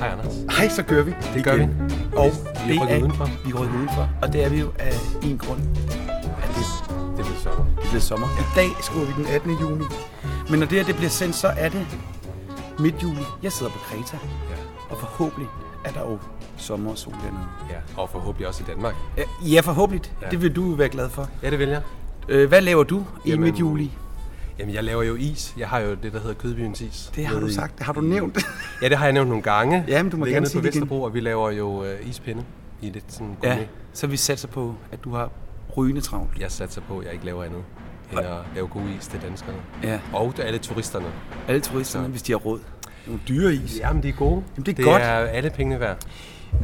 Hej Anders. Hej, så kører vi. Det gør vi. Og Vi er rykket er, udenfor. Vi er rykket udenfor, og det er vi jo af en grund. Ja, det, det bliver sommer. Det bliver sommer. I dag skriver vi den 18. juni. Men når det her det bliver sendt, så er det midt juli. Jeg sidder på Kreta, Ja. og forhåbentlig er der jo sommer og sol dernede. ja. Og forhåbentlig også i Danmark. Ja, Ja, forhåbentlig. Ja. Ja. Det vil du jo være glad for. Ja, det vil jeg. Øh, hvad laver du i Jamen, midt juli? Jamen, jeg laver jo is. Jeg har jo det, der hedder Kødbyens Is. Det har Nede du i- sagt. Det har du nævnt. Ja, det har jeg nævnt nogle gange. Ja, men du må Ligger gerne nede sige på det igen. Vesterbro, og vi laver jo øh, ispinde i lidt sådan ja, gourmet. så vi satser på, at du har rygende travlt. Jeg satser på, at jeg ikke laver andet end at lave god is til danskerne. Ja, Og til alle turisterne. alle turisterne, hvis de har råd. Nogle dyre is. Jamen, de er gode. Jamen, det er det godt. er alle pengene værd.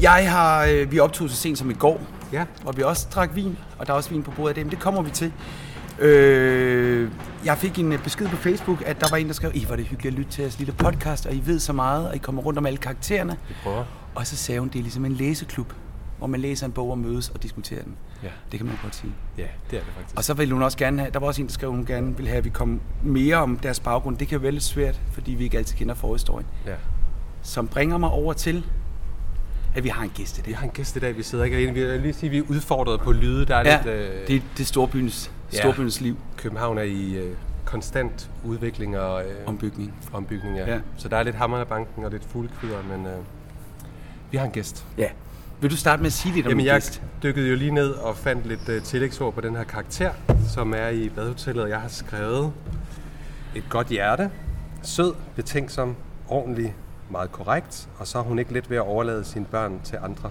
Jeg har, øh, vi optog så sent som i går, Ja. og vi også drak vin, og der er også vin på bordet af dem. Det kommer vi til. Øh, jeg fik en øh, besked på Facebook, at der var en, der skrev, I var det hyggeligt at lytte til jeres lille podcast, og I ved så meget, og I kommer rundt om alle karaktererne. Vi prøver. Og så sagde hun, det er ligesom en læseklub, hvor man læser en bog og mødes og diskuterer den. Ja. Det kan man godt sige. Ja, det er det faktisk. Og så ville hun også gerne have, der var også en, der skrev, at hun gerne ville have, at vi kom mere om deres baggrund. Det kan jo være lidt svært, fordi vi ikke altid kender forhistorien. Ja. Som bringer mig over til, at vi har en gæst i Vi dag. har en gæst i dag, vi sidder ikke alene. Vi vil lige sige, at vi er udfordret på lyde. Der er Ja, lidt, øh, det, det er storbyens, Ja. storbyens liv. København er i øh, konstant udvikling og øh, Ombygning. ombygning. Ja. Ja. Så der er lidt hammer af banken og lidt fuglekvider, men øh, vi har en gæst. Ja. Vil du starte med at sige lidt om Jamen, Jamen, jeg gæst? dykkede jo lige ned og fandt lidt øh, tillægsord på den her karakter, som er i badehotellet. Jeg har skrevet et godt hjerte, sød, betænksom, ordentlig, meget korrekt, og så er hun ikke let ved at overlade sine børn til andre.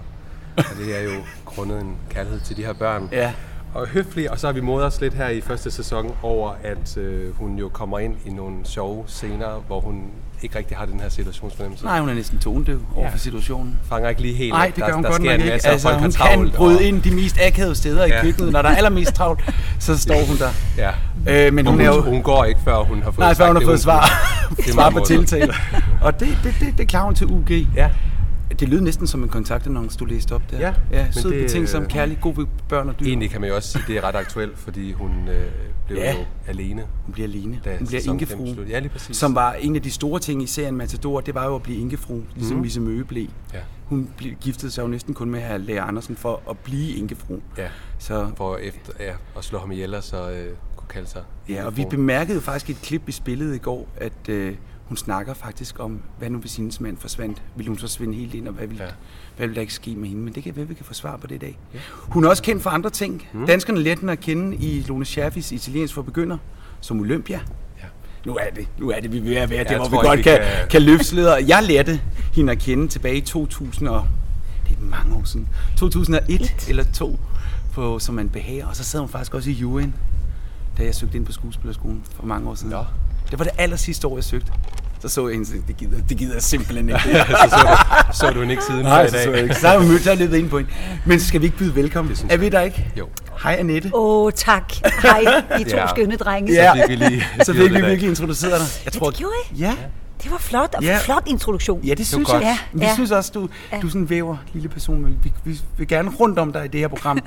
Og det er jo grundet en kærlighed til de her børn. Ja. Og høflig, og så har vi modet os lidt her i første sæson over, at øh, hun jo kommer ind i nogle sjove scener, hvor hun ikke rigtig har den her situationsfornemmelse. Nej, hun er næsten tonedøv over Ja. for situationen. Fanger ikke lige helt. Nej, at det gør hun der godt sker nok en ikke. masse, og Altså, folk har hun kan travlt, bryde og- ind de mest akavede steder Ja. i køkkenet. Når der er allermest travlt, så står hun der. Ja. Øh, men hun er jo... hun går ikke, før hun har fået Nej, sagt før hun har det, fået svar, Det er svar meget på morsomt. tiltale. Og det, det, det, det klarer hun til UG. Ja, Det lød næsten som en kontaktannonce, du læste op der. Ja, men ja sød det, det, ting som øh, kærlig, god ved børn og dyr. egentlig kan man jo også sige, at det er ret aktuelt, fordi hun øh, blev Ja. jo alene. Hun bliver alene. Da Hun bliver sæson fem enkefru. sluttede. Ja, lige præcis. Som var en af de store ting i serien Matador, det var jo at blive enkefru, ligesom mm. Misse Møge blev. Mhm. Ja. Hun blev, giftede sig jo næsten kun med herr Læger Andersen for at blive enkefru. Ja, Så, for efter ja, at slå ham ihjel, og så øh, kunne kalde sig. ja, og vi bemærkede faktisk i et klip, vi spillede i går, at øh, hun snakker faktisk om, hvad nu hvis hendes mand forsvandt? Vil hun så svinde helt ind, og hvad vil, Ja. ja. hvad vil der ikke ske med hende? Men det kan være, vi kan få svar på det i dag. Ja. Hun er også kendt for andre ting. Mm. Danskerne lærte hende at kende i Lone Schaffis Italiensk for Begynder, som Olympia. Ja. Nu er det, nu er det, vi er ved at være der, jeg hvor vi tror godt ikke, kan, vi kan- kan løfte sløret. Jeg lærte hende at kende tilbage i 2000 og... Det er mange år siden. 2001 eller 2 på Som Man Behager. Og så sad hun faktisk også i UN da jeg søgte ind på skuespillerskolen for mange år siden. Nå. Det var det aller sidste år, jeg søgte. Så så jeg hende, og tænkte, det gider, det gider jeg simpelthen ikke. så, så, du, så du hende ikke siden i Nej, så dag. så jeg ikke. Så har jeg mødt, så har jeg løbet ind på hende. Men skal vi ikke byde velkommen? Det synes Er jeg. vi der ikke? Jo. Hej Annette. Åh, oh, tak. Hej, I to Ja. yeah. skønne drenge. Ja. Yeah. Så fik vi lige Så fik vi det af. virkelig introduceret dig. Jeg det gjorde I. Ja, Det var flot. Og Ja. Flot introduktion. ja det synes godt. jeg. Ja, Vi ja. synes også, du, du er sådan en væver, lille person. Vi, vi, vi vil gerne rundt om dig i det her program.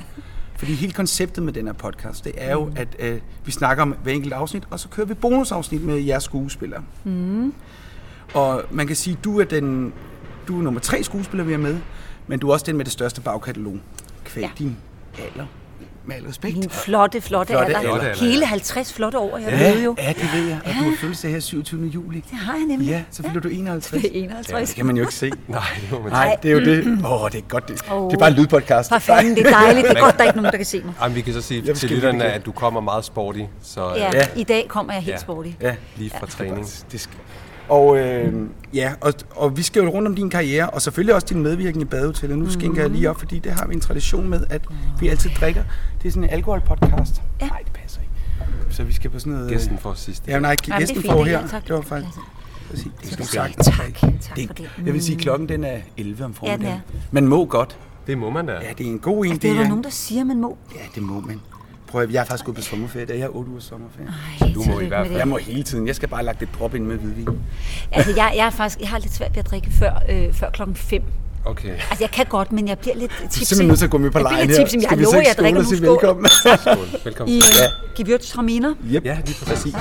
Fordi hele konceptet med den her podcast, det er Mm. jo, at øh, vi snakker om hver enkelt afsnit, og så kører vi bonusafsnit med jeres skuespillere. Mm. Og man kan sige, du er den, du er nummer tre skuespiller, vi er med, men du er også den med det største bagkatalog. Kvæg ja. Ja. din alder. Med al respekt. Min flotte, flotte, Flotte alder. alder, ja. Hele 50 flotte år, jeg Ja, levede jo. ja, det ved jeg. Og du har fødselsdag her 27. juli. Det har jeg nemlig. Ja, så bliver du 51. Det er 51. Det kan man jo ikke se. Nej, det må man sige. Nej, det er jo det. Åh, oh, det er godt. Det, Åh. det er bare en lydpodcast. For fanden, det er dejligt. Det er godt, der er ikke nogen, der kan se mig. Jamen, vi kan så sige Jamen, til skal vi lytterne, virkelig- at du kommer meget sporty, så øh, Ja, Ja. i dag kommer jeg helt Ja. sporty. Ja, lige fra træning. det, det skal. Og, øh, ja, og, og vi skal jo rundt om din karriere, og selvfølgelig også din medvirken i badehotellet. Mhm. Nu skænker jeg lige op, fordi det har vi en tradition med, at vi altid drikker. Det er sådan en alkoholpodcast. Ja. Nej, det passer ikke. Så vi skal på sådan noget... øh, Gæsten for sidst. Ja, nej, Jamen, det er gæsten fint, får det er her. godt. Tak. Det var faktisk... Præcis, Det skal du Tak, sagtens tak. drikke. Tak for det. Mm. Jeg vil sige, klokken den er 11 om er. Altså, formiddagen. Man må godt. Det må man da. Ja, det er en god en. Det er der er- nogen, der siger, man må. Ja, det må man. Prøv at, jeg har faktisk gået på sommerferie. Jeg har 8 uger sommerferie. Ej, Du må i tillykke hvert med fald. det. Jeg må hele tiden. Jeg skal bare have lagt et drop ind med hvidvin. Altså, jeg, jeg, er faktisk, jeg har lidt svært ved at drikke før, øh, før klokken 5. Okay. Altså, jeg kan godt, men jeg bliver lidt tipsy. simpelthen nødt til at gå med på Jeg bliver lejen lidt her. tipsy, men Skal jeg vi så lover, ikke jeg drikker skåle nu og sige skål. velkommen? Skål. Velkommen. I Ja. Gewürztraminer. Yep. Ja, lige præcis.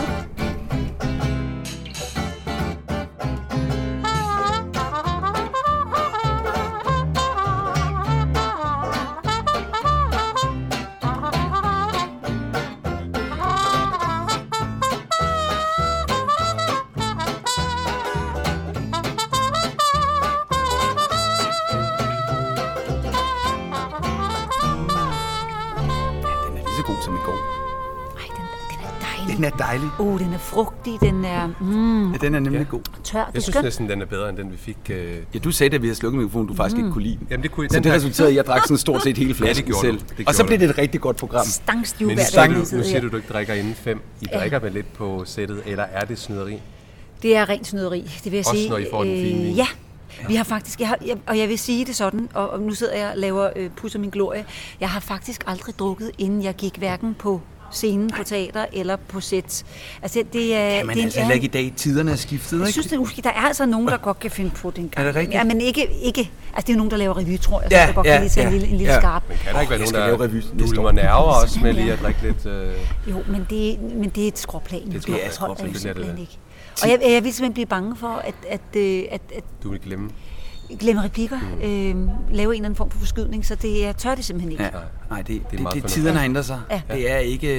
Den er lige så god som i går. Ej, den, den Den er dejlig. er dejlig. Uh, den er frugtig, den er mm, Ja, den er nemlig god. tør. Det Jeg er synes skønt. næsten, den er bedre, end den vi fik. Øh... Ja, du sagde, at vi havde slukket mikrofonen, du faktisk Mm. ikke kunne lide. Jamen, det kunne I Så den det her- resulterede i, at jeg drak sådan stort set hele flasken gjorde selv. du. Det og så gjorde blev du. det et rigtig godt program. Stangs de jo Men nu hver siger, dag. du, vi nu sidder siger du, her. du ikke drikker inden fem. I drikker vel lidt på sættet, eller er det snyderi? Det er rent snyderi, det vil jeg Også sige. Øh, når I får den fine vin. Ja, vi har faktisk, jeg har, jeg, og jeg vil sige det sådan, og, og nu sidder jeg og laver øh, pusser min glorie. Jeg har faktisk aldrig drukket, inden jeg gik hverken på scenen på teater eller på sæt. Altså, det er, Men det er altså en heller ikke ærlig i dag. Tiderne er skiftet, Jeg ikke? synes, det er uskik. Der er altså nogen, der godt kan finde på den gang. Er det rigtigt? Ja, men ikke, ikke. Altså, det er nogen, der laver revy, tror jeg, så Ja, der godt ja, kan lige tage en ja, lille, en lille ja. skarp. Men kan der Åh, ikke være jeg skal lave nogen, revy der næste dulmer år. nerver også med Sådan lige der. at drikke lidt... Øh... Jo, men det, men det er et skråplan. Det, skråplan. det holder Det er jo det, simpelthen det er. ikke. Og jeg, jeg vil simpelthen blive bange for, at, at, øh, at, at Du vil glemme. glemme replikker, øh, lave en eller anden form for forskydning, så det, jeg tør det simpelthen ikke. Ja. Ja. Nej, det, det, det, meget det fornuftigt. tiderne har ændret sig. Ja. Det er ikke...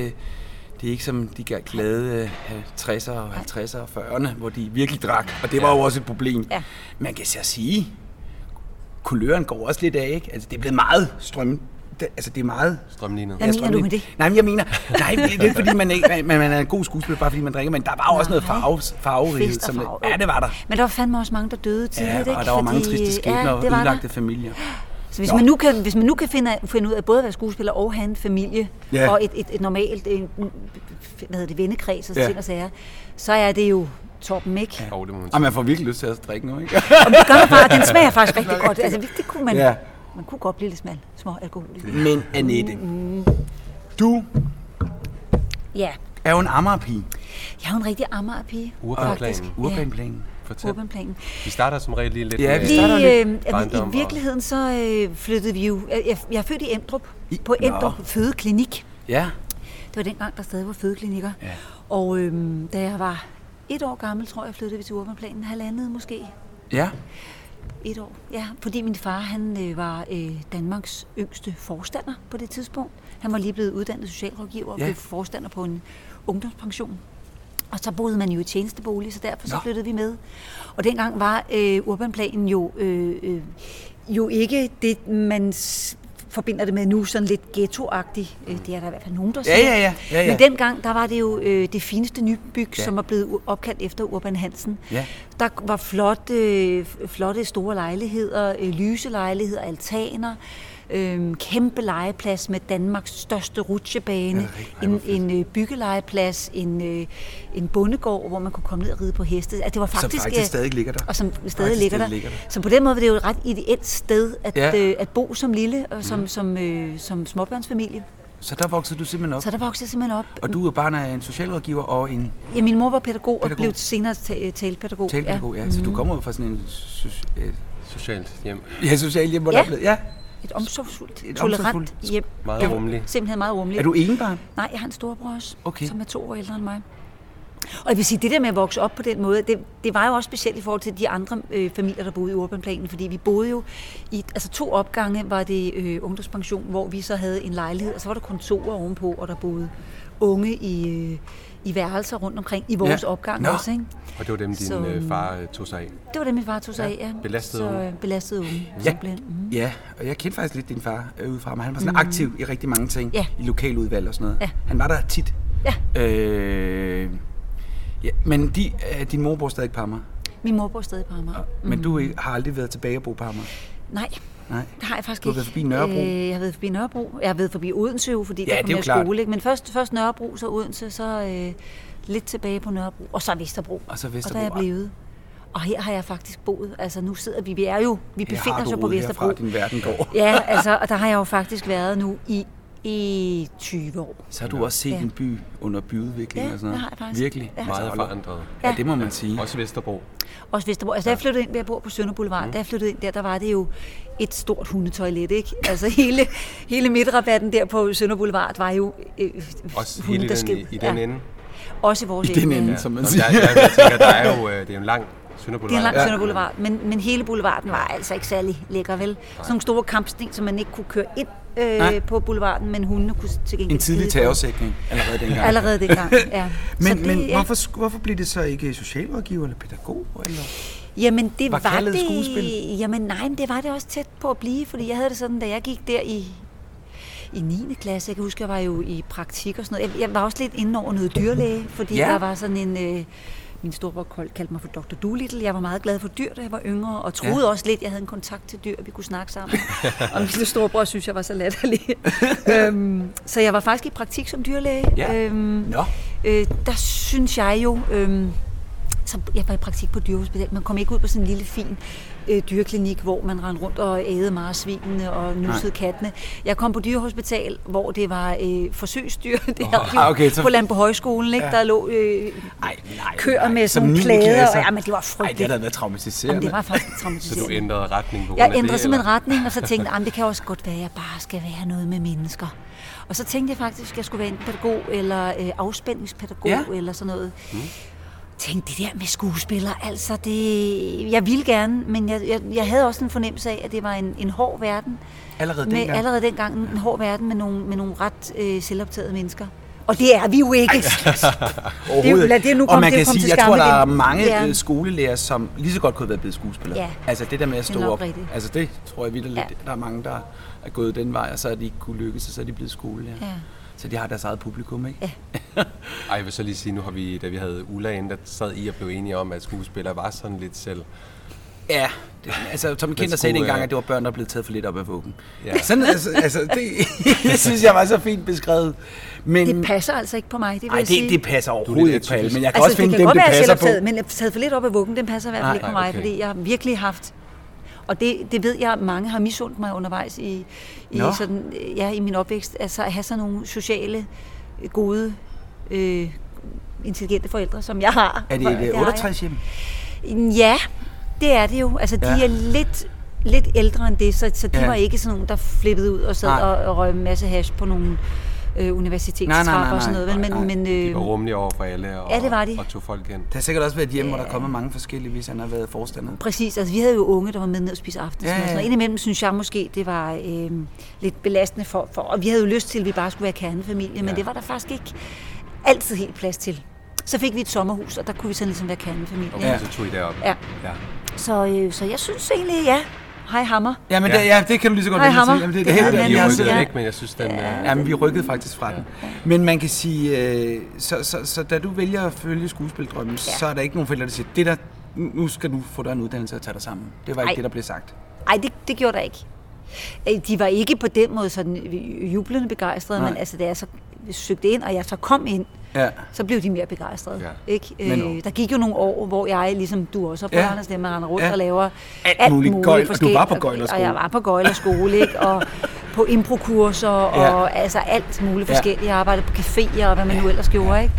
Det er ikke som de der glade øh, 60'ere og 50'ere og 40'erne, hvor de virkelig drak. Og det var jo også et problem. Ja. Man kan så sige, kuløren går også lidt af, ikke? Altså, det er blevet meget strøm... Det, altså, det er meget... Strømlignet. Jamen, Hvad mener strøm- du med det? Nej, men jeg mener... Nej, men det er ikke, fordi man, ikke, man, man er en god skuespiller, bare fordi man drikker, men der var jo også noget farve, farverighed. Fest og farve. ja, det var der. Men der var fandme også mange, der døde tidligt, Ja, ikke? og der var mange Fordi- triste skæbner ja, og det var der. udlagte familier. Så hvis Nå. man, nu kan, hvis man nu kan finde, finde ud af både at være skuespiller og have en familie, Ja. ja. og et, et, et normalt øh, hvad hedder det, vennekreds og Ja. ja. ting og sager, så er det jo toppen, ikke? Ja. Jo, det må man Og sige. man får virkelig lyst til at drikke nu, ikke? Det gør man bare, den smager faktisk rigtig godt. Altså, det kunne man, Ja. ja. man kunne godt blive lidt smal, små alkoholiker. Men Annette, du Ja, er jo en Amagerpige. jeg er jo en rigtig Amager-pige, Urbanplanen. faktisk. Urbanplanen. Ja, Fortæl. urbanplanen. Vi starter som regel lige lidt Ja, vi med... starter Lige, øh, barndom i og- virkeligheden så øh, flyttede vi jo... Jeg, jeg, jeg er født i Emdrup, I- på Nå. Emdrup Fødeklinik. Ja. Det var dengang, der stadig var fødeklinikker. Ja. Og øhm, da jeg var et år gammel, tror jeg, flyttede vi til Urbanplanen. Halvandet måske. Ja. Et år. Ja, fordi min far, han øh, var øh, Danmarks yngste forstander på det tidspunkt. Han var lige blevet uddannet socialrådgiver og Ja. ja. blev forstander på en ungdomspension. Og så boede man jo i tjenestebolig, så derfor så Nå. flyttede vi med. Og dengang var øh, urbanplanen jo, øh, øh, jo ikke det, man s- forbinder det med nu, sådan lidt ghettoagtigt. Øh, det er der i hvert fald nogen, der Ja, ja, ja. Ja, ja. Men dengang, der var det jo øh, det fineste nybyg, Ja. ja. som var blevet u- opkaldt efter Urban Hansen. Ja. Der var flotte, øh, flotte store lejligheder, øh, lyse lejligheder, altaner, øh, kæmpe legeplads med Danmarks største rutsjebane, en, en øh, byggelegeplads, en, øh, en bondegård, hvor man kunne komme ned og ride på heste. Altså, det var faktisk, Som faktisk øh, stadig ligger der. og som stadig Faktisk ligger der. stadig ligger Så på den måde var det jo et ret ideelt sted at, Ja. Mhm. ja. øh, at bo som lille og som, mm. som, øh, som småbørnsfamilie. Så der voksede du simpelthen op. Så der voksede jeg simpelthen op. Og du er barn af en socialrådgiver og en Ja, min mor var pædagog, Pædagog. og blev senere ta- øh, talepædagog. talepædagog, ja. ja. Så du kommer jo fra sådan en so- øh, Socialt hjem. ja, social hjem, hvor Ja. der er blevet... Ja. Et omsorgsfuldt, Et et omsorgsfuldt- tolerant hjem. Meget Jo, rummelig. Simpelthen meget rummelig. Er du enebarn? Nej, jeg har en storebror også, Okay. som er to år ældre end mig. Og jeg vil sige, det der med at vokse op på den måde, det, det var jo også specielt i forhold til de andre øh, familier, der boede i Urbanplanen, fordi vi boede jo i, altså to opgange var det øh, ungdomspension, hvor vi så havde en lejlighed, og så var der kontorer ovenpå, og der boede unge i, øh, i værelser rundt omkring i vores Ja. opgang Nå. også, ikke? Og det var dem, din Så- øh, far øh, tog sig af. Det var det, min far tog sig af, ja. Belastede så, unge. øh, belastede unge, Ja. simpelthen. Mm. Ja, og jeg kendte faktisk lidt din far øh, udefra, men han var sådan mm. aktiv i rigtig mange ting. Ja. I lokaludvalg og sådan noget. Ja. Han var der tit. Ja. Øh, ja men de, øh, din mor bor stadig på Amager. Min mor bor stadig på Amager. Mm. Men du Mhm. ikke- har aldrig været tilbage og bo på Amager. Nej, Nej. det har jeg faktisk Du har ikke. været forbi Nørrebro. Øh, jeg har været forbi Nørrebro. Jeg har været forbi Odense jo, fordi Ja, der det er kom jo jeg i klart. skole. Ikke? Men først, først Nørrebro, så Odense, så øh, lidt tilbage på Nørrebro. Og så Vesterbro. Og så Vesterbro. Og der er jeg blevet. Og her har jeg faktisk boet. Altså nu sidder vi, vi er jo, vi Her befinder har os du jo på rodet Vesterbro. Herfra, din verden går. Ja, altså, og der har jeg jo faktisk været nu i, i 20 år. Så har du også set ja. Ja. en by under byudvikling Ja, og sådan noget. det har jeg faktisk. Virkelig. Ja. Meget hold op. forandret. Ja, det må man sige. Også Vesterbro. Også Vesterbro. Altså, da jeg flyttede ind, jeg bor på Sønder Boulevard, mm. da jeg flyttede ind der, der var det jo et stort hundetoilet, ikke? Altså, hele, hele midtrabatten der på Sønder Boulevard var jo øh, Også hunde, hele der den, sked. i, i den Ja. ende. Også i vores I den ende, ende, ja. som Nå, Ligesom man men siger. der, jeg, jeg tænker, der er jo, øh, det er jo en lang Sønderboulevard. Det er en lang Ja. Sønder Boulevard, men, men hele boulevarden var altså ikke særlig lækker, vel? Sådan nogle store kampsten, som man ikke kunne køre ind Nej. øh, på boulevarden, men hundene kunne til gengæld En tidlig skide på. terrorsækning allerede dengang. Allerede dengang, ja. Så Men, det, men ja. hvorfor, sk- hvorfor bliver det så ikke socialrådgiver eller pædagog? Eller? Jamen, det Var var, kaldet det... skuespil? Jamen, nej, men det var det også tæt på at blive, fordi jeg havde det sådan, da jeg gik der i, i 9. klasse, jeg kan huske, jeg var jo i praktik og sådan noget. Jeg, jeg var også lidt inde over noget dyrlæge, fordi Ja. ja. der var sådan en... Øh, min storebror kol- kaldte mig for Dr. Doolittle. Jeg var meget glad for dyr, da jeg var yngre, og troede ja. også lidt, jeg havde en kontakt til dyr, at vi kunne snakke sammen. og min lille storebror synes, jeg var så latterlig. øhm, så jeg var faktisk i praktik som dyrlæge. Ja. Øhm, Nå. Øh, der synes jeg jo, øh, så jeg var i praktik på dyrehospitalet, man kom ikke ud på sådan en lille fin øh, dyreklinik, hvor man rendte rundt og ædede marsvinene og nussede kattene. Jeg kom på dyrehospital, hvor det var øh, forsøgsdyr. Det oh, ah, okay, så- på land på højskolen, ikke? Ja. der lå øh, Ej, nej, køer med Som sådan nogle 9. plader. klasser. Og, ja, men det var Ej, det frygteligt. har da været traumatiserende. Jamen, det var faktisk Så du traumatiserende. ændrede retning på grund af Jeg det? ændrede eller? simpelthen retning, og så tænkte jeg, det kan også godt være, at jeg bare skal være noget med mennesker. Og så tænkte jeg faktisk, at jeg skulle være en pædagog, eller øh, afspændingspædagog, Ja. ja. eller sådan noget. Mm. Tænkte, det der med skuespiller, altså det... Jeg ville gerne, men jeg, jeg, jeg havde også en fornemmelse af, at det var en, en hård verden. Allerede med, dengang? Allerede dengang en, en hård verden med nogle, med nogle ret øh, selvoptagede mennesker. Og det er vi jo ikke. Overhovedet Det er jo- lad det nu og komme man til- kan komme sige, til jeg tror, skamme der er igen. mange øh, Ja. ja. skolelærer, som lige så godt kunne have været blevet skuespiller. Ja. Altså det der med at Det er stå nok op, rigtigt. altså det tror jeg vildt lidt. Ja. Der er mange, der er gået den vej, og så har de ikke kunne lykkes, og så er de blevet skolelærer. Ja. Så de har deres eget publikum, ikke? Ja. Ej, jeg vil så lige sige, nu har vi, da vi havde Ulla inde, der sad I og blev enige om, at skuespillere var sådan lidt selv. ja. Det, altså, Tom Kinder sagde skulle, engang, øh, at det var børn, der blev taget for lidt op af vuggen. Ja. Sådan, altså, altså det synes jeg var så fint beskrevet. Men, det passer altså ikke på mig, det vil Nej, jeg sige. det, det passer overhovedet ikke på alle, atypisk. men jeg kan altså, også Altså, det finde kan dem, godt det være, passer på. selvoptaget, men taget for lidt op af vuggen, den passer i hvert Nej, fald ikke på nej, mig, okay. fordi jeg har virkelig haft... Og det, det ved jeg, at mange har misundt mig undervejs i, i, Nå. sådan, øh, ja, i min opvækst. Altså at have sådan nogle sociale, øh, gode, øh, intelligente forældre, som jeg har. Er Hvor- det et har jeg. 68 hjem? Ja, det er det jo. Altså, de Ja. ja. er lidt, lidt ældre end det, så, så de Ja. ja. var ikke sådan nogen, der flippede ud og sad Nej. og, og røg en masse hash på nogle øh, universitetstrapper nej, og sådan noget. vel? nej, Men, nej. men, øh, De var rummelige over for alle og, Ja, det var de. og tog folk hen. Der har sikkert også været et hjem, hvor der er kommet mange forskellige, hvis han har været forstander. Præcis, altså vi havde jo unge, der var med ned og spise aftensmad. Ja, ja, Ja, ja. ja. Indimellem synes jeg måske, det var øh, lidt belastende for, for, og vi havde jo lyst til, at vi bare skulle være kernefamilie, men det var der faktisk ikke altid helt plads til. Så fik vi et sommerhus, og der kunne vi sådan ligesom være kernefamilie. Okay, Ja. så tog I derop. Ja. ja. Så, øh, så jeg synes egentlig, ja. Hej Hammer. Ja, men Ja. det, ja, det kan du lige så godt Hej, vælge Hammer. til. Jamen, det, det, Det det, er det, den Vi Ja, det, anden det, rykkede ja. væk, men jeg synes, den... øh, Ja. Ja, men øh, vi rykkede faktisk fra den. Men man kan sige, øh, så, så, så, da du vælger at følge skuespildrømmen, ja. så er der ikke nogen forældre, der siger, det der, nu skal du få dig en uddannelse og tage dig sammen. Det var ikke Ej. Ej. det, der blev sagt. Ej, det, det gjorde der ikke. Øh, De var ikke på den måde sådan jublende begejstrede, Nej. men altså, da jeg så søgte ind, og jeg så kom ind, Ja. så blev de mere begejstrede. Ja. Ja. Ikke? Men nu- Øh, der gik jo nogle år, hvor jeg, ligesom du også har på Ja. ja. Anders Stemmer, render rundt Ja. ja. og laver Alt muligt gøjl, og du var på gøjlerskole. Og jeg var på gøjlerskole, ikke? og på improkurser, Ja. og altså alt muligt Ja. forskelligt. Jeg arbejdede på caféer, og hvad man nu ellers gjorde. Ikke?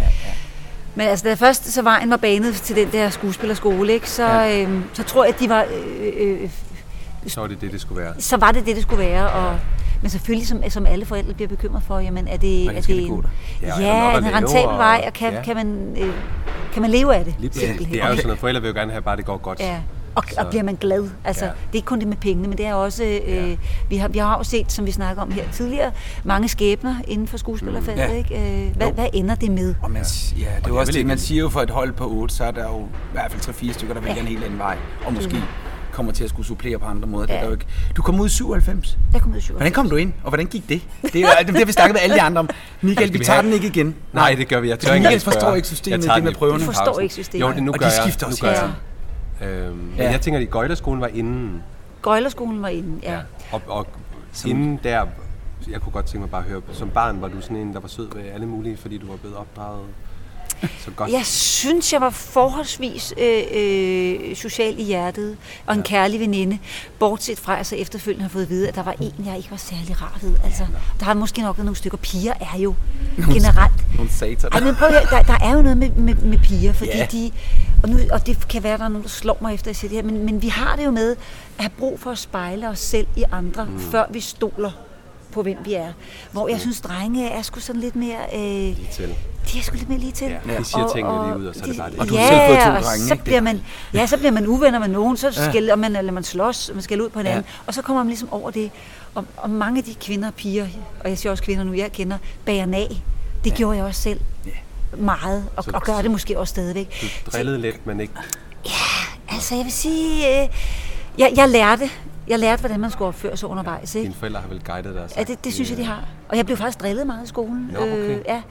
Men altså, da først så vejen var banet til den der skuespillerskole, ikke? Så, Ja. ja. øhm, så tror jeg, at de var... Øh, øh, Så er det det, det skulle være. så var det det, det skulle være. Og, men selvfølgelig, som, som alle forældre bliver bekymret for, jamen er det, Hvordan er skal det en- gå der? Ja, Ja, og er der nok at en lave, rentabel og- vej, og kan, ja. ja. kan, man, øh, kan man leve af det? Lige præcis. simpelthen? Det er jo sådan noget, forældre vil jo gerne have, bare det går godt. Ja. Og, og bliver man glad. Altså, Ja. ja. Det er ikke kun det med pengene, men det er også... Øh, vi, har, vi har jo set, som vi snakker om her tidligere, mange skæbner inden for skuespillerfeltet. Ja. Mm. Ikke? Øh, hvad, hvad ender det med? Og man, s- ja, det er jo jeg også vil det, ikke- man siger jo for et hold på 8, så er der jo i hvert fald 3-4 stykker, der vælger ja. en helt anden vej, og måske kommer til at skulle supplere på andre måder. Ja. Det er Ja. der jo ikke. Du kom ud i 97. Jeg kom ud i 97. Hvordan kom du ind, og hvordan gik det? Det er jo det, er det, vi snakket med alle de andre om. Michael, Skal vi vi tager have- den ikke igen. Nej, det gør vi. Jeg tør ikke Michael engang forstår spørge. ikke systemet, Jeg tager det med den i prøverne. Forstår pausen. ikke systemet. Jo, det, nu Og gør de jeg. skifter Nu også gør hele jeg. Øhm, Ja. ja. Jeg tænker, at gøjlerskolen var inden. Gøjlerskolen var inde, ja. ja. Og, og inden der, jeg kunne godt tænke mig bare at høre, som barn var du sådan en, der var sød ved alle mulige, fordi du var blevet opdraget så godt. Jeg synes, jeg var forholdsvis øh, øh, social i hjertet og en kærlig veninde. Bortset fra, at jeg så efterfølgende har fået at vide, at der var en, jeg ikke var særlig rar ved. Altså, der har måske nok været nogle stykker. Piger er jo generelt... Nogle satan. Ej, men prøv at høre, der, der er jo noget med, med, med piger, fordi Ja. yeah. de... Og, nu, og det kan være, at der er nogen, der slår mig efter, at jeg siger det her, men, men vi har det jo med at have brug for at spejle os selv i andre, mm. før vi stoler på, hvem vi er. Hvor jeg synes, drenge er sgu sådan lidt mere... Øh, Lige til. de er sgu lidt mere lige til. Ja, de siger tingene lige ud, og så er det bare det. Og du ja, har selv fået to og drenge, så ikke? bliver man, ja, så bliver man uvenner med nogen, så skælder man, eller man slås, og man skælder ud på hinanden, ja. og så kommer man ligesom over det. Og, og mange af de kvinder og piger, og jeg siger også kvinder nu, jeg kender, bærer den af. Det ja. gjorde jeg også selv. Ja. Meget, og, Så- og gør det måske også stadigvæk. Du drillede lidt, men ikke... Altså, jeg vil sige, øh, jeg, jeg lærte, jeg lærte, hvordan man skulle opføre sig undervejs. Ikke? Dine forældre har vel guidet dig. og Ja, sagt, det, det synes jeg, de har. Og jeg blev faktisk drillet meget i skolen. Øh, Nå, okay. ja.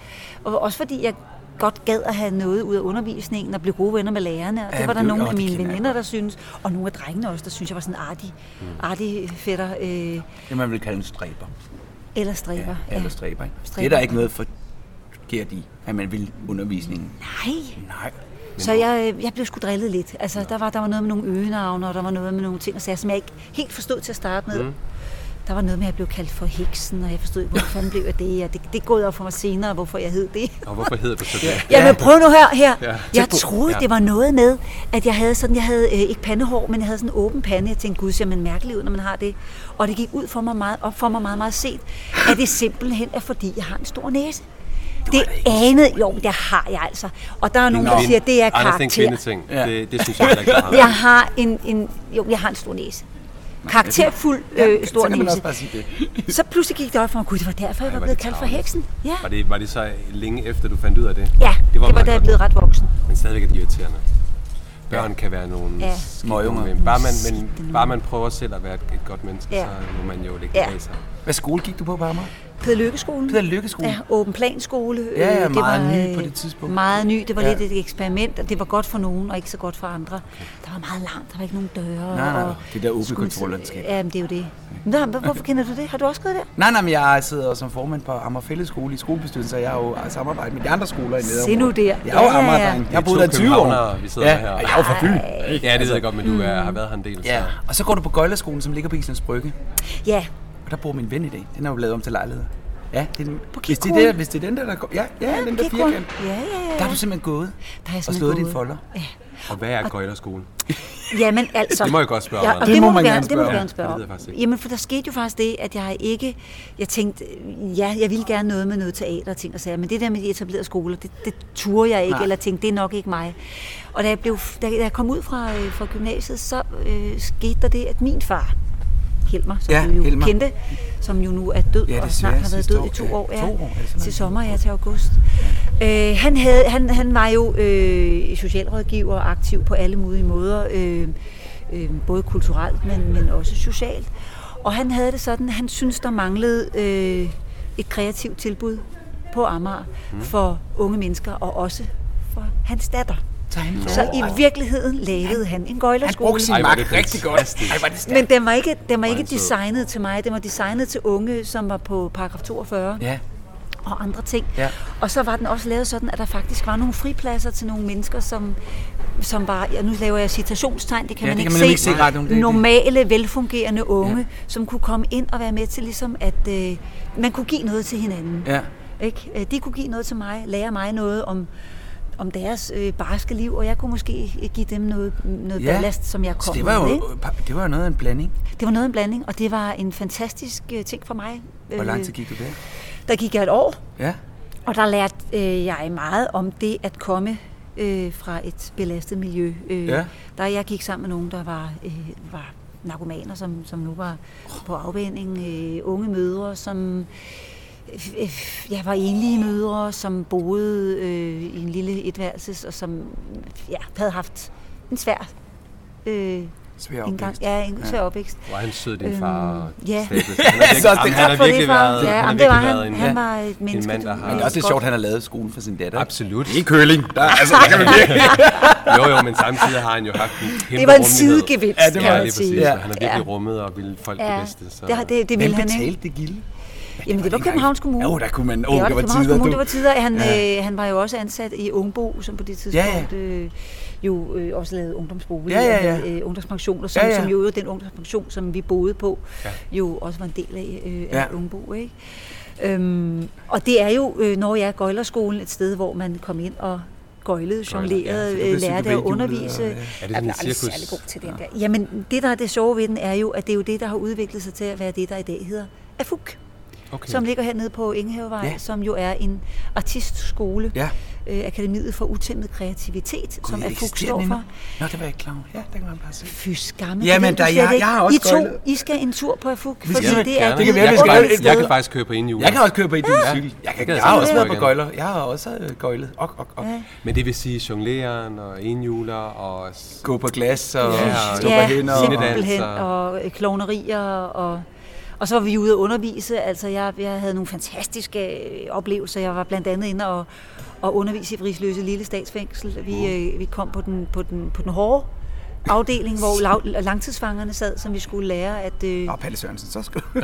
Og også fordi jeg godt gad at have noget ud af undervisningen og blive gode venner med lærerne. Og det Ja, var der det- nogle åh, af det mine kender jeg veninder, godt. der synes, og nogle af drengene også, der synes, jeg var sådan artig, mm. artig fætter øh, Det man vil kalde en stræber. eller Ja, stræber. eller stræber. Ikke? Det er Stræber. der ikke noget forkert i, at man vil undervisningen. Nej, Nej. så jeg, øh, jeg blev sgu drillet lidt. Altså, der, var, der var noget med nogle øgenavne, og der var noget med nogle ting, og sager, som jeg ikke helt forstod til at starte med. Mm. Der var noget med, at jeg blev kaldt for heksen, og jeg forstod, ikke, hvorfor fanden blev jeg det, og det, det går op for mig senere, hvorfor jeg hed det. Og hvorfor hedder du så det? Ja, men prøv nu her. her. Ja. Ja. Tæt Jeg på. troede, Ja. ja. det var noget med, at jeg havde sådan, jeg havde øh, ikke pandehår, men jeg havde sådan en åben pande. Jeg tænkte, gud, ser man mærkelig ud, når man har det. Og det gik ud for mig meget, op for mig meget, meget set, at det simpelthen er, fordi jeg har en stor næse. Det anede, jo, det har jeg altså. Og der er nogen, der Kvinde- siger, at det er Anders, det en karakter. kvindeting. Ja. Det, det synes jeg heller ikke, der har. Jeg har en, en, jo, jeg har en stor næse. Karakterfuld øh, stor så kan man også næse. bare sige det. Så pludselig gik det op for mig, gud, det var derfor, jeg var var blevet det kaldt for tarveligt. heksen. Ja, Var det, var det så længe efter, du fandt ud af det? ja det var, det var meget da jeg godt. blev ret voksen. Men stadigvæk er de irriterende. Børn kan være nogle Ja. skidt Møgunger. nogle- Bare man, Skidte men, bare man prøver selv at være et, et godt menneske, Ja. så må man jo lægge Ja. det bag sig. Hvad skole gik du på, Parma? Peder Lykkeskolen. Peder Lykkeskole. Ja, åben planskole. øh, Ja, ja, det meget var, ny øh, på det tidspunkt. Meget ny. Det var Ja. ja. lidt et eksperiment, og det var godt for nogen, og ikke så godt for andre. Der var meget larm, der var ikke nogen døre. Nej, nej, og det der åbne skulle man- kontorlandskab. Ja, men det er jo det. Nå, men hvorfor kender du det? Har du også gået der? Nej, nej, men jeg sidder som formand på Amager Fællesskole i skolebestyrelsen, så jeg har jo samarbejdet med de andre skoler i nederområdet. Se nu der. Jeg er jo Ja, ja, Amager, ja. dreng. Vi Jeg er har boet to der i 20 år. københavnere, vi sidder ja, her. og jeg er jo fra Fyn. Ja, det ved jeg godt, men du er, har været her en del. Ja, Så. og så går du på Gøjlerskolen, som ligger på Islands Brygge. Ja, Og der bor min ven i dag. Den er jo lavet om til lejligheder. Ja, det er den. På hvis, det er Kirkegården? der, hvis det er den der, der går. Ja, ja, ja den der kigge rundt. firkant. Ja, ja, ja. Der er du simpelthen gået Der er jeg og simpelthen slået din gået. folder. Og hvad er gøjlerskolen? Ja, men altså... Det må jeg godt spørge om, Ja, Anders. og det, det, må man gerne, det må spørge du om. gerne Ja, spørge det ved om. jeg faktisk ikke. Jamen, for der skete jo faktisk det, at jeg ikke... Jeg tænkte, ja, jeg ville gerne noget med noget teater og ting og sager, men det der med de etablerede skoler, det, det turde jeg ikke, Nej. Nej. eller tænkte, det er nok ikke mig. Og da jeg, blev, da jeg kom ud fra, øh, fra gymnasiet, så øh, skete der det, at min far, Helmer, som Ja, du jo Helmer. kendte, som jo nu er død, Ja, og desværre, snart har været sidste død år. i to Ja, år, ja, to år, altså, nej. til sommer, ja, til august. Øh, han, havde, han, han var jo øh, socialrådgiver og aktiv på alle mulige måder, øh, øh, både kulturelt, men, men også socialt. Og han havde det sådan, han syntes, der manglede øh, et kreativt Mm. tilbud på Amager for unge mennesker, og også for hans datter. Så han Så i virkeligheden lavede han en gøjlerskole. brugte sin Ej, hvor er magt det rigtig godt. fantastisk. Ej, var det stærkt. Men den var ikke, den var ikke han sød. designet til mig, den var designet til unge, som var på paragraf 42 Ja, og andre ting. Ja. Og så var den også lavet sådan, at der faktisk var nogle fripladser til nogle mennesker, som, som var, ja, nu laver jeg citationstegn, det kan Ja, man det ikke kan man se, nemlig ikke se ret om det- det- normale, velfungerende unge, ja. som kunne komme ind og være med til ligesom, at øh, man kunne give noget til hinanden. ja. Ikke? Øh, De kunne give noget til mig, lære mig noget om, om deres øh, barske liv, og jeg kunne måske øh, give dem noget, noget ja. ballast, som jeg kom Så det var med. jo ikke? det var jo noget af en blanding. Det var noget af en blanding, og det var en fantastisk øh, ting for mig. Hvor Øh, lang tid gik du der? Der gik jeg et år, Ja. og der lærte øh, jeg meget om det at komme øh, fra et belastet miljø. Øh, Ja. Der jeg gik sammen med nogen, der var, øh, var narkomaner, som, som nu var på afvænding, øh, unge mødre, som øh, jeg var enlige mødre, som boede øh, i en lille etværelses, og som ja, havde haft en svær øh, Svær indgang. opvækst. Ja, en svær opvækst. Hvor er han sød, din far. Øhm, ja. Stabelsen. Han har Jeg synes også, virkelig- det er han for har virkelig det, far. været, Ja, han har jamen, det var virkelig han. været en, Han var et menneske, en mand, der du- har... Men Det er også lidt Godt. sjovt, at han har lavet skolen for sin datter. ikke? Absolut. Det er køling. Der, altså, der kan man virkelig. Jo, jo, men samtidig har han jo haft en kæmpe Det var rummelighed. en sidegevinst, Ja, det kan Ja, man lige præcis. sige. Ja. Ja. Han har virkelig rummet og ville folk det bedste. Så. det, har- det, det Hvem ville han ikke. betalte det gilde? Jamen, det var Københavns Kommune. Jo, der kunne man... Åh, Ja, oh, det var Københavns tider, Kommune, du. det var tider. Han, Ja. ja. øh, han var jo også ansat i Ungbo, som på det tidspunkt ja, ja. Øh, jo øh, også lavede ungdomsboliger, Ja, ja, ja. og havde, øh, ungdomspensioner, som, Ja, ja, ja. ja. som jo den ungdomspension, som vi boede på, ja. jo også var en del af, øh, af Ja. ja. Ungbo, ikke? Øhm, og det er jo, øh, når jeg er gøjlerskolen, et sted, hvor man kom ind og gøjlede, jonglerede, så du ja, blev lærte cykelhjulet, at undervise. og, ja. Er Ja. det Jeg sådan blev et aldrig cirkus? særlig god til den der. Jamen, det der er det sjove ved den, er jo, at det er jo det, der har udviklet sig til at være det, der i dag hedder AFUK Okay. som ligger hernede på Ingehavevej, Ja. ja. som jo er en artistskole. Ja. Øh, Akademiet for Utæmmet Kreativitet, Gud, som Det er FUG eksisterer står den for. endnu. Nå, det var jeg ikke klar over. Ja, der kan man bare se. Fy skamme. det Jamen, ved du der- slet jeg- ikke. jeg har også I to, gøjlet. I skal en tur på FUG, skal fordi det. det er Ja, det kan være, vi skal lave vidunderligt et- Jeg sted. kan faktisk køre på indhjul. Jeg kan også køre på indhjulcykel. Jeg, kan, gad jeg altså har godt også prøve været på igen. gøjler. Jeg har også øh, gøjlet. Ok, ok, ok. Ja. Men det vil sige jongleren og enhjuler og... s- Gå på glas og Ja, stå på Ja, hænder. og- simpelthen, Linedans og øh, klovnerier, og, og så var vi ude at undervise. Altså, jeg, jeg havde nogle fantastiske øh, oplevelser. Jeg var blandt andet inde og, og undervise i Frisløse Lille Statsfængsel. Vi, øh, vi kom på den, på den, på den hårde afdeling, hvor lav, langtidsfangerne sad, som vi skulle lære at... Øh, Og Palle Sørensen, så skal du.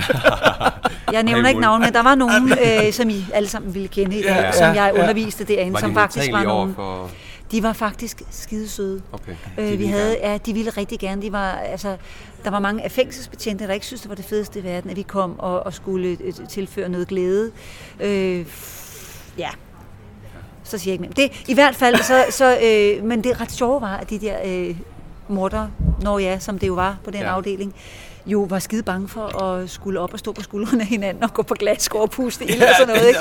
jeg nævner ikke navne, men der var nogen, øh, som I alle sammen ville kende i dag, Ja, ja, som ja, jeg ja. underviste derinde, Var de som faktisk var modtagelige over nogen... for... De var faktisk skidesøde. Okay. Øh, vi havde, ja, de ville rigtig gerne. De var, altså, der var mange af fængselsbetjente, der ikke syntes, det var det fedeste i verden, at vi kom og, og skulle øh, tilføre noget glæde. Øh, ja, så siger jeg ikke mere. om Det, I hvert fald, så, så, øh, men det ret sjove var, at de der øh, morder, når ja, som det jo var på den Ja. ja. afdeling, jo var skide bange for at skulle op og stå på skuldrene af hinanden og gå på glas, gå og puste ild og sådan noget. Ikke?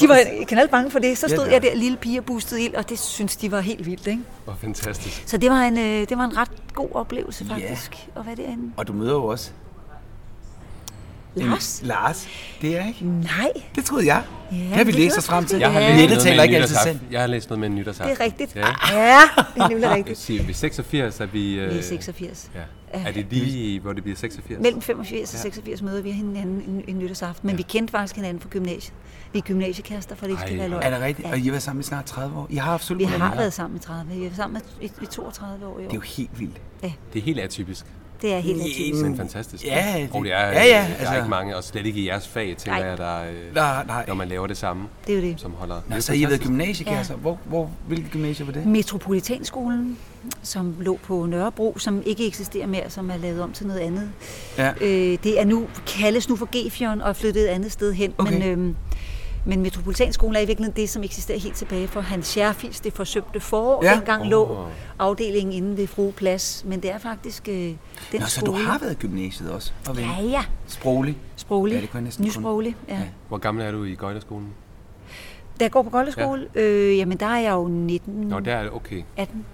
De var knaldt bange for det. Så stod det jeg der lille pige og boostede ild, og det synes de var helt vildt. Ikke? Hvor fantastisk. Så det var en, øh, det var en ret god oplevelse faktisk, yeah. at være derinde. Og du møder jo også en Lars? Lars. Det er ikke. Nej, Det troede jeg. Ja, det har vi det læst er os frem også til. rigtigt. Jeg har Ja. læst Nettet noget med taler en ikke altid nytårsaften. sandt. Jeg har læst noget med en nytårsaften. det er rigtigt. Ja. Ja, ja det er nemlig Jeg rigtigt. siger, vi er 86, er vi... Øh, Vi er 86. Ja. Er det lige, hvor det bliver 86? Altså. Mellem 85 og 86 møder vi hinanden en, en nytårsaften, men vi kendte faktisk hinanden fra gymnasiet. Vi er gymnasiekærester, for det ikke skal Ej, være løgn. Er det rigtigt? Og I har været sammen i snart 30 år. I har haft Vi sølvbriller. har været sammen i 30. Vi er sammen i, i 32 år i år. Det er jo helt vildt. Det er helt atypisk, Det er helt atypisk. men fantastisk. Mm. Ja, det- det, og det er, ja, ja, ja, ja, der altså- er ikke mange, og slet ikke i jeres fag, tænker Nej. jeg, der, øh, Nej, nej. når man laver det samme, Det er jo det. som holder. Det Nå, er så I har været fantastisk. gymnasiekasser. Hvor, hvor, hvilket gymnasie var det? Metropolitanskolen, som lå på Nørrebro, som ikke eksisterer mere, som er lavet om til noget andet. Ja. Øh, det er nu, kaldes nu for Gefion og er flyttet et andet sted hen. Okay. Men, øhm, men Metropolitanskolen er i virkeligheden det, som eksisterer helt tilbage for Hans Scherfis, det forsøgte forår. Ja. Ja. Dengang oh. lå afdelingen inde ved Frue Plads, men det er faktisk øh, den Nå, så skole. du har været i gymnasiet også. Og vel? Ja, ja. Sproglig. Sproglig. Ja, det kunne jeg næsten kun. Nysproglig, ja. ja. Hvor gammel er du i gøjlerskolen? Da jeg går på Goldeskole, ja. øh, jamen der er jeg jo 19, Nå, der er det okay. 18.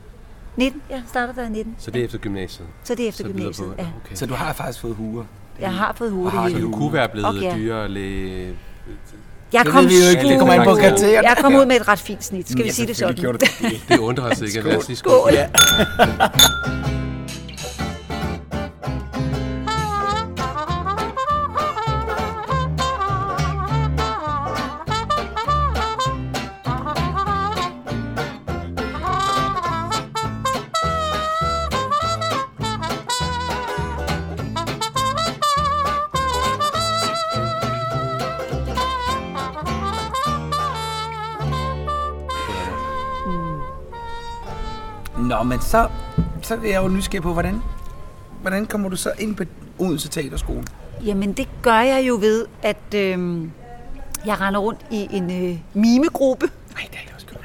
19, jeg starter der i 19. Så det er efter gymnasiet. Så det er efter Så videre gymnasiet, på. ja. Okay. Så du har faktisk fået huer. Jeg har fået hovedet Har i du Du hele. kunne være blevet Okay. okay. dyrere læge. Jeg Det kom, ved vi jo ikke. Det sgu- kommer an på karakteren. jeg kom ud med et ret fint snit, skal vi sige det sådan. Gjorde du det. Det undrer os ikke, at lad os lige skåle. Skål. Ah Nå, men så, så er jeg jo nysgerrig på, hvordan, hvordan kommer du så ind på Odense Teaterskole? Jamen, det gør jeg jo ved, at øh, jeg render rundt i en øh, mimegruppe. Nej, det er jeg også gjort.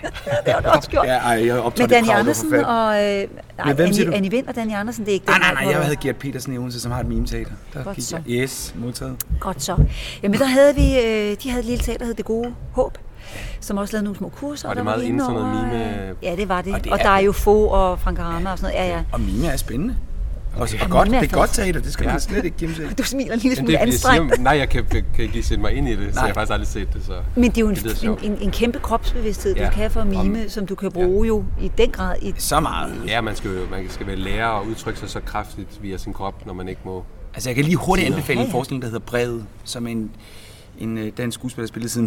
Det har du også gjort. Ja, ej, jeg optager det Med Danny krav, Andersen Nej, og... Øh, nej, hvem siger Annie, du? Annie Vind og Danny Andersen, det er ikke den nej, vej, nej, jeg hvor- havde Gert Petersen i Odense, som har et mimeteater. Der Godt gik så. jeg. Yes, modtaget. Godt så. Jamen, der havde vi... Øh, de havde et lille teater, der hed Det Gode Håb, som også lavede nogle små kurser. Var det der meget vi inden sådan noget indover, øh, mime- Ja, det var det. Og det Og, det er og der er jo få og Frank Rama og sådan noget. Ja, ja. Og mime er spændende. Og, så, og Og godt, det mime er er godt faktisk- teater, det skal man slet ikke gemme sig. i. Du smiler en lille Men det smule er, fordi jeg anstrengt. siger, nej, jeg kan, kan ikke lige sætte mig ind i det, nej. så Nej. jeg har faktisk aldrig set det. Så. Men det er jo en, Det lyder en, sjovt. en, en kæmpe kropsbevidsthed, Ja. du kan for at mime, Om- som du kan bruge jo i den grad i Så meget. Ja, man skal jo man skal være lærer og udtrykke sig så kraftigt via sin krop, når man ikke må. Altså, jeg kan lige hurtigt anbefale en forestilling, der hedder Brevet, som en, en øh, dansk skuespiller spillede siden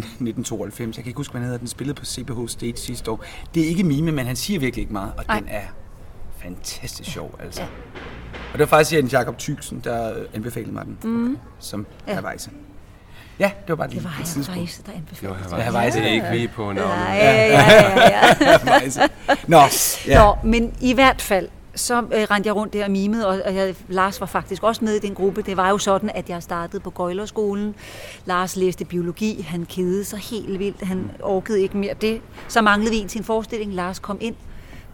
1992. Jeg kan ikke huske, hvad han hedder. Den spillede på CPH Stage sidste år. Det er ikke mime, men han siger virkelig ikke meget, og Ej. Ej. den er fantastisk sjov, altså. Ja. Og det var faktisk Jens Jakob Tyksen, der øh, anbefalede mig den, mm. som ja. Havajse. Ja, det var bare lige Mhm. Det var et han tidspunkt. faktisk, der Jo, anbefalede. jeg det. var, Ja, Havajs. det er ikke lige på Nej, navnet. ja, ja, ja, ja. Havajse. Nå, ja. Ja. Nå, men i hvert fald, så øh, rendte jeg rundt der og mimede, og, og jeg, Lars var faktisk også med i den gruppe. Det var jo sådan, at jeg startede på Gøjlerskolen. Lars læste biologi, han kedede sig helt vildt, han orkede ikke mere det. Så manglede vi en til en forestilling, Lars kom ind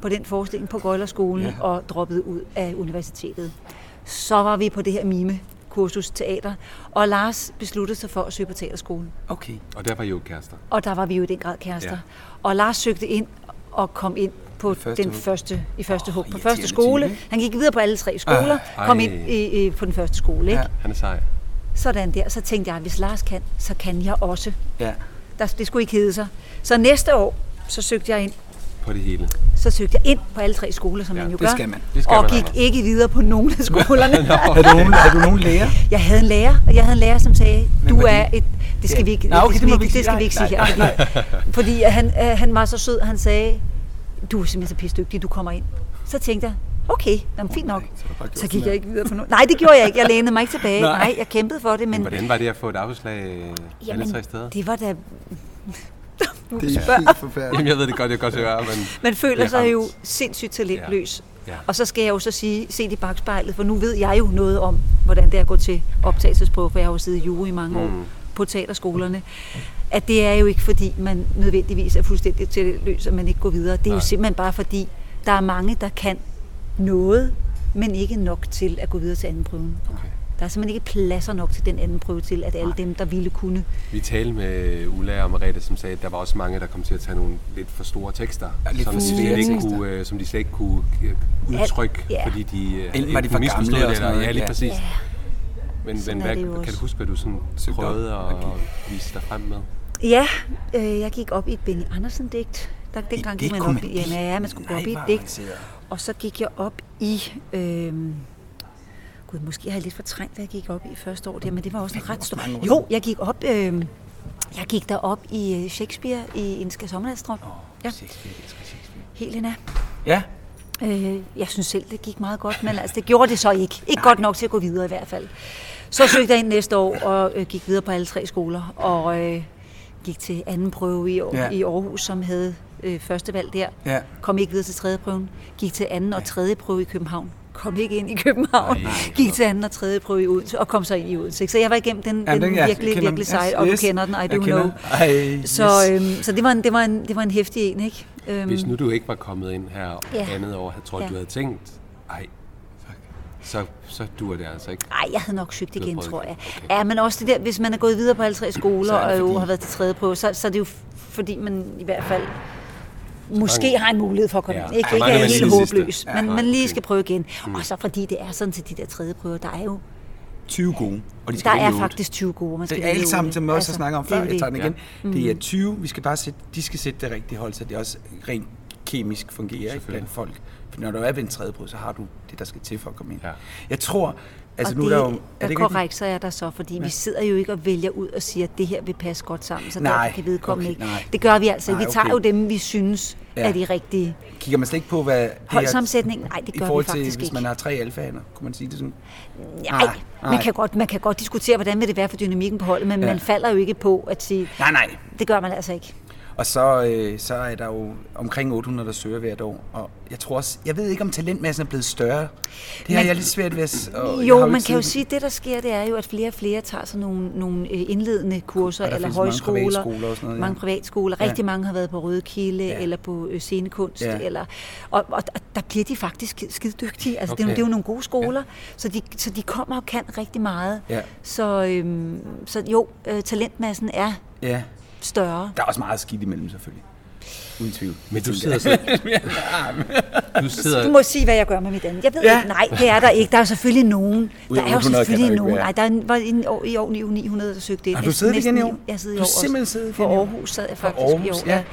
på den forestilling på Gøjlerskolen ja. og droppede ud af universitetet. Så var vi på det her mime kursus teater, og Lars besluttede sig for at søge på teaterskolen. Okay. Og der var I jo kærester. Og der var vi jo i den grad kærester. Ja. Ja. Og Lars søgte ind og kom ind på første første den hug. første, i første oh, hug, på irriterende første skole. type, ikke? Han gik videre på alle tre skoler, Ah, ah, kom ej. ind i, i, på den første skole. Ikke? Ja. Ja. Han er sej. Sådan der. Så tænkte jeg, hvis Lars kan, så kan jeg også. Ja. Der, det skulle ikke hedde sig. Så næste år, så søgte jeg ind På det hele. så søgte jeg ind på alle tre skoler, som ja, man jo det gør. skal man. Det skal og man, gik Anders. ikke videre på nogen af skolerne. Har du nogen, har du nogen lærer? Jeg havde en lærer, og jeg havde en lærer, som sagde, Hvem du var er det? et... Det skal vi ikke, Nå, okay, det det skal må vi ikke, vi det skal vi ikke ikke sige. sige her. Fordi, fordi han, øh, han var så sød, han sagde, du er simpelthen så pisdygtig, du kommer ind. Så tænkte jeg, okay, jamen, fint nok. så har du bare gjort Så sådan gik her. jeg ikke videre på noget. Nej, det gjorde jeg ikke. Jeg lænede mig ikke tilbage. Nej. Nej, jeg kæmpede for det, men... Hvordan var det at få et afslag øh, alle tre steder? det var da... Det er helt forfærdeligt. Jamen, jeg ved det godt, jeg kan godt høre, men Man føler Det sig ramt. jo sindssygt talentløs. Ja. Ja. Ja. Ja. Og så skal jeg jo så sige, se i bagspejlet, for nu ved jeg jo noget om, hvordan det er at gå til optagelsesprøve, for jeg har jo siddet i jury i mange år på teaterskolerne, at det er jo ikke fordi, man nødvendigvis er fuldstændig talentløs, at man ikke går videre. Det er Nej. jo simpelthen bare fordi, der er mange, der kan noget, men ikke nok til at gå videre til anden prøven. Okay. Der er simpelthen ikke pladser nok til den anden prøve til, at alle dem, der ville kunne. vi talte med Ulla og Merete, som sagde, at der var også mange, der kom til at tage nogle lidt for store tekster, Ja, lidt som, for de svære slet ikke tekster. kunne, øh, som de slet ikke kunne øh, udtrykke, Ja. fordi de øh, Enten var de for gamle misforstod og sådan eller- noget, Ja, lige ja. præcis. Men, men Sådan er hvad, det jo kan også. du huske, hvad du sådan Søgte prøvede op. at vise dig frem med? Ja, øh, jeg gik op i et Benny Andersen-digt. Der, dengang digt gik man kunne op man i, ja, det? ja, man skulle gå Nej, op i et hvor digt. avanceret. Og så gik jeg op i... Øh, gud, måske har jeg lidt fortrængt, hvad jeg gik op i første år der, men det var også en ret stor... Jo, jeg gik op... Øh, jeg gik derop i øh, Shakespeare i En skal sommernatstrøm. Ja, Shakespeare, jeg elsker Shakespeare. Helena. Ja, Øh, jeg synes selv, det gik meget godt, men altså, det gjorde det så ikke. Ikke godt nok til at gå videre i hvert fald. Så søgte jeg ind næste år og øh, gik videre på alle tre skoler, og øh, gik til anden prøve i, Ja. ja. i Aarhus, som havde øh, første valg der. Ja. Kom ikke videre til tredje prøven. Gik til anden og tredje prøve i København. Kom ikke ind i København. Nej, gik til anden og tredje prøve i Odense, og kom så ind i Odense. ikke? Så jeg var igennem den, Ja, den, den- den ja, virkelig, kender den. virkelig sej, Yes, og du yes. kender den, I Jeg do kender know. den. Ej, så yes. øhm, så det, var en, det, var en, det var en hæftig en, ikke? Øhm, Hvis nu du ikke var kommet ind her Ja. andet år, havde tror jeg, Ja. du havde tænkt, ej, fuck, så, så dur det altså ikke. Nej, jeg havde nok søgt igen, prøvet tror jeg. igen. Okay. Okay. Ja, men også det der, hvis man er gået videre på alle tre skoler er det og jo fordi- har været til tredje prøve, så, så er det jo f- fordi, man i hvert fald måske har en mulighed for at komme Ja, ja. ind. Ikke, så ikke mangler er man lige helt det sidste. håbløs, Ja, men nej, man okay. Mm. lige skal prøve igen. Og så fordi det er sådan til de der tredje prøver, der er jo 20 gode, og de skal der vælge er otte. faktisk 20 gode, man skal Det er alle vælge sammen, otte. som vi også har Altså, snakket om det er Mm. før, jo jeg det. tager den igen. Det er 20, vi skal bare sætte, de skal sætte det rigtige hold, så det også rent kemisk fungerer ikke, blandt folk. For når du er ved en tredje prøve, så har du det, der skal til for at komme ind. Ja. Jeg tror, altså og nu det, er der jo... er det ikke rigtigt? korrekt, så er der så, fordi ja. vi sidder jo ikke og vælger ud og siger, at det her vil passe godt sammen, så Nej, derfor kan vedkommende okay, ikke. nej. Det gør vi altså. Nej, vi tager okay. jo dem, vi synes Ja. er de rigtige. Kigger man slet ikke på, hvad... det er- Holdsammensætningen? Nej, det I gør vi forhold til, faktisk hvis ikke. man har tre alfahander, kunne man sige det sådan? Nej, Nej, nej. Man, kan godt, man kan godt diskutere, hvordan vil det være for dynamikken på holdet, men Ja. ja. man falder jo ikke på at sige, Nej, nej. det gør man altså ikke. Og så, øh, så er der jo omkring 800, der søger hvert år. Og jeg tror også, jeg ved ikke, om talentmassen er blevet større. Det men, har Men- jeg lidt svært ved at... s- og jeg har Jo, ikke man kan jo siddet- sige, at det, der sker, det er jo, at flere og flere tager sådan nogle, nogle øh, indledende kurser Og der eller findes mange højskoler. privatskoler og sådan noget, ja. Mange privatskoler. Ja. Rigtig mange har været på Røde Kilde Ja. ja. eller på øh, scenekunst. Ja. Ja. Eller, og, og, og der bliver de faktisk skide dygtige. Altså, okay. det, er, jo- Okay. det er jo nogle gode skoler, ja. så, de, så de kommer og kan rigtig meget. Ja. Så, øhm, så jo, øh, talentmassen er Ja, større. der er også meget skidt imellem selvfølgelig. Uden tvivl. Men du sidder, så, du Øh, Du sidder, må sige, hvad jeg gør med mit andet. Jeg ved Ja. ja. ikke, nej, det er der ikke. Der er jo selvfølgelig nogen. Ud af Der er jo 800 kan der selvfølgelig jo ikke nogen. være. Nej, der er en, var en år, i år 900, der søgte ind. Har du Næsten- siddet igen i næsten år? Jeg sidder i Du år har simpelthen også. siddet igen i For år? Aarhus sad jeg For faktisk Aarhus, i år.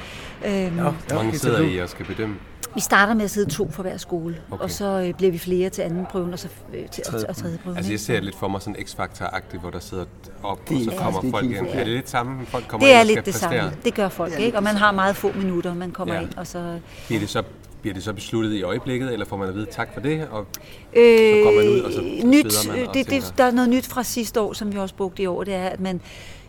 Ja. Øhm, Nå, hvor mange så sidder du- I og skal bedømme? Vi starter med at sidde to for hver skole, okay. Okay. og så øh, bliver vi flere til anden prøven, og så øh, til tredje, og tredje prøven. Altså ikke? jeg ser det lidt for mig sådan X-Factor-agtigt, hvor der sidder op, og er så kommer faktisk folk ikke ind. helt Er det lidt samme, folk kommer det ind er og skal lidt det præstere? samme. Det gør folk, ikke? Og man har meget få minutter, man kommer Ja. ind, og så... Bliver det så bliver det så besluttet i øjeblikket, eller får man at vide tak for det? Og Øh, går man ud, og så nyt, sidder man og det, det, tænker- der er noget nyt fra sidste år, som vi også brugte i år, det er, at man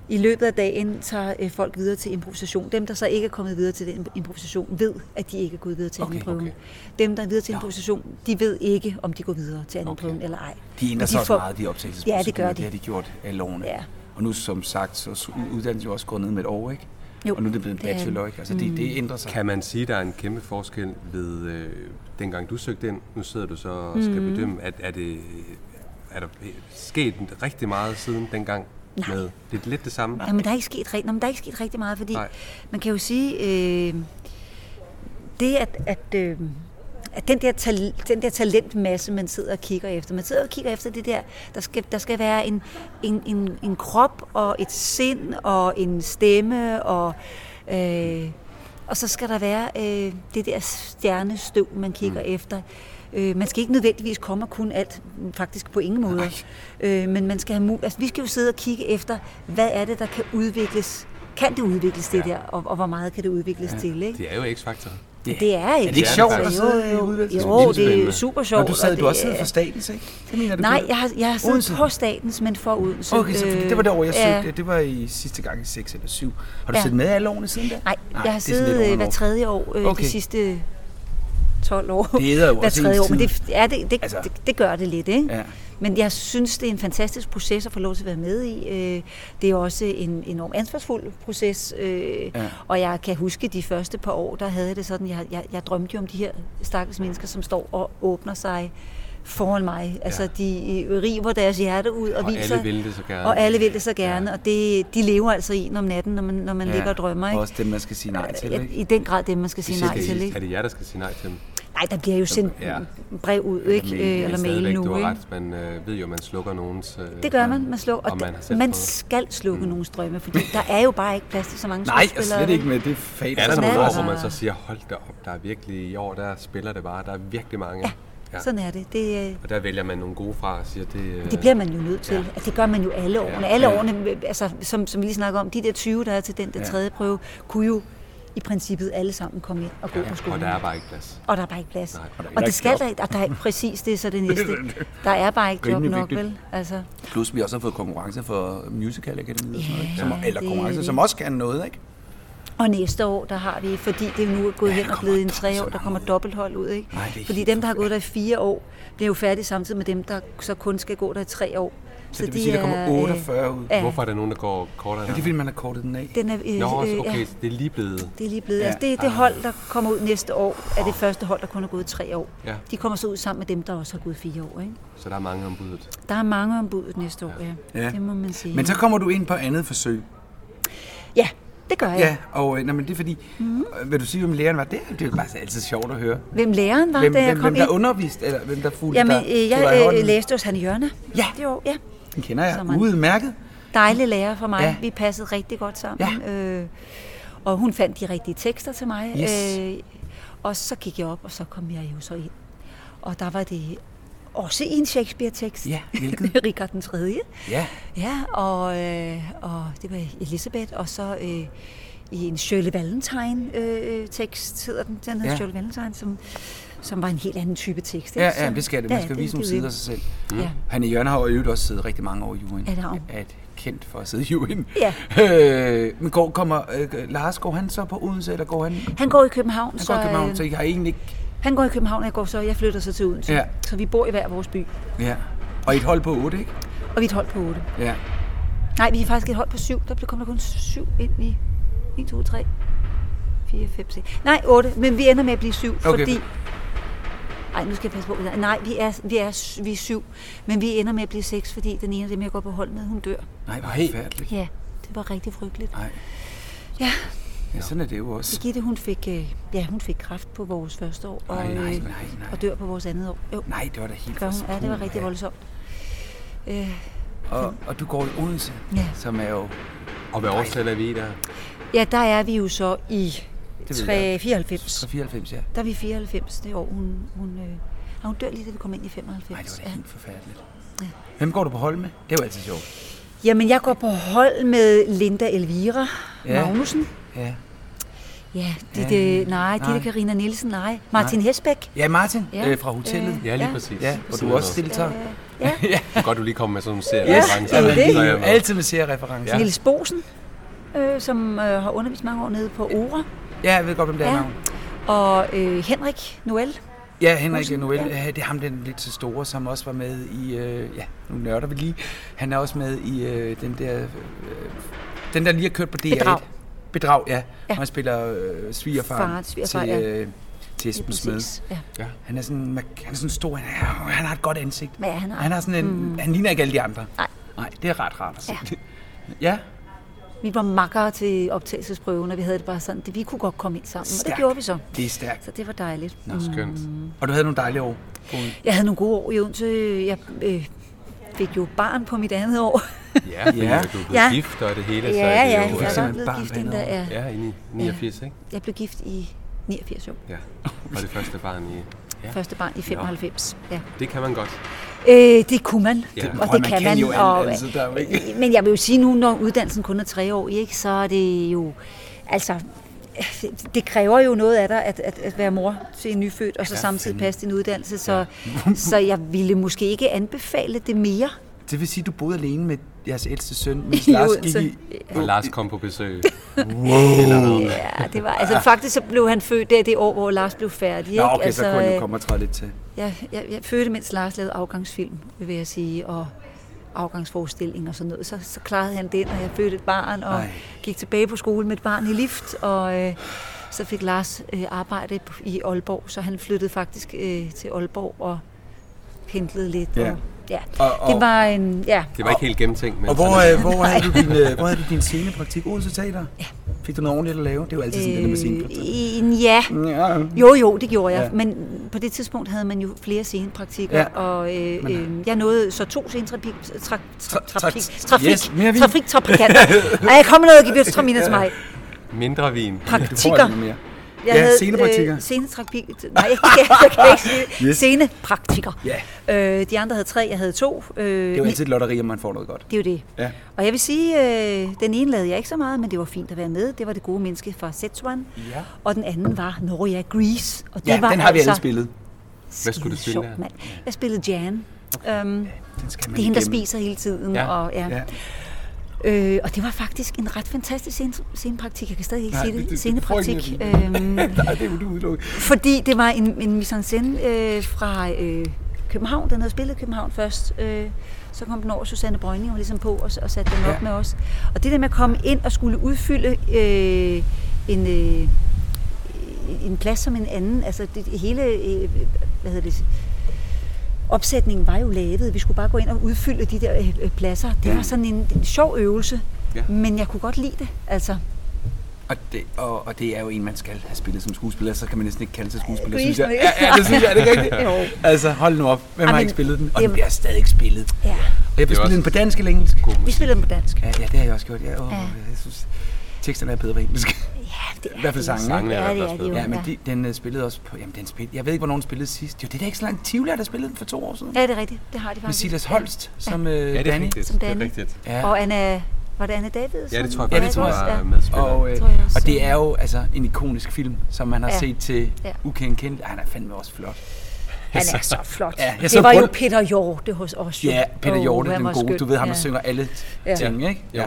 i løbet af dagen tager øh, folk videre til improvisation. Dem, der så ikke er kommet videre til den improvisation, ved, at de ikke er gået videre til anden prøven. okay. Dem, der er videre til improvisation, de ved ikke, om de går videre til anden prøven eller ej. De ændrer Og sig også får- meget, de optagelsesprocesser. Ja, det gør Det har de. de gjort alle årene. Ja. Og nu, som sagt, så s- uddannelsen jo også gået ned med et år, ikke? Jo, og nu er det blevet en det er- Mm. bachelor, ikke? Altså, det, det ændrer sig. Kan man sige, at der er en kæmpe forskel ved øh, dengang du søgte ind? Nu sidder du så og skal mm. bedømme, at er, det, er der sket rigtig meget siden dengang? Nej. Med, det er lidt det samme. Jamen, der er ikke sket, rigt- Nå, men der er ikke sket rigtig meget, fordi Nej. Nej. man kan jo sige, øh, det at, at, øh, at den, der tal, den der talentmasse, man sidder og kigger efter, man sidder og kigger efter det der, der skal, der skal være en, en, en, en krop og et sind og en stemme og... Øh, og så skal der være øh, det der stjernestøv, man kigger mm. efter. Øh, man skal ikke nødvendigvis komme og kunne alt, mm, faktisk på ingen måde. Øh, men man skal have mul- altså, vi skal jo sidde og kigge efter, hvad er det, der kan udvikles? Kan det udvikles, det ja. der? Og, og hvor meget kan det udvikles ja. til? Ikke? Det er jo X-Faktor. Det er ikke. Er det ikke det sjovt faktisk. at sidde i Jo, uddannelsen? jo, det er Spændende. super sjovt. Når du sad, og du har også siddet er- for statens, ikke? Det mener du Nej, gjorde. jeg har, jeg har siddet Odense. på statens, men for Odense. Øh, Okay, så fordi det var det år, jeg ja. søgte. Det var i sidste gang i 6 eller 7. Har du Ja. siddet med alle årene siden da? Nej, jeg har det er sådan lidt siddet øh, under hver år. tredje år øh, Okay. de sidste 12 år. Det æder jo hver også tredje ens år, men tid. det, ja, det, det, Altså. altså. det, det gør det lidt, ikke? Ja. Men jeg synes, det er en fantastisk proces at få lov til at være med i. Øh, Det er også en enormt ansvarsfuld proces, øh, Ja. og jeg kan huske de første par år, der havde jeg det sådan, jeg, jeg, jeg drømte jo om de her stakkels mennesker, som står og åbner sig foran mig. Altså, Ja. de øh, river deres hjerte ud og, Og alle viser... vil det så gerne. Og alle vil det så gerne, og det, de lever altså en om natten, når man, når man ligger og drømmer, ikke? Øh, Og også dem, man skal sige nej til, Ja, ikke? I den grad det, man skal sige nej Skal I- til, Er ikke? det jer, der skal sige nej til dem? Nej, der bliver jo sendt Ja. brev ud, ikke? Øh, mail, ja. Eller mail, eller mail Stadigvæk, du nu, har ikke? ret. Man øh, ved jo, at man slukker nogens... Øh, Det gør man, man slukker. Og Og man har man, selv man prøvet. skal slukke nogle strømme, fordi der er jo bare ikke plads til så mange Nej, og skuespillere. slet vel? ikke med det fag, Er der Sådan nogle er år, det hvor man så bare. siger, hold da op, der er virkelig i år, der spiller det bare, der er virkelig mange. Ja. Sådan er det. det øh, Og der vælger man nogle gode fra og siger, det... øh, det bliver man jo nødt til. Altså, det gør man jo alle årene. Alle årene, øh, altså, som, som vi lige snakker om, de der 20, der er til den der tredje prøve, kunne jo i princippet alle sammen komme ind og gå på skolen. Og der er bare ikke plads. Og der er bare ikke plads. Nej, og der er og, heller og ikke det skal job. der ikke. Og der er præcis det, er så det næste. Der er bare ikke job Rimelig nok, vigtigt. vel? Altså, Plus, vi også har fået konkurrencer for Musical Academy og sådan noget, ikke? Som, Ja, eller det er konkurrencer, det. som også kan noget, ikke? Og næste år, der har vi, fordi det nu er gået ja, hen og blevet en tre år, der kommer dobbelthold ud, ikke? Nej, det er fordi helt dem, der har gået der i fire år, bliver jo færdige samtidig med dem, der så kun skal gå der i tre år. Så det vil sige, der øh, kommer 48 ud. Ja. Hvorfor er der nogen, der går kortere? Ja, det er, fordi man har kortet den af. Den er, øh, Nå, også, øh, okay, ja, så det er lige blevet... det er lige blevet. Ja. ah. Ja. Altså, det er det hold, der kommer ud næste år, er det første hold, der kun har gået i tre år. Ja. De kommer så ud sammen med dem, der også har gået fire år, ikke? Så der er mange om budet. Der er mange ombudet næste år, ja. Ja. Det må man sige. Men så kommer du ind på andet forsøg. Ja, Mhm. det gør jeg. Ja, og øh, nej, men det er fordi, øh, vil du sige, hvem læreren var? Det, er- det er jo bare altid sjovt at høre. Hvem læreren var, Hvem, da jeg hvem, kom hvem der ind? underviste, eller hvem der fulgte Jamen, dig, øh, tog dig i jeg øh, hånden? læste hos Hanne Jørne. Ja. Jo, ja. Den kender jeg som man- udmærket. Dejlig lærer for mig. Ja. Ja. Vi passede rigtig godt sammen. Ja. Øh, og hun fandt de rigtige tekster til mig. Yes. Øh, og så gik jeg op, og så kom jeg jo så ind. Og der var det også en Shakespeare-tekst. Ja, hvilken? Richard den 3. Ja. Ja, og, øh, og det var Elisabeth. Og så øh, i en Shirley Valentine-tekst øh, hedder den. Den hedder Ja. ja. Shirley Valentine, som, som var en helt anden type tekst. ikke? Ja, ja, Så- det skal det. Man Ja, skal vise nogle gider sider af jeg. sig selv. Ja. Hanne Jørgen har jo i øvrigt også siddet rigtig mange år i juryen. Ja, det har hun. At kendt for at sidde i juryen. Ja. Øh, men går, kommer, øh, Lars, går han så på Odense, eller går han, han Han går i København, så, så, går i København, øh, så I har egentlig ikke... han går i København, og jeg går så, jeg flytter så til Odense. Ja. Så vi bor i hver vores by, Ja. Og I er et hold på 8, ikke? og vi er et hold på otte. Ja. Nej, vi er faktisk et hold på syv. Der blev- kom der kun syv ind i 1, 2, 3, 4, 5, 6. Nej, 8. Men vi ender med at blive syv, Okay. okay. fordi... Nej, nu skal jeg passe på. Nej, vi er, vi, er, s- vi er syv, men vi ender med at blive seks, fordi den ene af dem, jeg går på hold med, hun dør. Nej, hvor forfærdeligt. Ja, det var rigtig frygteligt. Nej. Ja, Ja, sådan er det jo også. Gitte, hun fik, øh, ja, hun fik kræft på vores første år, og, Ej, nej, øh, nej, nej. og dør på vores andet år. Jo, Nej, det var da helt gør hun. Ja, det var rigtig puha. voldsomt. Øh, Og, og du går i Odense, Ja. som er jo... Og hvad årstal er vi i der? ja, der er vi jo så i ved 3, 94. 94, ja. Der er vi 94 det år, hun, hun, øh, ah, hun dør lige, da vi kom ind i 95. Nej, det var da Ja. helt forfærdeligt. Hvem går du på hold med? Det er jo altid sjovt. Jamen, jeg går på hold med Linda Elvira Ja. ja. Magnussen. Ja. Ja, Ditte, ja. nej, Ditte Nej. Karina Nielsen, nej. Martin nej. Hesbæk. Ja, Martin Ja. Øh, fra hotellet. Øh, Ja, lige Ja. præcis. Ja, hvor du også deltager. Ja, Det er godt, du lige kommer med sådan nogle serier. Ja, referencer. det er det. Så er Ja. jeg med. Altid med seriereferencer. ja. Ja. Niels Bosen, øh, som øh, har undervist mange år nede på Ora. ja, jeg ved godt, hvem det er Ja. navn. Og øh, Henrik Noel. Ja, Henrik Noel, ja. det er ham, den lidt så store, som også var med i, øh, ja, nu nørder vi lige, han er også med i øh, den der, øh, den der lige har kørt på DR1. Bedrag. Bedrag, ja. ja. Ja. Han spiller øh, Faren, svigerfaren svigerfar, til, ja. øh, til Lige Esben Smed. Ja. Han er sådan, mak- han er sådan stor, han, er, han har et godt ansigt. Ja, han har- han, har sådan en, han ligner ikke alle de andre. Nej. Nej, det er ret rart at se. Ja. Ja. ja. Vi var makkere til optagelsesprøven, og vi havde det bare sådan, at vi kunne godt komme ind sammen. Og det Stærkt. gjorde vi så. Det er stærkt. Så det var dejligt. Nå, skønt. Og du havde nogle dejlige år. Poul. Jeg havde nogle gode år i Odense. Jeg øh, fik jo barn på mit andet år. Ja, fordi Ja. ja. du er blevet Ja. gift og det hele. Ja, så ja, er det jeg jo, fik var simpelthen blevet barn gift på andet endda. år. Ja. Ja, inde i 89, ikke? Jeg blev gift i 89 år. Ja. Og det første barn i... Ja. Første barn i 95. Ja. Det kan man godt. Øh, det kunne man, Ja. og Prøv, det man kan kan man. jo alt, og, øh, altså, der er jo ikke- Men jeg vil jo sige nu, når uddannelsen kun er tre år, ikke, så er det jo... Altså, det kræver jo noget af dig at, at, at være mor til en nyfødt, og så samtidig passe din uddannelse. Så, så jeg ville måske ikke anbefale det mere. Det vil sige, at du boede alene med jeres ældste søn, mens I Lars gik Odense. i... Og Lars kom på besøg. Ja, det var, altså, faktisk så blev han født der det år, hvor Lars blev færdig. Ikke? Nå, okay, altså, så kunne han jo øh, komme og træde lidt til. Jeg, jeg, jeg fødte, mens Lars lavede afgangsfilm, vil jeg sige, og afgangsforestilling og sådan noget. Så, så klarede han den, og jeg fødte et barn, og Ej. Ej. gik tilbage på skole med et barn i lift, og øh, så fik Lars øh, arbejde på- i Aalborg, så han flyttede faktisk øh, til Aalborg og pendlede lidt. Ja. Og, ja. Og- og- det var en... Ja, Det var ikke helt gennemtænkt, men... Og hvor, sådan- øh, hvor, havde du din, øh, hvor havde du din scenepraktik? Odense Teater? Ja. Fik du noget ordentligt at lave? Det er jo altid sådan, øh, det der med scenepraktik. en, ja. Ja. Jo, jo, det gjorde jeg. Mm. Ja. Ja. Men på det tidspunkt havde man jo flere scenepraktikker, Ja. ja. og øh, øh, jeg nåede så to scenetrafik... Tra, tra, Tra- trafik, tra- trafik, yes, mere vin. trafik, trafikanter. Ej, jeg kom med noget gebyrts fra mine til mig. øh, Mindre vin. Praktikker. noget mere. Jeg Ja, havde, scenepraktikker. Øh, scenetrafik... Nej, jeg kan, jeg kan ikke sige det. Yes. Scenepraktikker. Ja. Øh, de andre havde tre, jeg havde to. Øh, Det er jo altid et lotteri, om man får noget godt. det er jo det. Ja. Og jeg vil sige, øh, den ene lavede jeg ikke så meget, men det var fint at være med. Det var det gode menneske fra Szechuan. Ja. Og den anden var Noria Grease. Og det Ja, var den har vi altså alle spillet. Hvad skulle du spille sjov der? mand. Jeg spillede Jan. Øhm, Den skal man det er hende, der igennem. spiser hele tiden. Ja. Ja. Og, ja. Ja. Øh, og det var faktisk en ret fantastisk scene, scenepraktik. Jeg kan stadig ikke Nej, sige det- det. det- det Scenepraktik. tror Øhm, Nej, det vil du udelukke. fordi det var en, en mise en scène øh, fra øh, København. Den havde spillet i København først. Øh, så kom den over Susanne Brønding, var ligesom på og, s- og satte den op Ja. ja. med os. Og det der med at komme ind og skulle udfylde øh, en, øh, en plads som en anden, altså det hele, øh, hvad hedder det, opsætningen var jo lavet. Vi skulle bare gå ind og udfylde de der øh, øh, pladser. Det var sådan en, en sjov øvelse, Ja. ja. men jeg kunne godt lide det. Altså, Og det, og, og det er jo en, man skal have spillet som skuespiller, så kan man næsten ikke kalde sig skuespiller, synes jeg. Grisen, Ja, ja, det synes jeg, er det ikke rigtigt? Jo. Altså, hold nu op. Hvem har Jamen, ikke spillet den? Og den jamen- bliver stadig ikke spillet. ja. Og jeg Det bliver er spillet også- den på dansk eller engelsk. God Vi musik. spillede den på dansk. Ja, ja, det har jeg også gjort. Ja, åh, Ja. jeg synes, teksterne er bedre på engelsk. Ja, det er I hvert fald det jo. sangen, ikke? Ja, det er det jo. Ja, men de, den øh, spillede også på... Jamen, den spil, jeg ved ikke, hvornår den spillede sidst. Jo, det er da ikke så langt. Tivoli har der spillet den for to år siden. Ja, det er rigtigt. Det har de Med faktisk. Silas Holst som øh, Ja, det er Danny. rigtigt. Som Det er Danny. rigtigt. Ja. Og Anna... Var det Anna Davids? Ja, det tror jeg Ja, det faktisk, tror hun jeg. var medspiller. Og, øh, Tror jeg også, og det ja. er jo altså en ikonisk film, som man har ja. Ja. set til ja. Ja. ukendt kendt. Ej, Han er fandme også flot. Han er så flot. Ja, Ja, jeg så det var jo rundt- Peter Hjorte hos os. jo. Ja, Peter Åh, Hjorte, han den var gode. skøn. Du ved ham, der Ja. synger alle Ja. ting, ikke? Jo. Ja.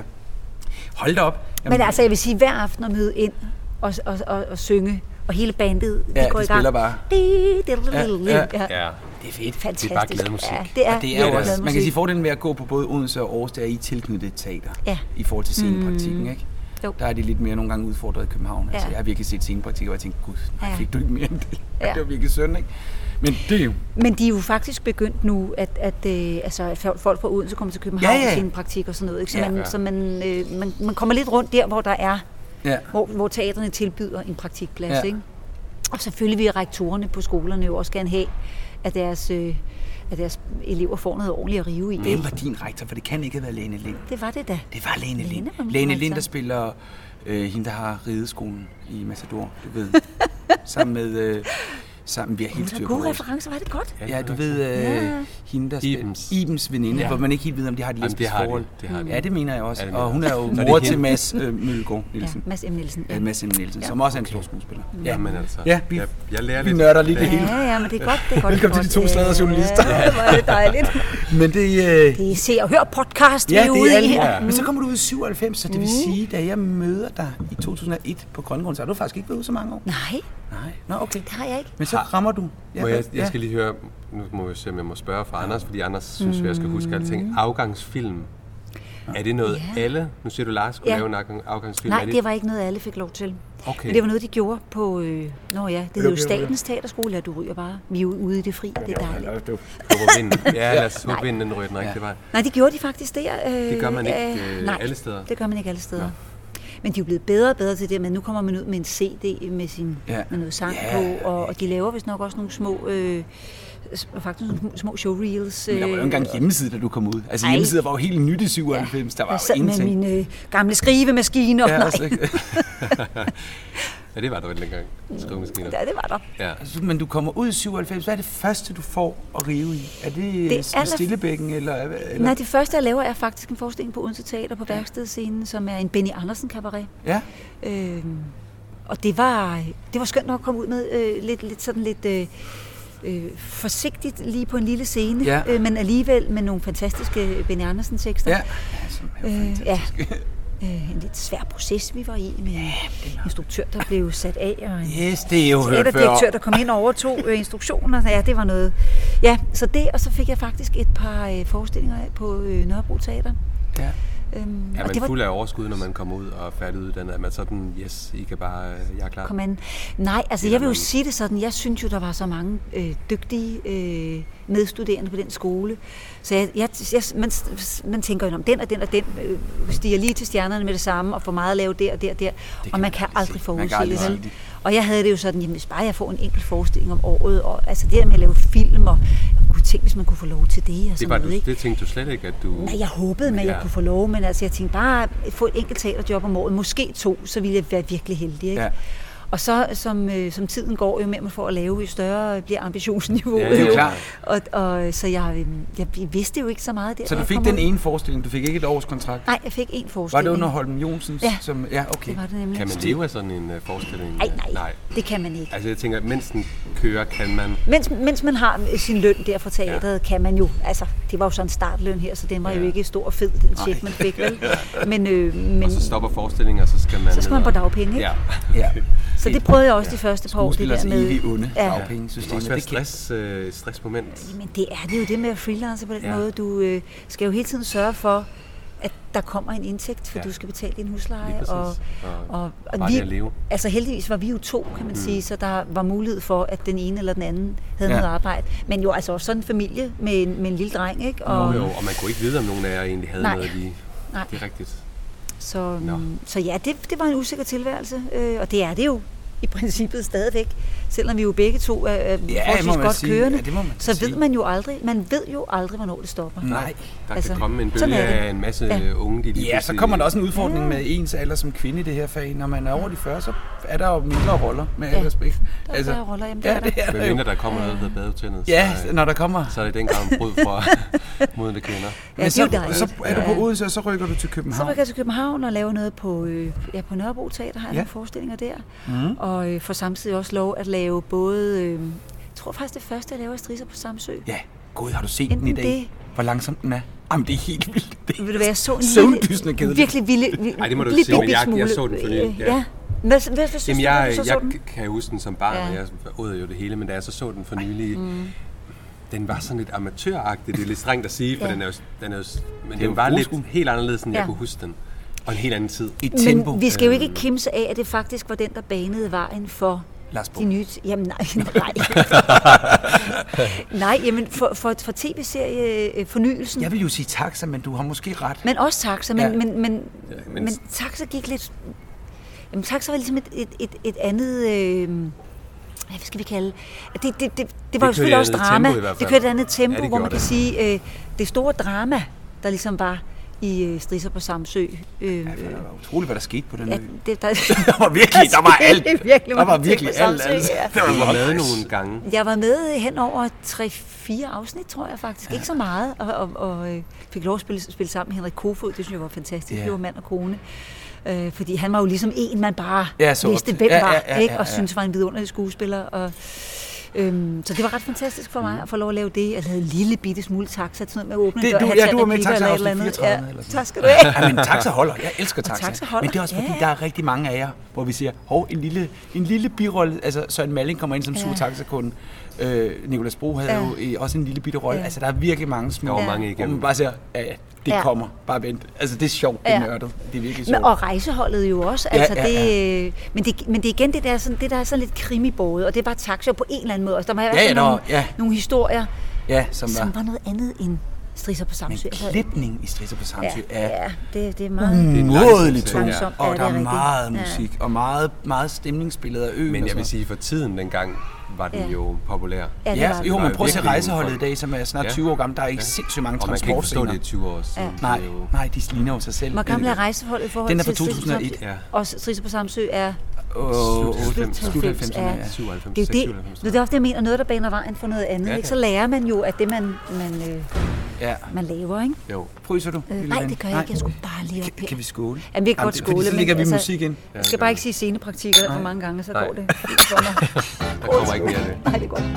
Hold da op. Men altså, jeg vil sige, hver aften at møde ind og, og, og, og synge, og hele bandet, Ja, de går de i gang. spiller bare. Di- di- di- di- di- Ja, øh, ja. Ja. det er fedt. Fantastisk. bare glædemusik. Ja, det er, Og det er jo virkelig også, man kan glædemusik. sige, fordelen ved at gå på både Odense og Aarhus, det er, at I er tilknyttet et teater. Ja. I forhold til scenepraktikken, ikke? Jo. Der er de lidt mere nogle gange udfordret i København. Ja. Altså, Ja. jeg har virkelig set scenepraktik, og jeg tænkte, gud, nej, Ja. fik du ikke mere end det? Ja. Det var virkelig synd, ikke? Men det er jo... Men de er jo faktisk begyndt nu, at, at, øh, altså, at fol- folk fra Odense kommer til København Ja, ja. og sin praktik og sådan noget. Ikke? Så, Ja. man, så man, øh, man, man kommer lidt rundt der, hvor der er, Ja. hvor, hvor teaterne tilbyder en praktikplads. Ja. Ja. Ikke? Og selvfølgelig vil rektorerne på skolerne jo også gerne have, at deres, øh, at deres elever får noget ordentligt at rive i. Hvem var din rektor? For det kan ikke have været Lene Lind. Det var det da. Det var Lene Lene Lind. var min Lene rektor. Lind, der spiller øh, hende, der har rideskolen i Matador, du ved. sammen med... Øh, sammen, vi har helt Det var styr på gode vores. referencer, var det godt? Ja, du ved, øh, Ja. hende der spiller- Ibens. Ibens veninde, ja. hvor man ikke helt ved, om de har et Jamen, det lesbisk har de. forhold. Det har de. Ja, det mener jeg også. Ja, det mener og hun jeg. er jo Så er det mor til hende. Mads øh, Mølgaard Nielsen. Ja, Mads M. Nielsen. Ja. Mads M. Nielsen, ja. som også er en stor skuespiller. Ja. Jamen altså. Ja, vi- jeg, jeg lærer vi lidt. nørder lige det Ja. hele. Ja, ja, men det er godt. Det er godt Velkommen det til er de to godt. sladrede journalister. Ja, hvor er det dejligt. Men det, øh, Det er Se og Hør podcast, ja, vi er det ude er i alle. her. Mhm. Ja. Men så kommer du ud i 97, så det vil sige, da jeg møder dig i 2001 på Grøngrund, så har du faktisk ikke været ude så mange år. Nej, Nej. Nå, okay. det har jeg ikke. Men så rammer du. Ja, Må jeg, ja. jeg skal lige høre, nu må jeg se, om jeg må spørge fra Anders, fordi Anders synes, jeg skal huske alting. Afgangsfilm. Er det noget Mm. Ja. alle? Nu siger du, Lars skulle Ja. lave en afgang- afgangsfilm. Nej, er det var ikke noget, alle fik lov til. Okay. Men det var noget, de gjorde på... Øh... Nå ja, det hed jo Statens Teaterskole, og du ryger bare. Vi er jo ude i det fri, det er dejligt. Håber vinden. Ja, lad os håbe vinden den ryger den rigtige vej. Nej, det gjorde de faktisk der. Øh, Det gør man ikke, øh, nej, alle steder. det gør man ikke alle steder. Men de er jo blevet bedre og bedre til det, men nu kommer man ud med en CD med, sin, Ja. ja. med noget sang Ja. ja. på, og, og de laver vist nok også nogle små, øh, s- faktisk nogle små- små showreels. Men der var jo ikke engang hjemmeside, da du kom ud. Altså, Øh, Ej. hjemmesider var jo helt nyt i 97. Der var jeg jo sad med ingenting. min øh, gamle skrivemaskine, og ja, Ja, nej, altså, ikke? Ja, det var der vel dengang. Skrivemaskiner. ja, det var der. Ja. Altså, Men du kommer ud i 97. Hvad er det første, du får at rive i? Er det, øh, er det aller- stillebækken, eller, øh, eller? Nej, det første, jeg laver, er faktisk en forestilling på Odense Teater på værkstedscenen, som er en Benny Andersen kabaret. Ja, Øhm, og det var, det var skønt nok at komme ud med øh, lidt, lidt sådan lidt øh, øh, forsigtigt lige på en lille scene, Ja. øh, men alligevel med nogle fantastiske Benny Andersen tekster. ja. Altså, Øh, ja. Øh, en lidt svær proces, vi var i med en instruktør, der blev sat af, og en Yes, det er jo hørt teaterdirektør, før. der kom ind og overtog øh, instruktioner. Så Ja, det var noget. Ja, så det, og så fik jeg faktisk et par øh, forestillinger af på øh, Nørrebro Teater. Ja. Øhm, Er og man fuld af overskud, når man kommer ud og er færdiguddannet? Er man sådan, yes, I kan bare, øh, jeg er klar? Kom an. Nej, altså jeg vil jo sige det sådan, jeg synes jo, der var så mange øh, dygtige øh, medstuderende på den skole. Så jeg, jeg, jeg, man, man tænker jo om den og den og den øh, stiger lige til stjernerne med det samme, og får meget at lave der og der og der. Og man kan aldrig Man forudse kan aldrig det. sige vel? det. Og jeg havde det jo sådan, jamen hvis bare jeg får en enkelt forestilling om året, og altså det der med at lave film, og kunne tænke, hvis man kunne få lov til det og Det, sådan var, du, noget, ikke? det tænkte du slet ikke, at du... Nej, jeg håbede, at jeg Ja. kunne få lov, men altså, jeg tænkte bare få et enkelt teaterjob om året, måske to, så ville jeg være virkelig heldig. Ikke? Ja. Ja. Og så, som, øh, som tiden går, jo mere man får at lave, jo større bliver ambitionsniveauet. Ja, det er jo jo. klart. Og, og, så jeg, øh, jeg vidste jo ikke så meget der. Så da du jeg fik kom den ud. ene forestilling, du fik ikke et års kontrakt. Nej, jeg fik en Var det forestilling. under Holm Jonsens? Ja. Som, ja, okay. Det var det nemlig. Kan man leve af sådan en uh, forestilling? Ej, nej, nej, det kan man ikke. Altså, jeg tænker, mens den kører, kan man... Mens, mens man har øh, sin løn der fra teateret, ja. kan man jo, altså, det var jo sådan en startløn her, så den var ja. jo ikke stor og fed, den check, man fik, vel? Men, øh, men Og så stopper forestillingen, og så skal man... Så skal man ned på og- dagpenge, ikke? Ja. Ja. Så det prøvede jeg også de første par år, det Skuespillers der med... evige onde Ja. Det kan dagpengesystem. også være Det kan- stress, øh, stressmoment. Men det er det jo det med at freelance på den Ja. ja. måde. Du øh, skal jo hele tiden sørge for, at der kommer en indtægt, for Ja. ja. du skal betale din Lige husleje. præcis. Og, og, Og og, bare det at leve. Altså heldigvis var vi jo to, kan man mm. sige, så der var mulighed for, at den ene eller den anden havde Ja. noget arbejde. Men jo altså også sådan en familie med en, med en lille dreng, ikke? Jo, Og, jo, og man kunne ikke vide, om nogen af jer egentlig havde Nej. noget lige. Nej. Det er rigtigt. Så, mm, Nå. så ja, det, det var en usikker tilværelse, øh, og det er det jo i princippet stadigvæk, selvom vi jo begge to er ja, må forholdsvis man godt sige. kørende, Ja, det må man så sige. ved man jo aldrig, man ved jo aldrig, hvornår det stopper. Nej. Der altså, Altså, kan komme en sådan bølge er det. af en masse Ja. ja. unge, de lige Ja, så pludselig- kommer der også en udfordring med ens alder som kvinde i det her fag. Når man er over de 40, så er der jo mindre roller, med al Ja. respekt. Altså, Der er færre roller, jamen, det ja, er det er Hvad der jo. mindre der kommer noget, der hedder badetændet, Ja, så, når der kommer. så er det dengang en brud fra modende kvinder. Ja, det er jo dejligt. så er du på Odense, og så rykker du til København. Så rykker jeg til København og laver noget på, øh, ja, på Nørrebro Teater, har jeg Ja. Mhm. nogle forestillinger der. Mm. Og øh, får samtidig også lov at lave både, øh, jeg tror tror faktisk, det første, jeg laver, er strisser på Samsø. Ja, gud, har du set Enten den i dag? det- Hvor langsom den er. Jamen, det er helt vildt. Det er Vil du være, jeg så en Søvndyssende kedeligt. virkelig vilde, vilde, Ej, det må du ikke lille sige, men jeg- bitte jeg smule, så den for nylig, øh, ja. Ja. Hvad, hvad, hvad synes Jamen, du, da jeg, du så, så jeg den? kan jo huske den som barn, Ja. ja. og jeg åd jo det hele, men da jeg så så den for nylig, mm. den var sådan lidt amatøragtig. Det er lidt strengt at sige, for Ja. ja. den er jo, den er jo, men jo den var lidt brugskud. helt anderledes, end ja. Ja. jeg kunne huske den. Og en helt anden tid. I tempo. Men vi skal jo ikke kimse af, at det faktisk var den, der banede vejen for Lars Bo. de nye... Jamen nej, nej. nej, jamen for, for, for tv-serie-fornyelsen. Jeg vil jo sige taxa, men du har måske ret. Men også taxa, men, Ja. ja. men, men, Ja, men- men, men taxa gik lidt... Jamen, taxa var ligesom et, et, et, et andet... Øh, hvad skal vi kalde det? Det, det, det, det kørte var jo i selvfølgelig et også andet drama. tempo i hvert fald. det kørte et andet tempo, Ja, ja, det hvor man gjorde kan det. sige, øh, det store drama, der ligesom var i øh, Strisser på Samsø. Øh, Ja, for det var utroligt, hvad der skete på den ja, ø. det, der, Der var virkelig, der var alt. Det er virkelig der var mange ting virkelig på alt. Samsø, altså. ja. Det Vi var var med meget nogle gange. Mm. jeg var med hen over 3-4 afsnit, tror jeg faktisk. Ja. Ikke så meget. Og, og, og øh, fik lov at spille, spille sammen med Henrik Kofod. Det synes jeg var fantastisk. Ja. Ja. Det var mand og kone. Øh, fordi han var jo ligesom en, man bare Ja, så op vidste, til. hvem Ja, ja, var. ja, ja, ikke? ja. Og syntes var en vidunderlig skuespiller. Og, øhm, så det var ret fantastisk for mig at få lov at lave det. Jeg lavede en lille bitte smule taxa. Sådan noget med at åbne Mm. Det- en dør, du- have ja, tand du og var med i piber Taxa eller et afsnit eller andet. 34 eller sådan Ja, tak skal du have. Ja, men taxa holder. Jeg elsker taxa. taxa holder, Men det er også fordi, ja, ja. der er rigtig mange af jer, hvor vi siger, hov, en lille, en lille birolle. Altså, Søren Malling kommer ind som ja. Ja. sur taxakunde. Øh, Nikolas Bro havde ja. Ja. jo øh, også en lille bitte rolle. Ja. Ja. Altså, der er virkelig mange små. Der var Ja. mange Hvor man igennem. bare siger, ja, ja, det ja. Ja. kommer. Bare vent. Altså, det er sjovt. Det er Ja. nørdet. Det er virkelig sjovt. Men, og rejseholdet jo også. Altså, ja, ja, ja, ja. Det, øh, men, det, men det er igen det der, sådan, det der er sådan lidt krimibåde, og det var taxa på en eller anden måde. Og der var i hvert Ja, fald ja, der nogle, var- ja. nogle historier, ja, som, som som var. var noget andet end strisser på Men Samsø. Altså, klipning i Strisser på Samsø ja, er ja det, det er meget... Mm. umådeligt Ja. tungt. Langsomt, ja, Og det der er er rigtigt. meget Ja. musik og meget, meget stemningsbilleder af øen. Men og jeg sådan vil sige, for tiden dengang var den Ja. jo populær. Ja, det Altså. Ja, var det. jo, Det men var prøv at se virkelig rejseholdet i udenfor. dag, som er snart Ja. 20 år gammel. Der er ikke sindsigt mange Og man kan ikke forstå, det er transportscener. 20 år siden. Det er Nej, jo- nej, de ligner jo sig selv. Øh, Hvor gammel Det- er rejseholdet i forhold Den er fra til Strisser på 2001. Samsø? Ja. Og strisser på Samsø er... Åh, Slut- slut- slut- slut 90'erne, 90'erne, ja. ja. 97, Det er jo 96, det, det er ofte, jeg mener, noget, der baner vejen for noget andet. Ja, Ja, ja. ikke? Så lærer man jo, at det, man, man, øh, ja. man laver, ikke? Jo. Fryser du? Øh, lille nej, ven? det gør jeg ikke. Jeg skulle bare lige op Kan, her. kan vi skåle? Jamen, vi kan godt det- skåle, Fordi så men lægger vi altså- musik ind. Jeg skal bare ikke sige scenepraktik alt for mange gange, så Nej. går det for mig. Der kommer ikke mere af det. Nej, det går ikke.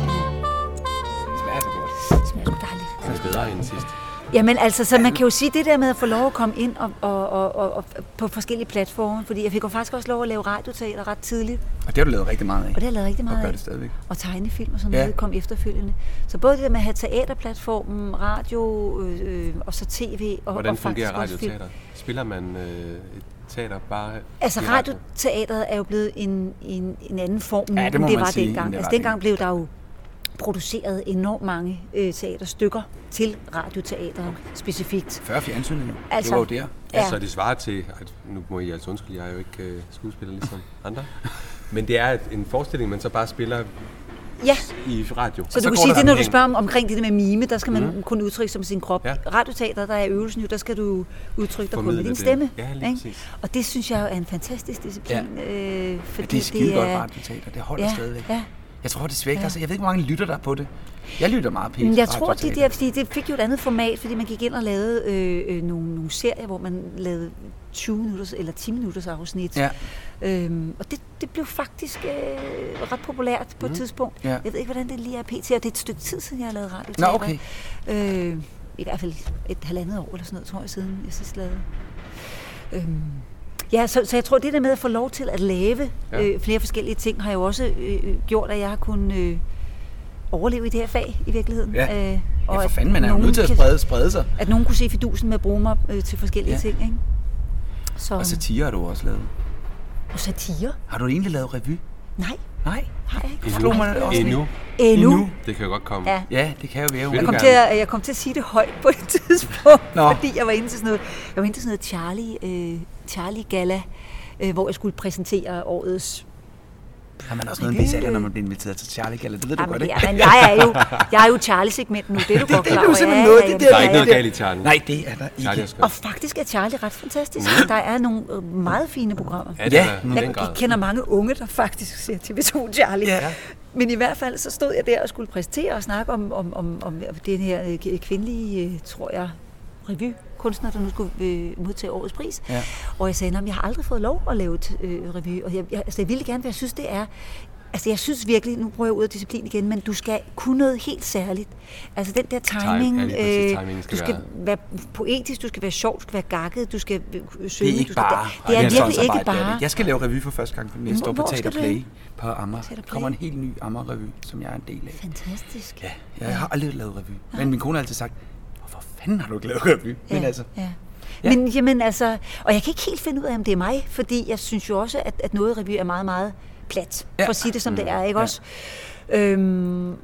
Smager det godt. Det smager sgu dejligt. Det er bedre end sidst. Jamen altså, så man kan jo sige det der med at få lov at komme ind og, og, og, og, og på forskellige platforme, fordi jeg fik jo faktisk også lov at lave radioteater ret tidligt, Og det har du lavet rigtig meget af. og det har jeg lavet rigtig meget gør af. det stadigvæk. Og tegnefilm og sådan Ja. noget kom efterfølgende. Så både det der med at have teaterplatformen, radio øh, øh, og så tv og, Hvordan og faktisk fungerer også film. radioteater? Spiller man øh, et teater bare Altså i radio? radioteateret er jo blevet en, en, en anden form nu, Ja, det må end det man var sige, end dengang. det Altså var dengang blev der jo produceret enormt mange øh, teaterstykker til radioteateret okay. specifikt. Før fjernsynet, jo. det Altså- var jo der. Ja. Altså, det svarer til... At nu må I altså undskylde, jeg er jo ikke øh, skuespiller ligesom andre. Men det er en forestilling, man så bare spiller Ja, i radio. så, så du kan går sige, der Mm-hmm. det når du sammenhæng. spørger om, omkring det der med mime, der skal man mm. kun udtrykke sig med sin krop. Ja. Ja. Radioteater, der er øvelsen jo, der skal du udtrykke dig kun Formidle med din det. stemme. Ja, lige præcis. Og det synes jeg jo er en fantastisk disciplin. Ja. Øh, Men fordi det er skide godt radioteater. Det holder Ja, stadigvæk. ja. Jeg tror desværre ikke, altså, jeg ved ikke, hvor mange lytter der er på det. Jeg lytter meget pænt. Men jeg tror, det, der, fordi det fik jo et andet format, fordi man gik ind og lavede øh, øh, nogle, nogle serier, hvor man lavede 20 minutters eller 10 minutters afsnit. Ja. Øhm, og det, det blev faktisk øh, ret populært på mm. et tidspunkt. Ja. Jeg ved ikke, hvordan det lige er pt. Og det er et stykke tid siden, jeg har lavet radio. Nå, okay. Øh, I hvert fald et halvandet år eller sådan noget, tror jeg, siden jeg sidst lavede. Øhm, Ja, så, så jeg tror, det der med at få lov til at lave Ja. ja. øh, flere forskellige ting, har jo også øh, øh, gjort, at jeg har kunnet øh, overleve i det her fag i virkeligheden. Ja. Øh, Ja, for at fanden, man er jo nogen nødt til at kan- sprede, sprede sig. At nogen kunne se fidusen med at bruge mig øh, til forskellige Ja. ja. ting, ikke? Så, Og satire har du også lavet. og satire? Har du egentlig lavet revy? Nej, Nej. har jeg ikke. Slog mig også lidt. Endnu. Endnu. Endnu. Endnu. Det kan jo godt komme. Ja. Ja, det kan jo være. Jeg kom, Ja. til at, jeg kom til at sige det højt på et tidspunkt, Nå. Nå. fordi jeg var inde til sådan noget, jeg var inde til sådan noget Charlie, øh, Charlie Gala, øh, hvor jeg skulle præsentere årets Har man også noget en vis alder, når man bliver inviteret til Charlie Gala? Det ved du Jamen, godt, ikke? ja, men jeg er jo, jeg er jo Charlie-segment nu, det er du godt det er klar du over. simpelthen Ja, nået, ja, det ja, der Der er ja, ikke ja. noget galt i Charlie. Nej, det er der Charlie ikke. er skøn. Og faktisk er Charlie ret fantastisk. Mm. Der er nogle øh, meget fine programmer. Ja, det er Ja, der, i den Jeg grad. kender mange unge, der faktisk ser TV2 Charlie. Ja. Men i hvert fald så stod jeg der og skulle præsentere og snakke om, om, om, om den her øh, kvindelige, øh, tror jeg, revykunstner, der nu skulle øh, modtage årets pris. Ja. Og jeg sagde, at jeg har aldrig fået lov at lave et øh, revy. Og jeg, jeg, altså, jeg ville gerne, for jeg synes, det er... Altså, jeg synes virkelig, nu prøver jeg ud af disciplin igen, men du skal kunne noget helt særligt. Altså, den der timing, øh, ja, lige præcis, timingen skal du skal være poetisk, du skal være sjov, du skal være gakket, du skal øh, synge. Det er du ikke skal, bare. Det er Ej, sådan virkelig så ikke meget, det er det bare. ikke. Jeg skal lave revy for første gang på næste Hvor- år på hvor Teater skal du hen? Play på Amager. Teater Der Play? kommer en helt ny Amager-revy, som jeg er en del af. Fantastisk. Ja, jeg har aldrig lavet revy. Men min kone har altid sagt, hvorfor fanden har du ikke lavet revy? Men altså, Ja. Ja. Men jamen altså, og jeg kan ikke helt finde ud af, om det er mig, fordi jeg synes jo også, at, at noget revy er meget, meget plat, Ja. Mm. for at sige det, som det er, ikke Ja. også? Øhm,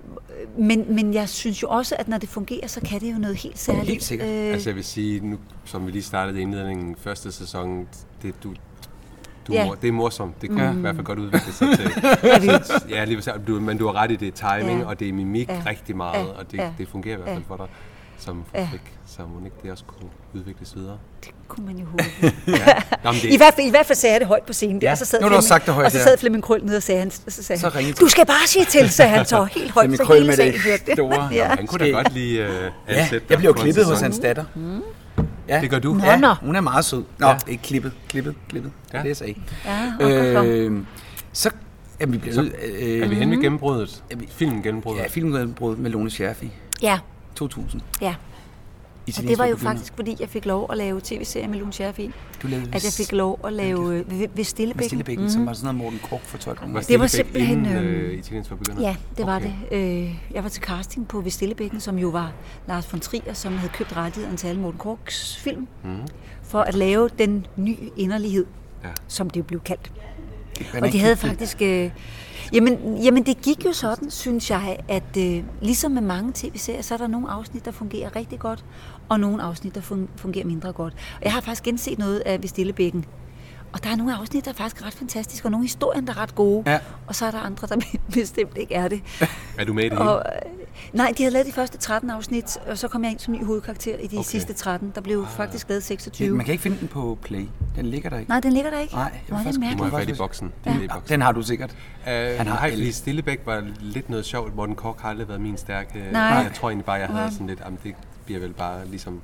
men, men jeg synes jo også, at når det fungerer, så kan det jo noget helt særligt. Helt sikkert. Altså jeg vil sige, nu, som vi lige startede i indledningen, første sæson, det, du, du Ja. yeah. mor, det er morsomt. Det kunne mm. i hvert fald godt udvikle sig til. Altså, ja, lige præcis. du, men du har ret i, det er timing, Ja. yeah. og det er mimik Ja. yeah. rigtig meget, Ja. yeah. og det, Ja. yeah. det fungerer i hvert fald Ja. for dig som Ja. yeah. Så må ikke det også kunne udvikles videre. det kunne man jo håbe. Nå, men det, I hvert, fald, I hvert fald sagde jeg det højt på scenen. Ja. Og så sad nu har du også Flemming- sagt det højt Og så der. sad Flemming Krøl nede og sagde, han, så sagde Så han, ringede du skal bare sige til, sagde han så helt højt, Flemming så Krøl hele med sagen det hørte det. store- ja. han kunne da godt lige øh, ja, ansætte jeg dig bliver på jo en klippet hos sæson. hans datter. Ja. Det gør du. Mm. Nå, Ja, nå. hun er meget sød. Nå, ja. ikke klippet, klippet, klippet. Ja. Det er det, jeg sagde. Ja, og øh, så jamen, vi bliver Så nødt... Øh, Er vi Mhm. henne ved gennembruddet? Er vi- Filmen gennembruddet? Ja, Ja, filmgennembrud med Lone Scherfi. ja, 2000. ja. Og Italiensk det var jo begynder. faktisk, fordi jeg fik lov at lave tv-serier med Lune Scherfi. Du lavede At jeg fik lov at lave øh, ved, ved med Stillebækken. Stillebækken, mm. som var sådan noget Morten Kork for 12 kroner. det var simpelthen, Inden, øhm, øh, italiensk var begyndt? Ja, det var Okay. okay. det. Øh, jeg var til casting på Ved Stillebækken, som jo var Lars von Trier, som havde købt rettigheden til alle Morten Korks film, mm. for at lave den nye inderlighed, Ja. som det blev kaldt. Hvordan Og de gik havde det? faktisk... Øh, jamen, jamen, det gik jo sådan, synes jeg, at øh, ligesom med mange tv-serier, så er der nogle afsnit, der fungerer rigtig godt, og nogle afsnit, der fun- fungerer mindre godt. Og jeg har faktisk genset noget af Ved Stillebækken. Og der er nogle afsnit, der er faktisk ret fantastiske, og nogle historier, der er ret gode. Ja. Og så er der andre, der bestemt ikke er det. Er du med i det hele? Og, øh, nej, de havde lavet de første 13 afsnit, og så kom jeg ind som ny hovedkarakter i de okay. Okay. sidste 13. Der blev faktisk lavet 26. Ja, Ah. Man kan ikke finde den på Play. Den ligger der ikke. Nej, den ligger der ikke. Nej, jeg vil Nå, det er faktisk- Du må mærkeligt. have fat i boksen. Ja. Ja. Ah, Den har du sikkert. Øh, Han han har har alle. fordi Stillebæk var lidt noget sjovt. Morten Kork har aldrig været min stærke. Nej. Jeg tror egentlig bare, jeg havde Nej. sådan lidt, jamen det bliver vel bare ligesom,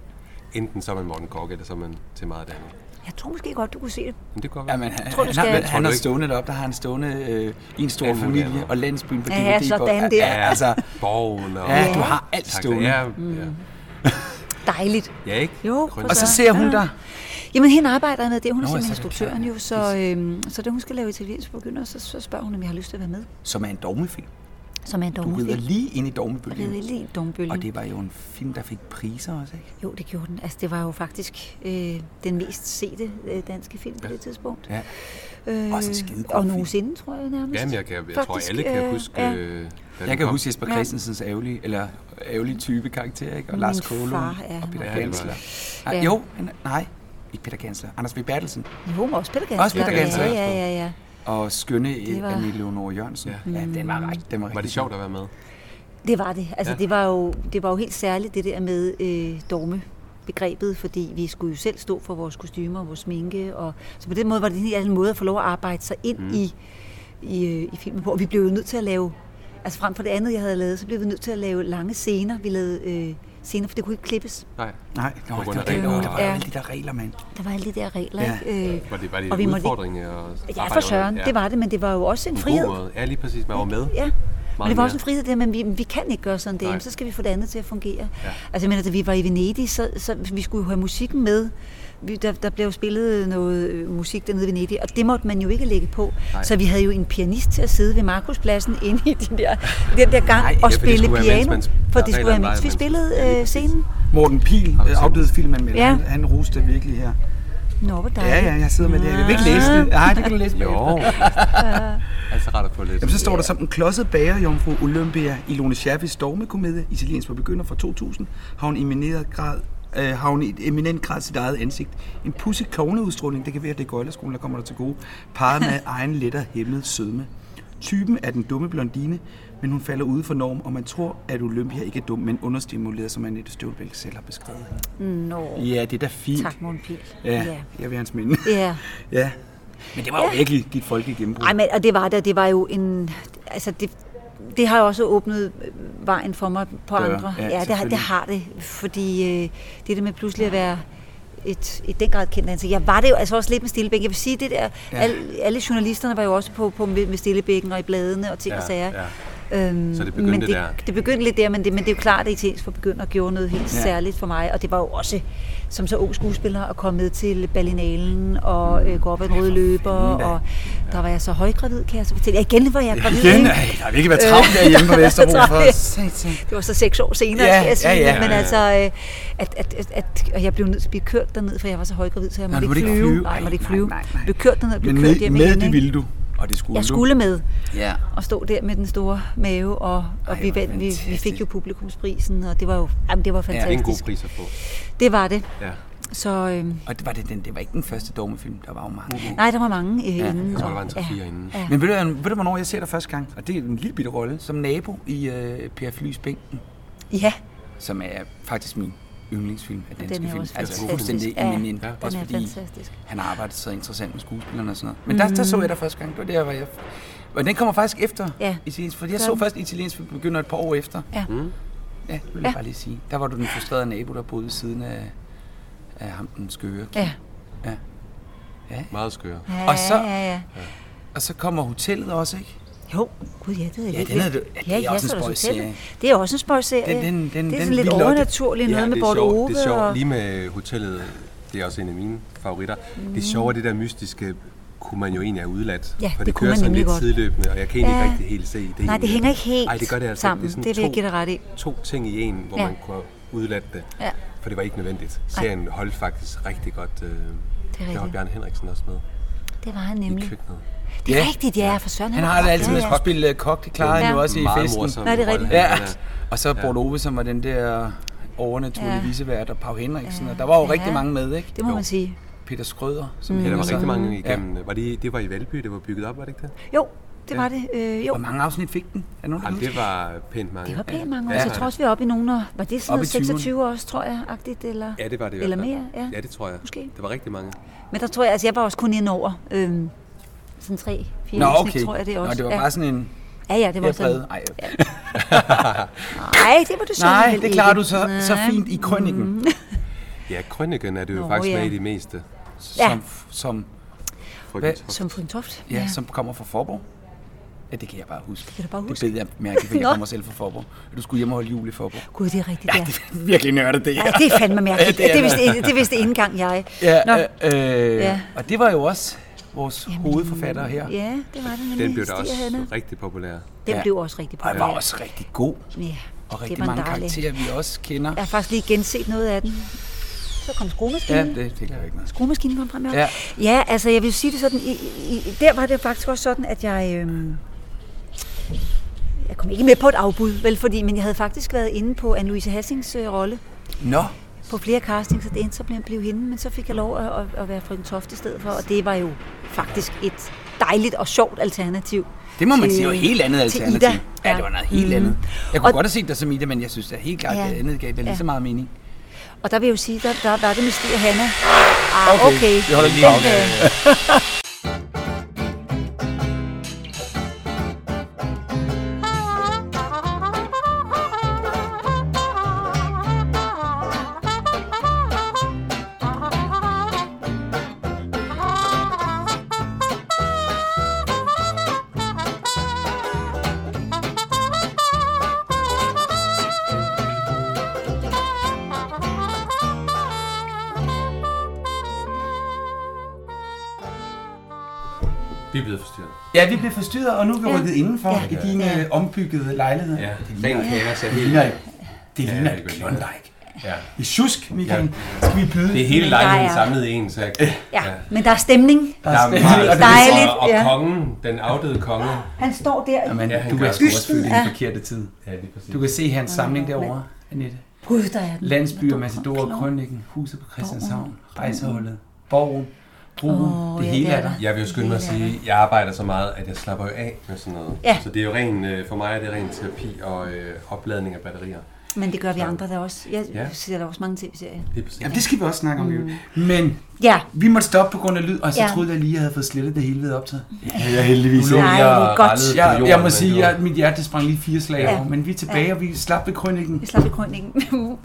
enten så er man Morten Kork, eller så er man til meget af det andet. Jeg tror måske godt, du kunne se det. Men det går Ja, men han, Tror du, han, skal- har, men Tror han du har ikke? stående deroppe, der har han stående øh, i en stor Ja, ja, for familie, fanden. og landsbyen på Ja, DVD. sådan der. Ja, altså, Borgen og... ja, du har alt Tak, stående. Ja, Mm. ja. Dejligt. ja ikke? Jo, Grøn- prøv Og så Ja. ser hun Ja. der. Jamen, hende arbejder jeg med det. Hun er Nå, simpelthen ja, så er det instruktøren jo, så, øhm, så da hun skal lave italiensk begynder, så, så spørger hun, om jeg har lyst til at være med. som er en dogmefilm. Som er en Du rider dogmefilm. lige ind i Og det dogmebølgen. er lige dombølgen. Og det var jo en film, der fik priser også, ikke? Jo, det gjorde den. Altså, det var jo faktisk øh, den mest sete øh, danske film på det tidspunkt. Ja. Øh, Også en skidegod Og film. nogensinde, tror jeg nærmest. Jamen, jeg, kan, jeg tror, alle kan huske... ja. øh, da den Jeg kan kom. huske Jesper Ja. Christensens ærgerlige, eller ærgerlige type karakter, ikke? Og Min Lars Kolo far, ja, og han Peter var- Ja, det var Gansler. Ja. Nej, jo, han, nej, ikke Peter Gansler. Anders V. Bertelsen. Jo, men også Peter Gansler. Også Peter Gansler. Ja, ja, ja. ja. Og skønne Det var- var... Anne Leonore Jørgensen. Ja. ja, den var rigtig. Den var, Var det rigtig sjovt at være med? Det var det. Altså, ja. Ja. det, var jo, det var jo helt særligt, det der med øh, dogme begrebet, fordi vi skulle jo selv stå for vores kostymer og vores sminke, og så på den måde var det en anden måde at få lov at arbejde sig ind mm. i, i, øh, i filmen på, og vi blev jo nødt til at lave, altså frem for det andet, jeg havde lavet, så blev vi nødt til at lave lange scener, vi lavede øh, scener, for det kunne ikke klippes. Nej. Nej, nå, det grund var af det, reglerne. åh, der var Ja. alle de der regler, mand. Der var alle de der regler, Ja. ikke? Øh, Var det, var det Og vi en måtte udfordring? Ikke... ja, for søren, ja. det var det, men det var jo også en frihed. Ja, lige præcis. Man var med. Ja, men Meget det var mere. også en frihed der, men vi, vi kan ikke gøre sådan det, Nej. Jamen, så skal vi få det andet til at fungere. Ja. Altså jeg mener, da vi var i Venedig, så, så vi skulle jo have musikken med. Vi, der, der blev jo spillet noget øh, musik dernede i Venedig, og det måtte man jo ikke lægge på. Nej. Så vi havde jo en pianist til at sidde ved Markuspladsen inde i den der, den der gang Nej, og det spille skulle være, piano, mens man- for der det skulle være, reglerne var, mens vi at man- Ja, spillede lige øh, præcis. scenen. Morten Pil, du set den? afdøde filmanmelder, Ja. ja. han, han roste det virkelig her. Nå, hvor dejligt. Ja, ja, jeg sidder med det. her. Jeg vil ikke læse det. Nej, det kan du læse Jo. bagefter. altså rart at få lidt. Jamen, så står der som en klodset bagerjomfru Olympia i Lone Scherfis dogmekomedie, italiensk for begynder fra 2000, har hun, emineret grad, øh, har hun i et eminent grad sit eget ansigt. En pussy kogneudstråling, det kan være, at det er gøjlerskolen, der kommer der til gode, parret med egen let og hæmmet sødme. Typen er den dumme blondine, men hun falder ude for norm, og man tror, at Olympia ikke er dum, men understimuleret, som Annette Støvbæk selv har beskrevet. hende. Nå, Ja, det er da fint. tak Morten Piel. Ja, ja. jeg vil hans minde. ja. ja. Men det var jo virkelig dit folkelige gennembrud. Ej, men, og det var det, og det var jo en... Altså, det, det har jo også åbnet øh, vejen for mig på Døre, andre. ja, Ja, det, har, det selvfølgelig. har det, fordi øh, det der med pludselig at være et, i den grad kendt ansigt. Jeg var det jo altså også lidt med Stillebæk. Jeg vil sige, det der, ja. alle, alle journalisterne var jo også på, på med med Stillebækken og i bladene og ting ja, og sager. ja. Øhm, Så det begyndte men det, der. Det begyndte lidt der, men det, men det er jo klart, at italiensk for begynder gjorde noget helt Ja. ja. særligt for mig, og det var jo også som så ung skuespiller at komme med til Berlinalen og øh, gå op ad den røde løber, da. og der var jeg så højgravid, kan jeg så fortælle. Ja, igen var jeg gravid. Igen, ikke? ej, der har virkelig været travlt derhjemme på Vesterbro for travlt. satan. Det var så seks år senere, Ja, skal jeg sige, ja, ja, men ja, ja. altså, øh, at, at, at, at, og jeg blev nødt til at blive kørt derned, for jeg var så højgravid, så jeg du måtte måtte ikke ikke flyve. flyve. Nej, jeg måtte ikke Nej, flyve. nej, nej. Blev kørt derned og blev Men kørt med, hjem igen, med det ikke? ville du, og det skulle Jeg du. skulle med. Ja. og stå der med den store mave, og, og Ej, vi, hvor vandt, vi, vi fantastisk. fik jo publikumsprisen, og det var jo jamen, det var Det er en fantastisk. god pris at få. det var det. Ja. Så øh, Og det var, det, den, det var ikke den første dogmefilm, der var jo mange. nej, der var mange øh, ja, inden. jeg tror, der og- var en tre-fire inden. Ja. Men ved du, ved du, hvornår jeg ser dig første gang? Og det er en lille bitte rolle, som nabo i øh, Per Flys Bænken, ja, som er faktisk min yndlingsfilm af danske den er film. også Altså fantastisk. fuldstændig Ja, ja, min ja. Ja. Også den er fordi fantastisk. han har arbejdet så interessant med skuespillerne og sådan noget. Men der, der så jeg dig første gang. Det var der, hvor jeg... Og den kommer faktisk efter Mm. Ja. italiensk, fordi jeg Gør så den. først italiensk film begynder et par år efter. Ja. mm. ja det vil jeg Ja. bare lige sige. Der var du den frustrerede nabo, der boede ved siden af, af ham, den skøre. ja. Meget skøre. Ja, Og så- ja, ja. Og så kommer hotellet også, ikke? Jo, gud, ja, det havde jeg Ja, helt den er glemt. det- ja, det er også en så der spøjs hotellet. serie. Det er også en spøjserie. Den- den- den- det er den sådan lidt vildlotte. overnaturligt, Ja, noget med det er Bordeaux. sjovt. Det er sjovt. og- Lige med hotellet, det er også en af mine favoritter. Mm. Det sjove er det der mystiske, kunne man jo egentlig have udladt. Ja, for det det kunne kører man sådan nemlig lidt godt. sideløbende, og jeg kan egentlig Ja. ikke rigtig helt se det. Nej, det hænger ikke helt Ej, det gør det altså sammen. ikke. Det vil sådan jeg give to- dig ret i. To ting i en, hvor Ja. ja. man kunne have udladt det. Ja. For det var ikke nødvendigt. Serien holdt faktisk rigtig godt. Øh, der var rigtigt. Bjørn Henriksen også med Det var han i nemlig. Mm. køkkenet. Det er Ja. rigtigt, ja, for Søren. Han har det altid ja, med ja. at spille øh, kok, det klarer han jo Ja. også i Meget festen. morsom Nej, det er rolle, rigtigt. han Ja, spiller. og så Borte Ove, som var den der overnaturlige Ja. ja. visevært, og Pau Henriksen, og der var jo Ja. rigtig mange med, ikke? Det må man sige. Mm. Peter Skrøder, som Ja, han der var så- rigtig mange igennem. øh, Var det, det var i Valby, det var bygget op, var det ikke det? Jo, det var det. Øh, jo. Hvor mange afsnit fik den? Er der nogen, der Jamen, husker? det var pænt mange. Det var pænt mange år, Ja. så jeg tror også, vi er oppe i nogen, og var det sådan Oppe i noget 20'erne. 26 år, tror jeg, agtigt, eller, Ja, det var det i eller hvert fald. mere, ja. Ja, det tror jeg. Måske. Det var rigtig mange. Men der tror jeg, altså jeg var også kun inde over, øhm, sådan tre, fire Nå, afsnit, okay. tror jeg det Nå, også. det var ja. bare sådan en... ja, ja, det var Jeg sådan. brede. Ej, ja. Nej, det var du så Nej, alligevel det klarer ikke. du så, så Nej. fint i krønningen, Mm. Ja, Krønningen er det jo Nå, faktisk ja. med i det meste. Ja. som, som, Frygtelig Hvad? tof. Som Fruen Toft. ja, som kommer fra Forborg. Ja, det kan jeg bare huske. Det kan du bare huske. Det beder jeg mærke, fordi jeg Nå. kommer selv fra Forborg. Du skulle hjem og holde jul i Forborg. Gud, det er rigtigt, ja. Virkelig nørdet det her. Ej, det er fandme mærkeligt. Ja, det er det, vidste, det vidste ikke engang jeg. Nå, Ja, øh, øh, Ja. ja. Og det var jo også vores hovedforfatter her. ja, det var det nemlig. Den blev da Stig også Hanna. rigtig populær. Den Ja. blev også Og rigtig populær. han var også rigtig god. Ja, Og det rigtig var en mange dejlig. karakterer, vi også kender. Jeg har faktisk lige genset noget af den. Så kom Ja, skruemaskinen. det, det kan jeg ikke noget. Skruemaskinen kom frem i år. Ja. ja, altså jeg vil sige det sådan, i, i, i- der var det faktisk også sådan, at jeg... Øhm, jeg kom ikke med på et afbud, vel, fordi, men jeg havde faktisk været inde på Anne-Louise Hassings øh, rolle Nå, på flere castings, og det endte så blev at blive hende, men så fik jeg lov at, at, at være frøken Toft i stedet for, og det var jo faktisk et dejligt og sjovt alternativ. det må man til- sige, var et helt andet til alternativ. Ida. Mm. Mhm. Ja, det var noget helt andet. Jeg kunne Og- godt have set dig som Ida, men jeg synes da helt klart, Ja. at det andet gav det Ja. lige så meget mening. Og der vil jeg jo sige, der, der var det med Stig og Hanna. Ah, okay. okay. Vi holder lige Den, pause. øh, Vi er blevet forstyrret. Ja, vi blev forstyrret, og nu er vi Ja. rykket indenfor Ja. i din Ja. øh, ombyggede lejlighed. Ja, Det den ligner, det kaos er helt... ligner, det ligner det et gør det. klondike. Ja. I sjusk, Michael. Ja. Skal vi byde? Det er hele Men der lejligheden er- samlet i en, så jeg... ja, men der er stemning. Der er Dejligt, meget og det er dejligt, og, og ja. kongen, den afdøde konge. Han står der. Men Ja, han du gør er det. sgu også født i Ja. den forkerte tid. Ja, lige præcis. Du kan se hans samling derovre, Annette. Gud, der er den. Landsbyer, Massador, Krønningen, Huset på Christianshavn, Rejseholdet, Borgen, drue, Åh, det ja, hele det er er der. der. Jeg vil jo skynde mig at sige, jeg arbejder så meget, at jeg slapper jo af med sådan noget. Ja. Så det er jo ren, øh, for mig er det ren terapi og øh, opladning af batterier. Men det gør vi andre der også. Jeg Ja. ja. ser der også mange tv-serier. Det er præcis. Jamen, det skal vi også snakke om, mm. Men Ja, vi måtte stoppe på grund af lyd, og så Ja. troede jeg lige, jeg havde fået slettet det hele ved optaget. Ja, jeg heldigvis Nej, ikke. hvor Jeg er godt. rallet Jeg, jeg må sige, at mit hjerte sprang lige fire slag Ja. over, men vi er tilbage, og vi slap ved krønningen. vi slap i krønningen. lidt Hvor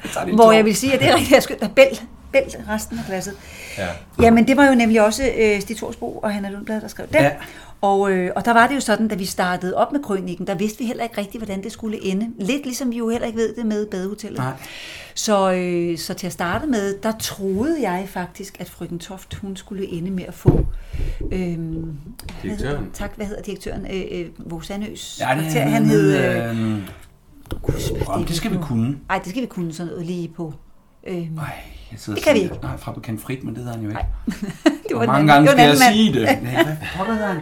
tår. jeg vil sige, at det er rigtigt, jeg skyndte dig bælt, bælt resten af glasset. Ja. Jamen, det var jo nemlig også øh, Stig Torsbo og Hanna Lundblad, der skrev den. Ja. Ja. Og, øh, og der var det jo sådan, da vi startede op med krønningen, der vidste vi heller ikke rigtigt, hvordan det skulle ende. Lidt ligesom vi jo heller ikke ved det med badehotellet. Nej. Så, øh, så til at starte med, der troede jeg faktisk, at frøken Toft, hun skulle ende med at få... Øh, Direktøren. tak, hvad hedder direktøren? Øh, øh, Vos Sandøs. Ja, det, karakter. han hed... Øh, øh, om det skal vi kunne. Ej, det skal vi kunne sådan noget lige på. Øh, Nej, jeg sidder Det kan vi sådan- ikke. Nej, fra bekendt frit, men det hedder han jo ikke. Nej. det Hvor en mange anden- gange det skal var en jeg anden mand. sige det? Nej, hvad pokker hedder han?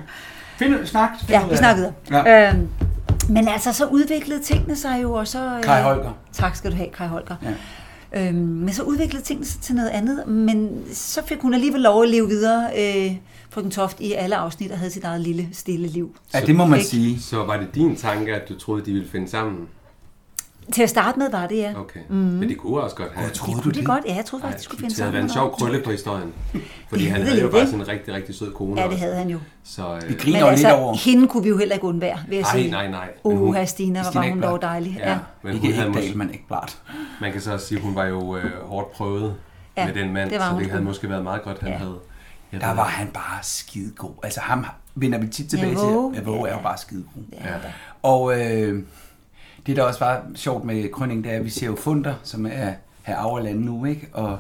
Find ud, snak. find ud Ja, af vi det. snakker videre. Ja. Ja. Øhm, men altså, så udviklede tingene sig jo, og så... Øh, Kai Holger. Tak skal du have, Kai Holger. Ja. Øhm, men så udviklede tingene sig til noget andet, men så fik hun alligevel lov at leve videre, øh, frøken Toft, i alle afsnit, og havde sit eget lille, stille liv. Ja, det må man Ikke? sige. Så var det din tanke, at du troede, de ville finde sammen? Til at starte med var det, ja. Okay. Mm-hmm. Men det kunne også godt have. Jeg Det troede du kunne det det? godt. Ja, jeg troede faktisk, de skulle finde det havde sammen. været en sjov krølle på historien. Fordi Det han ved havde jo jeg bare ikke. sådan en rigtig, rigtig sød kone Ja, det også. havde han jo. Så, øh, Vi griner Men jo lidt over. altså, hende kunne vi jo heller ikke undvære, vil jeg Nej, sige. nej, nej. Men hun- Uha, Stina, hvor var Stina hun Ekblad. dog dejlig. ja, Ja. men Ikke hun havde et måske, dal, men ikke blart. man kan så også sige, at hun var jo øh, hårdt prøvet Ja, med den mand, det var så hun det havde sgu. måske været meget godt, han Ja. havde. Jeg Der ved var ikke. han bare skidegod. Altså ham vender vi tit tilbage Ja, til. Våge. Ja, Våge er jo Ja. bare skidegod. Ja. Ja. Og øh, det, der også var sjovt med Krønning, det er, at vi ser jo Funder, som er her Auerland nu, ikke? Og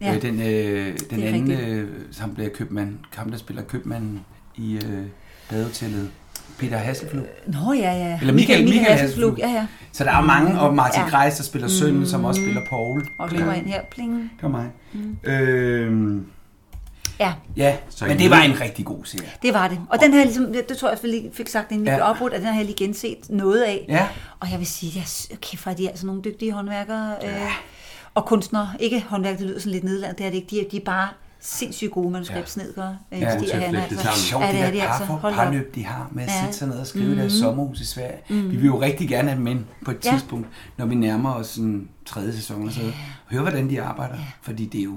ja. Ja. øh, den, øh, den er anden, rigtigt. øh, som bliver købmand, ham der spiller købmanden i øh, badehotellet, Peter Hasselflug. Nå, ja, ja. Eller Michael, Michael Hasselflug. Hasselflug. Ja, ja. Så der er mange, og Martin Ja. Mm. ja. Greis, der spiller sønnen, som også spiller Paul. Og kommer ind her. Pling. Det var mig. Mm. Øh, Ja, ja, Så men I- det var en rigtig god serie. det var det. Og den her, ligesom, det tror jeg også, vi lige fik sagt, inden vi Ja. ja. blev afbrudt, at den har jeg lige genset noget af. Ja. Og jeg vil sige, jeg sy- kæft, hvor er de altså nogle dygtige håndværkere ja. øh, og kunstnere. Ikke håndværk, det lyder sådan lidt nedlandet, det er det ikke. De er, de er bare sindssygt gode manuskripsnedkere. Øh, Ja. Stig Til at og Hanna, flette det Det er sammen. sjovt, ja, det, det de altså. der par, Hold da op. parløb, de har med at Ja. sætte sig ned og skrive mm-hmm. deres sommerhus i Sverige. Mm-hmm. Vi vil jo rigtig gerne have dem ind på et ja. Ja. tidspunkt, når vi nærmer os en tredje sæson eller sådan noget. Hør, hvordan de arbejder, ja. fordi det er jo...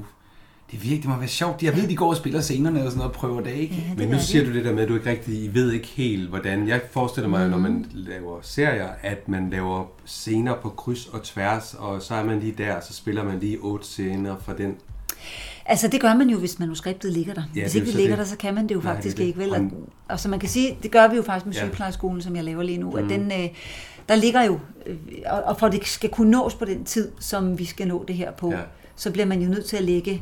Det, er virkelig, det må være sjovt. Jeg ved, de går og spiller scenerne og sådan noget og prøver det, ikke? Ja. Men nu siger du det der med, at du ikke rigtig I ved ikke helt, hvordan... Jeg forestiller mig, når man laver serier, at man laver scener på kryds og tværs, og så er man lige der, og så spiller man lige otte scener fra den. Altså, det gør man jo, hvis manuskriptet ligger der. det Ja, er hvis jo ikke det så ligger det. der, så kan man det jo Nej, det er faktisk det. ikke, vel? Og, Og- og så man kan sige, det gør vi jo faktisk med Ja. Mm. ja. sygeplejeskolen, som jeg laver lige nu, at den, øh, der ligger jo, øh, og, og for at det skal kunne nås på den tid, som vi skal nå det her på, Ja. ja. så bliver man jo nødt til at lægge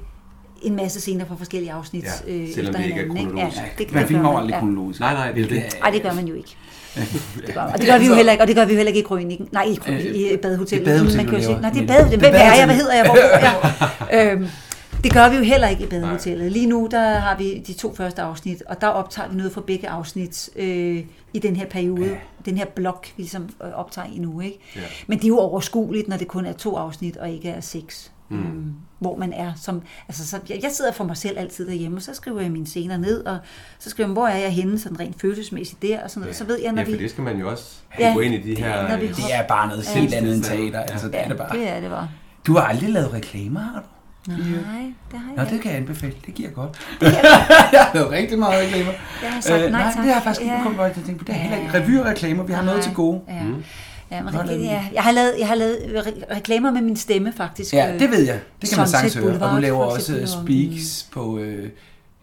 en masse scener fra forskellige afsnit Ja, selvom øh, efter det ikke er hinanden, kronologisk. Ja, Det, man filmer aldrig ja. kronologisk. Nej, nej, det er det. Nej, det gør man jo ikke. Det gør, og det gør vi jo heller ikke, og det gør vi jo heller ikke i krønikken. Nej, i, krø- Altså- Øh, i, i badehotellet. det er badehotellet, man kan du jo sige, laver. nej, det er Men- badehotellet. det er Hvem er jeg? Hvad badehotellet. hedder jeg? Hvor bor jeg? øhm, det gør vi jo heller ikke i badehotellet. Lige nu, der har vi de to første afsnit, og der optager vi noget fra begge afsnit øh, i den her periode. Den her blok, vi ligesom øh, optager i nu, ikke? Ja. Men det er jo overskueligt, når det kun er to afsnit, og ikke er seks. Mm. Hvor man er som... Altså, så jeg, jeg sidder for mig selv altid derhjemme, og så skriver jeg mine scener ned, og så skriver jeg, hvor er jeg henne, sådan rent følelsesmæssigt der, og sådan noget. Så ved jeg, når Ja, for vi... det skal man jo også Ja, gå ind i de her... øh, når vi- Det er bare noget helt andet end teater. Altså, det er det bare. det er det bare. Du har aldrig lavet reklamer, har du? Nej, det har jeg Nå, ikke. det kan jeg anbefale. Det giver godt. jeg har lavet rigtig meget reklamer. Jeg har sagt nej Øh, nej tak. det har jeg faktisk ikke Ja. kommet godt til at tænke på. Det er heller ikke revyreklamer. Vi har noget Nej, til gode. Ja. Mm. Ja, men Hvad lavede rigtig, du? ja. Jeg har lavet, jeg har lavet øh, re- reklamer med min stemme, faktisk. Ja, øh, det ved jeg. Det kan man Sunset sagtens høre. Og du Boulevard, laver for også øh, eksempel. speaks på... Øh,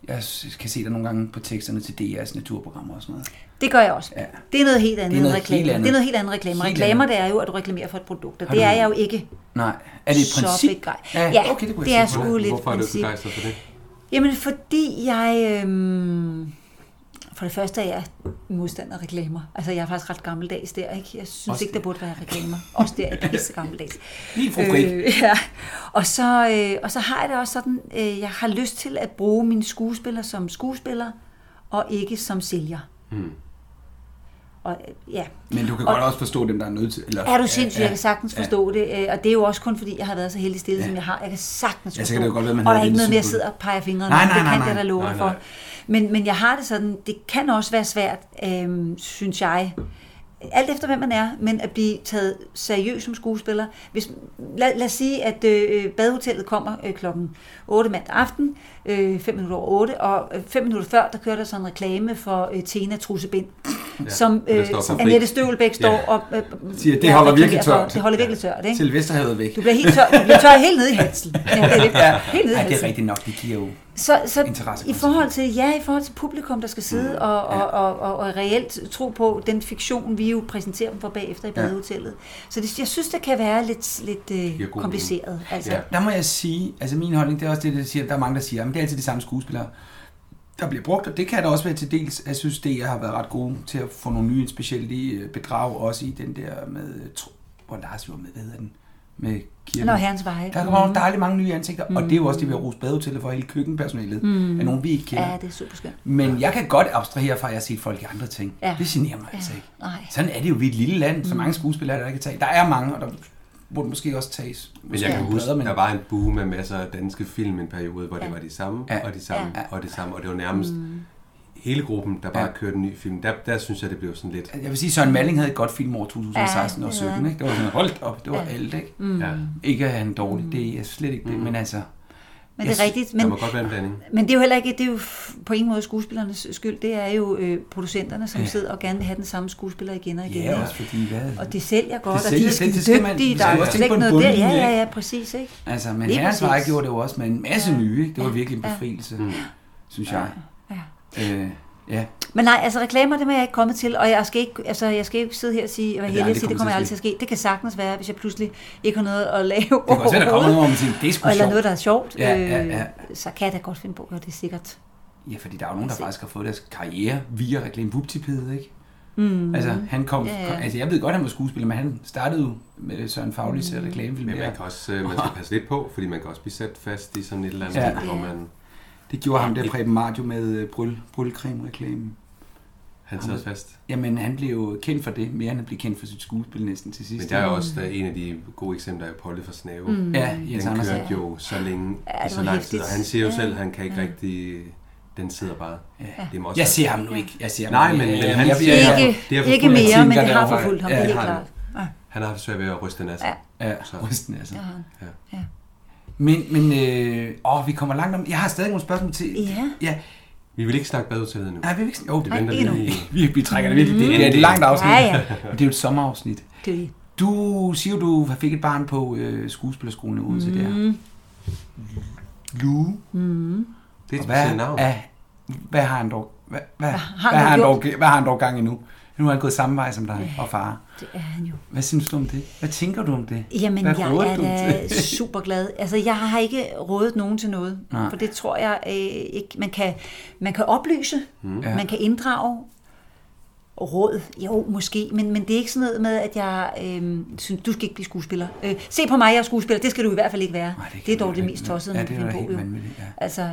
jeg s- kan se dig nogle gange på teksterne til DR's naturprogrammer og sådan noget. Det gør jeg også. Ja. Ja. Det er noget helt andet Det er noget end reklamer. helt andet. Det er noget helt andet end reklamer. Helt reklamer, andet. det er jo, at du reklamerer for et produkt, og Har det du- er jeg jo ikke. Nej, er det et Så princip? begejst- Ja, Ja, okay, det kunne det jeg er se. sgu lidt Hvorfor er du princip. begejstret for det? Jamen, fordi jeg... Øhm, for det første er jeg modstander af reklamer. Altså, jeg er faktisk ret gammeldags der, ikke? Jeg synes Også også ikke, der burde være reklamer. Også der er jeg pisse gammeldags. Øh, Helt fru Brik. ja. og, så, øh, og så har jeg det også sådan, øh, jeg har lyst til at bruge min skuespiller som skuespiller, og ikke som sælger. Mm. og øh, ja. Men du kan Og- godt også forstå dem, der er nødt til... Eller, Er du sindssyg? Ja, Jeg kan sagtens forstå det. øh, Og det er jo også kun fordi, jeg har været så heldig stille, som jeg har. Jeg kan sagtens Ja, forstå så kan det jo godt være, man Og der havde er lidt ikke noget med, at jeg tid på sidder og peger fingrene. Nej, op. nej, det nej, kan nej. jeg da love dig Nej, for. nej. Men, men jeg har det sådan, det kan også være svært, øhm, synes jeg. Alt efter, hvem man er, men at blive taget seriøst som skuespiller. Hvis, lad, lad os sige, at øh, badehotellet kommer øh, klokken 8 mandag aften, øh, 5 minutter over 8, og 5 minutter før, der kører der sådan en reklame for øh, Tena Trussebind, ja, som der øh, står for Annette Støvelbæk står Ja. og øh, Siger, det ja, holder virkelig reklamerer for. tørt. Det holder virkelig tørt, ikke? Til Vesterhavet væk. Du bliver helt tør, du bliver tør helt nede i halsen. Ja, det er det. Helt Ej, det er nede i halsen. rigtigt nok, det giver jo... Så, så i Interessekonflikt. forhold til, ja, i forhold til publikum, der skal sidde Mm. og, og, og, og, og reelt tro på den fiktion, vi jo præsenterer dem for bagefter i badehotellet. Så det, jeg synes, det kan være lidt, lidt Giver øh, god kompliceret. Altså. Ja. Ja. Der må jeg sige, altså min holdning, det er også det, der siger, der er mange, der siger, at det er altid de samme skuespillere, der bliver brugt, og det kan der også være til dels. Jeg synes, det jeg har været ret gode til at få nogle nye, specielt i øh, bedrag, også i den der med, øh, tro- hvor Lars jo var med, hvad hedder den? Med kirken. Nå, herrens veje. Der kommer mm. dejligt mange nye ansigter, mm. og det er jo også det, vi har rost badehotellet for hele køkkenpersonalet, mm. af nogen, vi ikke kender. Ja, det er super skønt. Men jeg kan godt abstrahere fra, at jeg har set folk i andre ting. Ja. Mm. Det generer mig altså ikke. Nej. Sådan er det jo, vi er et lille land, så mange skuespillere er der der ikke kan tage. Der er mange, og der burde måske også tages. Men jeg kan Måske huske, bredere, men- der var en boom med masser af danske film i en periode, hvor det Ja. var de samme, Ja. og de samme, Ja. Mm. og det samme. Og det var nærmest hele gruppen, der bare Ja. kørte en ny film. Der, der synes jeg, det blev sådan lidt... Jeg vil sige, Søren Malling havde et godt film over 2016 Ja, og det havde 17, ikke? Det var sådan, holdt op, det var alt, ikke? Mm. Ja. Ikke at han dårlig, det er slet ikke det, men altså... Men Mm. det er jeg- rigtigt. Der Men, må godt være en blanding. Men det er jo heller ikke, det er jo f- på ingen måde skuespillernes skyld, det er jo øh, producenterne, som Ja. ja. sidder og gerne vil have den samme skuespiller igen og igen. Ja, ikke? også fordi, hvad? Og det sælger godt, Det sælger, det sælger, og de det- er det skal skide man- dygtige, vi der skal er jo jo også slet tænke ikke på en noget der. Ja, bundlinje, ja, ikke? ja, præcis, ikke? Altså, men Lige herrens præcis. vej gjorde det jo også med en masse nye, ikke? Det var virkelig en Ja. befrielse, Mm. synes jeg. Ja. Øh, ja. Men nej, altså reklamer, det må jeg ikke komme til, og jeg skal ikke, altså, jeg skal ikke sidde her og sige, hvad det heldig aldrig at sige, det kommer jeg aldrig til at ske. Det kan sagtens være, hvis jeg pludselig ikke har noget at lave Det kan også være, der kommer noget, hvor man tænker, det er sgu eller sjovt. noget, der er sjovt, Ja, ja, ja. Øh, så kan jeg da godt finde på, at det er sikkert. Ja, fordi der er jo nogen, der faktisk har fået deres karriere via reklame vuptipede, ikke? Mm. Altså, han kom, Ja, ja. kom, altså, jeg ved godt, han var skuespiller, men han startede jo med Søren Faglis mm. reklamefilm. Men der. man kan også, øh, man skal passe lidt på, fordi man kan også blive sat fast i sådan et eller andet, Ja. ja. hvor man... Det gjorde ham der Preben Mart jo med øh, bryl, brylcreme-reklamen. Han sidder fast. Jamen, han blev jo kendt for det, mere end han blev kendt for sit skuespil næsten til sidst. Men der er jo også der er en af de gode eksempler, er jo Polly fra Snave. Mm. Ja, Jens Den Andersen. kørte jo så længe, Ja, ja, det så var lang heftigt. tid, og han siger jo Ja. Mm. selv, at han kan ikke rigtig... Den sidder bare. Ja. Det må også Jeg være- ser ham nu ikke. Jeg ser ham Nej, ikke. men- men jeg, han jeg, siger- jeg, Ja, jeg, Ikke, det har ikke forfulgt mig. mere, men det Tænker har derovre. forfulgt ham, det Ja, er det helt har klart. Han har haft svært ved at ryste den af sig. ja, rysten, altså. Det har han. Men, men øh, åh, vi kommer langt om... Jeg har stadig nogle spørgsmål til... Ja. ja. Vi vil ikke snakke badehotellet nu. Nej, vi vil ikke... Jo, det Det venter venter ikke vi lige. Mm. vi. Vi trækker det virkelig. Det er et langt afsnit. Ja, ja. Men Det er jo et sommerafsnit. Det er jo det. Du siger jo, du fik et barn på øh, skuespillerskolen i Odense mm. der. Lue. Det er et Og hvad, specielt navn. Er, hvad har han dog... Hvad, hvad, har han hvad, dog har han dog, gjort? hvad har han dog gang i nu? Nu har han gået samme vej som dig og far. Det er han jo. Hvad synes du om det? Hvad tænker du om det? Jamen, Hvad jeg råder er du da til? super glad. Altså, jeg har ikke rådet nogen til noget, Nej. for det tror jeg øh, ikke. Man kan, man kan oplyse, mm. man kan inddrage råd, jo måske, men, men det er ikke sådan noget med, at jeg øh, synes, du skal ikke blive skuespiller. Øh, se på mig, jeg er skuespiller, det skal du i hvert fald ikke være. Nej, det kan det er man dog det ikke. mest tossede, Ja, man det kan er da finde på. helt jo. vanvittigt, ja. Altså,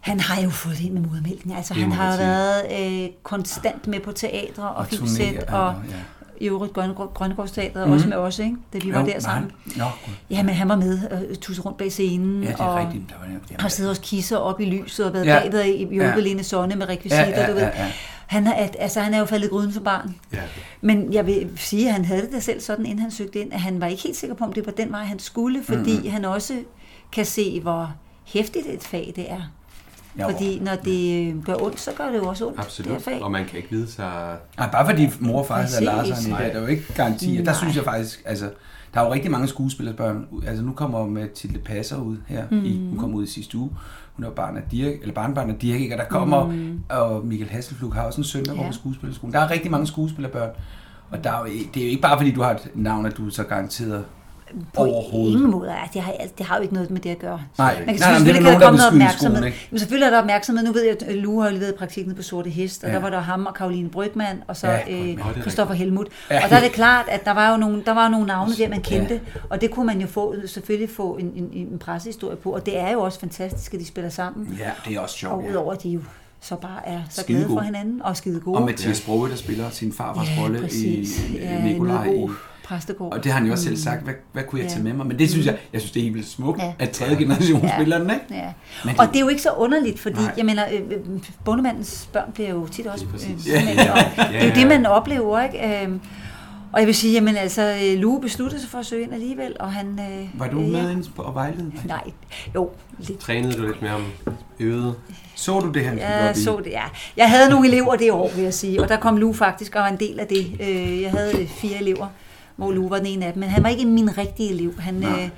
han har jo fået det ind med modermælken. Altså, Det han må man har sige. været øh, konstant med på teatre og, Og og turnéer, filmsæt og ja. i øvrigt Grønnegård- Grønnegårdsteatret, mm. også med os, ikke? da vi var Mhm. Jo, der sammen. nej. Nå, gud. Jamen, han var med og tussede rundt bag scenen. Ja, det er og rigtigt. Der var det. Har siddet hos kisser op i lyset og været Ja. ja. bagved i hjulpet Ja. ja. Lene Sonne med rekvisitter, Ja, ja, du ved. ja, ja. Han, er, at, altså, han er jo faldet i gryden som barn. Ja. Men jeg vil sige, at han havde det da selv sådan, inden han søgte ind, at han var ikke helt sikker på, om det var den vej, han skulle, fordi mm-hmm. han også kan se, hvor hæftigt et fag det er. Ja, Ja, fordi når det øh, gør ondt, så gør det jo også ondt. Det Absolut. er fag. Og man kan ikke vide sig... Nej, bare fordi mor og far hedder Præcis. Lars og Anita, der er jo ikke garantier. Der synes jeg faktisk, altså, der er jo rigtig mange skuespillersbørn. Altså, nu kommer Mathilde Passer ud her. Mm. I, hun kom ud i sidste uge. Hun er barn af Dirk, eller barnbarn af Dirk, ikke? og der kommer, mm. og Michael Hasselflug har også en søn, der går Ja. på skuespillerskolen. Der er rigtig mange skuespillerbørn. Og der er jo, det er jo ikke bare fordi, du har et navn, at du er så garanteret På overhovedet. ingen måde. Altså, det, har, altså, det har jo ikke noget med det at gøre. Nej, Man kan nej, nej, men det er selvfølgelig der kan der nogen, der komme vil noget skyde i skoen, opmærksomhed. ikke? Men selvfølgelig er der opmærksomhed. Nu ved jeg, at øh, Lue har jo leveret praktik nede på Sorte Hest, og Ja. ja. der var der ham og Karoline Brygman, og så Ja, ja, Brygmann. Nå, det er øh, Christoffer Helmut. Ja. Ja. Og der er det klart, at der var jo nogle, der var jo nogle navne der, man kendte, ja. og det kunne man jo få, selvfølgelig få en, en, en pressehistorie på, og det er jo også fantastisk, at de spiller sammen. Ja, det er også sjovt. Og ja. udover, at de jo så bare er så Skidegod. glade for hinanden og skide gode. Og Mathias Broge, der spiller sin farfars ja, rolle i præcis. ja, ja, Nikolaj. I, Nico Præstegård. Mm. og det har han jo også selv sagt, hvad, hvad kunne jeg Ja. Mm. tage med mig? Men det synes jeg, jeg synes det er helt vildt smukt, Ja. at tredje generation Ja. spiller den, ikke? Ja. Men Og det- det er jo ikke så underligt, fordi Nej. jeg mener, øh, øh, bondemandens børn bliver jo tit også øh, præcis. sådan en, Ja, og ja, Det er jo ja. det, man oplever, ikke? Øhm, Og jeg vil sige, jamen altså, øh, Lue besluttede sig for at søge ind alligevel, og han... øh, Var du øh, med ja. inde på- og vejlede? Nej, jo, lidt. Trænede du lidt med ham? Øvede? Så du det, han gik Jeg op i? så det, ja. Jeg havde nogle elever det år, vil jeg sige, og der kom Lue faktisk og var en del af det. Øh, Jeg havde øh, fire elever, hvor Lue var den ene af dem, men han var ikke min rigtige elev. Han, øh,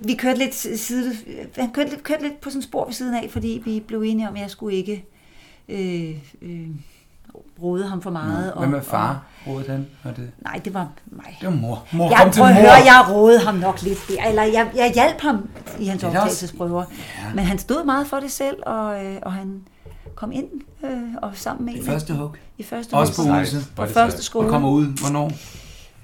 vi kørte lidt side, han kørte, lidt- kørte lidt på sådan et spor ved siden af, fordi vi blev enige om, at jeg skulle ikke øh, øh, rode ham for meget. Hvem er far? Rådet han? Var det? Og, nej, det var mig. det var mor. Mor, Jeg kom til prøver mor. at høre, jeg rådede ham nok lidt der, eller jeg, jeg hjalp ham i hans er også- optagelsesprøver. Ja. Men han stod meget for det selv, og, øh, og han kom ind øh, og sammen med I en- første hug. i første Også på uge. Sejt. huset. Hvor er på det første sejt. skole. Og kommer ud, hvornår?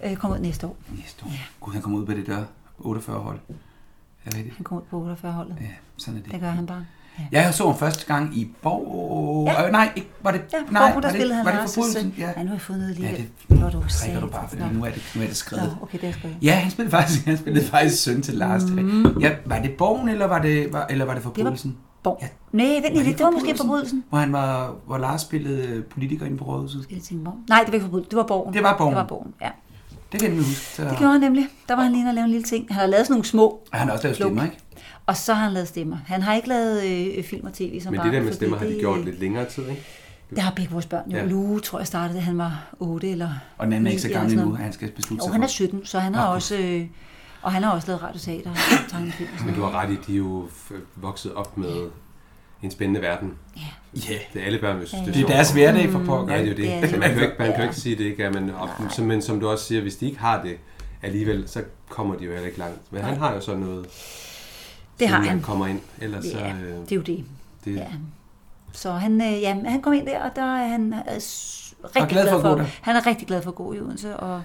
øh, kommer ud næste år. Næste år. Gud, han kommer ud på det der 48 hold. Er det rigtigt? Han kommer ud på 48-holdet. Ja, sådan er det. Det gør han bare. Ja. Ja, jeg så ham første gang i Borg... Ja. Ja. Øh, nej, ikke, var det... Ja, nej, Borg, var der det, spillede han var det også. forbrydelsen? Ja. ja, nu har jeg fundet det lige. Ja, Ja, det det var du prikker du bare, fordi Nå. nu er det, nu er det skrevet. Nå, okay, det er skrevet. Ja, han spillede faktisk, han spillede faktisk søn til Lars. Mm. Ja, var det Borgen, eller var det, var, eller var det forbrydelsen? Borg. Ja. Nej, vent lige Var lidt. Det var måske forbrydelsen. Hvor, han var, hvor Lars spillede øh, politiker inde på rådhuset. Jeg tænkte, Borg. Nej, det var ikke forbrydelsen. Det var Borgen. Det var Borgen. Det var Borgen, ja. Det kan jeg nemlig huske. Så... Det gjorde han nemlig. Der var han lige inde og lavede en lille ting. Han har lavet sådan nogle små Og han har også lavet Pluk. stemmer, ikke? Og så har han lavet stemmer. Han har ikke lavet øh, film og tv som Men barn. det der med fordi stemmer har de det- gjort lidt længere tid, ikke? Det har begge vores børn jo. Ja. Ja. Lue, tror jeg, startede, da han var 8 eller... Og den anden er ikke så 9 gammel eller sådan endnu, noget. at han skal beslutte sig Og han er for. 17, så han har også... Øh, og han har også lavet radioteater og tegnefilm og sådan Men noget. du har ret i, de er jo f- vokset op med en spændende verden. Ja, Det er alle børn, jeg synes, det er det er sjovt. deres hverdag for pokker. Ja, det er jo Det er det. det. Så man kan jo ikke, man kan jo ikke sige, det ikke er, men, og, så, men som du også siger, hvis de ikke har det alligevel, så kommer de jo heller ikke langt. Men han har jo så noget, Det har inden han. kommer ind. Ellers så... Ja, Øh, det er jo det. det, Ja. Så han, øh, ja, han kom ind der, og der er han øh, s- rigtig glad for at gå der. Han er rigtig glad for at gå i Odense, og,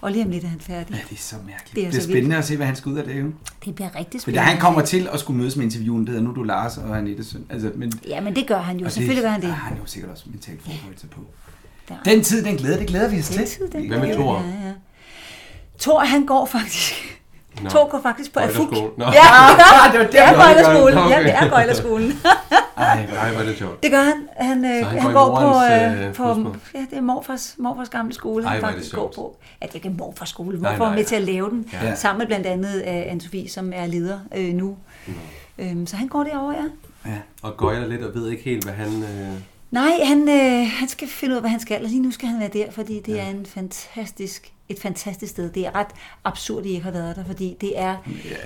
og lige om lidt er han færdig. det er så mærkeligt. Det Det er er, så det er spændende at se, hvad han skal ud af det, jo. Det bliver rigtig Men da spændende. han kommer til at skulle mødes med interviewen, det er nu er du Lars og Anette søn. Altså, men, Ja, men det gør han jo. og Selvfølgelig gør han det. Ah, han er jo sikkert også mentalt forberedt sig på. Ja. Den tid, den glæder, det glæder vi os til. tid, den Hvad med Thor? Ja, ja. Thor, han går faktisk... Nå. No. Thor går faktisk på AFUG. Gøjlerskolen. Nå. Ja, det var var der, det er vi var i gang. Gøjlerskolen. Nå, Ja, Ah, okay. Ej, det er Gøjlerskolen. hvor- Nej, var det sjovt. Det gør han. Han, øh, Så han han, går i går, på, morens, øh, øh, på fodspor. ja, det er morfars, morfars gamle skole, Ej, han hvor er det faktisk sjovt. går på. At jeg kan morfars skole. Morfar nej. var med til at lave den, Ja. ja. sammen med blandt andet øh, Anne-Sophie, som er leder øh, nu. Øhm, så han går derover, ja. ja. Og gøjler lidt og ved ikke helt, hvad han... Øh, Nej, han, øh, han skal finde ud af, hvad han skal, og lige nu skal han være der, fordi det ja. er en fantastisk, et fantastisk sted. Det er ret absurd, at I ikke har været der, fordi det er ja,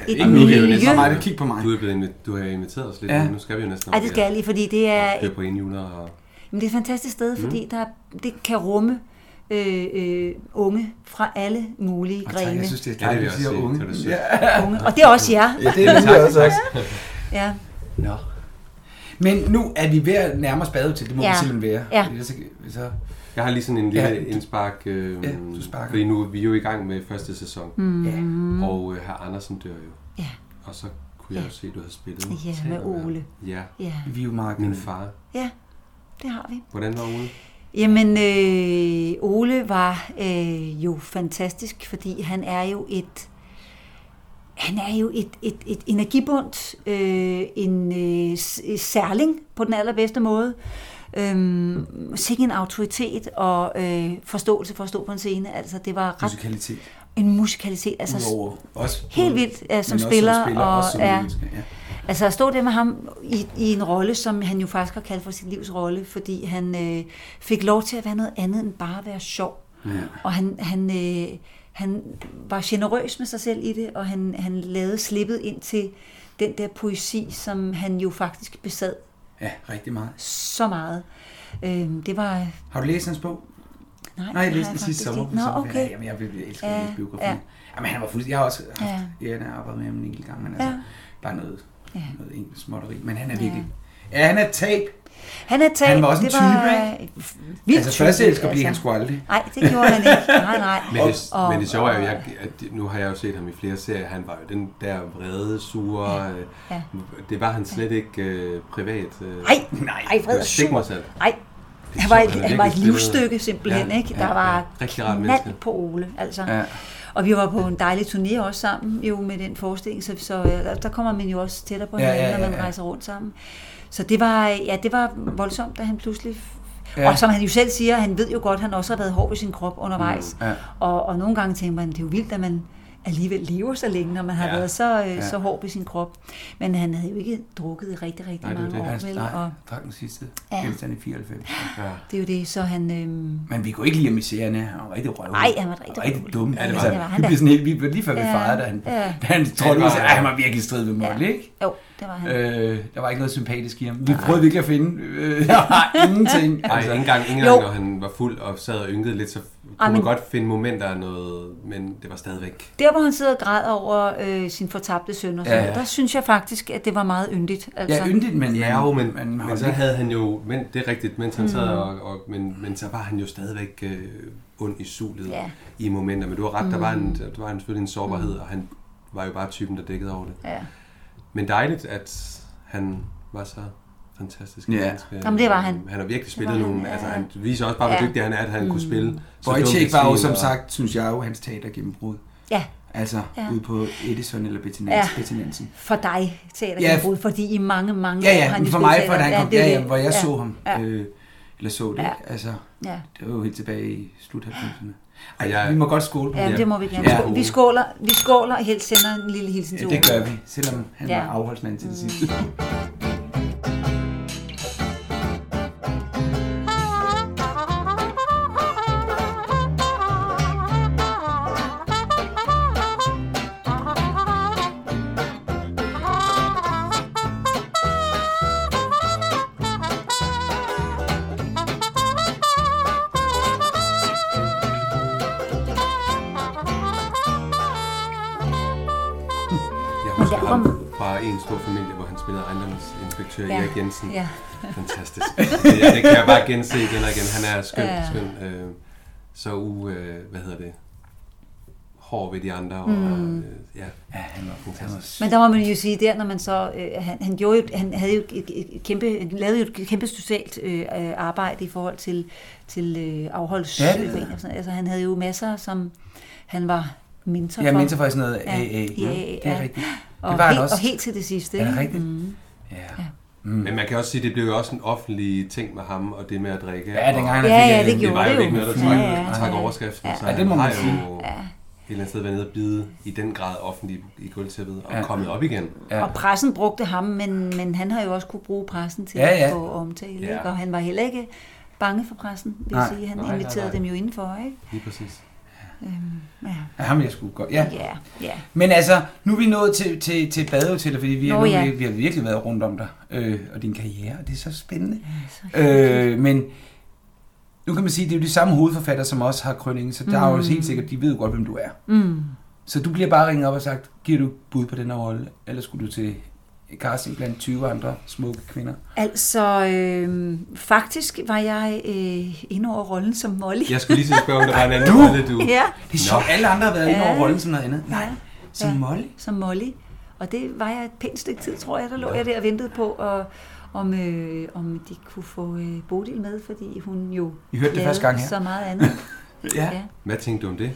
et Ej, nu er vi jo miljø. næsten- Mig, du kig på mig. Du, er blevet invit- du har inviteret os lidt, Ja. ja. nu skal vi jo næsten... Ej, det skal jeg lige, fordi det er, Det er på enhjuler og... men det er et fantastisk sted, fordi der, er- det kan rumme øh, øh, unge fra alle mulige Og tak, grene. jeg synes, det er Ja, det vil dejligt, jeg også at sige sige. unge. Det var da sødt. Ja, unge. Og det er også jer. det er det, jeg også. Ja. Nå. Men nu er vi ved at nærme os badet til, det må ja. Ja. vi simpelthen være. Ja. Fordi ellers Så, så, Jeg har lige sådan en lille Ja, du- ja, indspark, øh, Ja, du sparker. fordi nu er vi jo i gang med første sæson, ja. mm. og øh, herr Andersen dør jo. Ja. Og så kunne jeg jo se, at du havde spillet. Ja, teater med Ole. ham. Ja, ja, Vi er jo meget min far. ja, det har vi. Hvordan var Ole? Jamen, øh, Ole var øh, jo fantastisk, fordi han er jo et han er jo et, et, et energibundt, øh, en øh, s- særling på den allerbedste måde. Øhm, sikke en autoritet og øh, forståelse for at stå på en scene. Altså, det var ret musikalitet. en musikalitet. Altså, Udover os. helt vildt, ja, Men som også spiller og- også som ja. menneske, ja. Altså at stå der med ham i, i en rolle, som han jo faktisk har kaldt for sit livs rolle, fordi han øh, fik lov til at være noget andet end bare at være sjov. Ja. Og han, han, øh, han var generøs med sig selv i det, og han, han lavede slippet ind til den der poesi, som han jo faktisk besad ja, rigtig meget. så meget. Øh, det var... Nej, Har du læst hans bog? det Nej, jeg har læste den sidste faktisk sommer. ikke. på Nå, sommerferie. okay. Jamen, jeg, jeg elsker Ja, ja, biografi. Ja. ja. Jamen, han var fuldstændig... Jeg har også haft Ja. ja. æren af at arbejde med ham en enkelt gang, men altså, ja. Ja. bare noget, ja. Ja. noget engelsk småtteri. Men han er virkelig... Ja, han er et tab. Han er talt, Han var også en det var type, vildt Altså, første type, elsker bliver han sgu aldrig. Nej, det gjorde han ikke. Nej, nej. Men det, Og- men det sjove er jo, jeg, at nu har jeg jo set ham i flere serier, han var jo den der vrede, sure... Ja. ja. Det var han slet ikke øh, privat. Øh, Nej, nej, nej, det Fred var er stik sur. mig selv. Nej, han var, et, sjovt, han han virkelig var et spillede- livsstykke simpelthen, Ja, ikke? ja, Der var ja. Rigtig rart knald menneske. på Ole, altså. Ja. Og vi var på en dejlig turné også sammen, jo med den forestilling, så, så øh, der- der kommer man jo også tættere på Ja, ja, hinanden, når ja, man ja. rejser rundt sammen. Så det var, ja, det var voldsomt, da han pludselig... Ja. Ja. Og som han jo selv siger, han ved jo godt, han også har været hård ved sin krop undervejs. Mm, ja. Og, og nogle gange tænker man, det er jo vildt, at man alligevel lever så længe, når man har Ja. ja. været så, øh, ja. så hård ved sin krop. Men han havde jo ikke drukket i rigtig, rigtig Nej, det er mange det. år. Altså, vel? nej, Og, jeg drak den sidste. Ja. Genstand i 94. Det er jo det, så han... Øhm, Men vi kunne ikke lide at misse han er- han var rigtig røv. Ej, han var rigtig rigtig røvhul. dum. Ja, det var altså, han. vi blev sådan helt, vi blev lige før vi Ja, fejrede, da han, ja. da han trådte Det ud, var så han. "Ej, han var virkelig strid ved mål, ikke? jo, det var han. Øh, der var ikke noget sympatisk i ham. Vi prøvede virkelig at finde. Øh, der var ingenting. Nej, Altså, ikke engang, ikke Jo. engang når han var fuld og sad og ynkede lidt, så kunne Ej, man men- godt finde momenter af noget, men det var stadigvæk... Der, hvor han sidder og græder over øh, sin fortabte søn, og Ja, sådan, ja, ja. ja. der synes jeg faktisk, at det var meget yndigt. Altså. ja, yndigt, men Ja, jo, men, man, men, man, men så havde han jo, men det er rigtigt, mens han Mm. sad og, og men, men så var han jo stadigvæk øh, ond i sulet Ja. Mm. i momenter, men du har ret, der var, en, der var en, selvfølgelig en sårbarhed, og han var jo bare typen, der dækkede over det. Ja. Men dejligt, at han var så fantastisk. Ja. menneske. Jamen, det var han. Han har virkelig spillet Det var nogle, han, altså ja. han viser også bare, hvor Ja. dygtig han er, at han Mm. kunne spille. så dumt Wojciech et var jo svin, som og- sagt, synes jeg jo, hans teatergennembrud. ja, Altså, ja. Ja. ude på Edison eller Betty Ja. Nansen. Betty Nansen. for dig, Ja. teatergenbrud, ja. fordi i mange, mange Ja, år ja, har men han for mig, for da da han kom, ja, ja, hvor jeg ja. så ham, Ja. øh, eller så det, ja. Ja. altså, Ja. det var jo helt tilbage i slut 90'erne. Ej, Og jeg- vi må godt skåle på Ja, ham. det må vi gerne. Ja. Ja. Vi skåler, vi skåler og helst sender en lille hilsen Ja, til det Ole. gør vi, selvom han Ja. Mm. var afholdsmand til det sidste. Jeg husker der ham kom- fra en stor familie, hvor han spillede ejendomsinspektør ja. Ja. Erik Jensen. Ja. Fantastisk. det, det kan jeg bare gense igen og igen. Han er skøn, ja. Ja. skøn. Øh, så u... Øh, hvad hedder det? Hård ved de andre. Og, mm. øh, ja. Ja, han var fantastisk. Men der må man jo sige, der når man så, øh, han, han, gjorde jo, han havde jo et, et, et kæmpe, han lavede jo et kæmpe socialt øh, øh, arbejde i forhold til, til øh, Ja, det er afholdsforeninger. det. Ja, altså han havde jo masser, som han var mentor Ja, for. mindre faktisk noget AA. Ja, Ja, det er ja. rigtigt. og, Det var han helt, også. og helt til det sidste. Er det ikke? rigtigt? Ja. Mm. Men man kan også sige, at det blev jo også en offentlig ting med ham, og det med at drikke. Ja, dengang og, han Ja, fik ja, øh, det en- det gjorde var jo det ikke jo. noget, der trak, Ja, ja, trak ja. overskriften. Ja. Så Ja, det må han man har sige. jo et eller andet sted været nede og bide i den grad offentligt i gulvtæppet, og Ja. kommet op igen. Ja. Og pressen brugte ham, men, men han har jo også kunne bruge pressen til Ja, ja. at få omtale. Ja. Ja. Og han var heller ikke bange for pressen, vil Nej. jeg sige. Han Nej, nej, inviterede nej. dem jo indenfor, ikke? Øhm, Lige præcis. Ja, Ja, ham jeg skulle godt. Ja. ja. ja. Men altså, nu er vi nået til, til, til badehotellet, fordi vi, Nå, Nå, nu, ja. ja. vi, vi har virkelig været rundt om dig øh, og din karriere, og det er så spændende. øh, men nu kan man sige, at det er jo de samme hovedforfatter, som også har krønningen, så der er jo helt sikkert, de ved jo godt, hvem du er. Mm. Så du bliver bare ringet op og sagt, giver du et bud på den her rolle, eller skulle du til et casting blandt 20 andre smukke kvinder? Altså, øh, faktisk var jeg øh, inde over rollen som Molly. Jeg skulle lige til at spørge, om der var en anden Du? rolle, du... ja, Det er sjovt, alle andre har været inde over rollen som noget andet. Nej, Ja. som Ja. Molly. som Molly. Og det var jeg et pænt stykke tid, tror jeg. Der lå jeg der og ventede på, og, om, øh, om de kunne få øh, Bodil med, fordi hun jo I hørte det lavede første gang her. så meget andet. Ja. ja. Hvad tænkte du om det?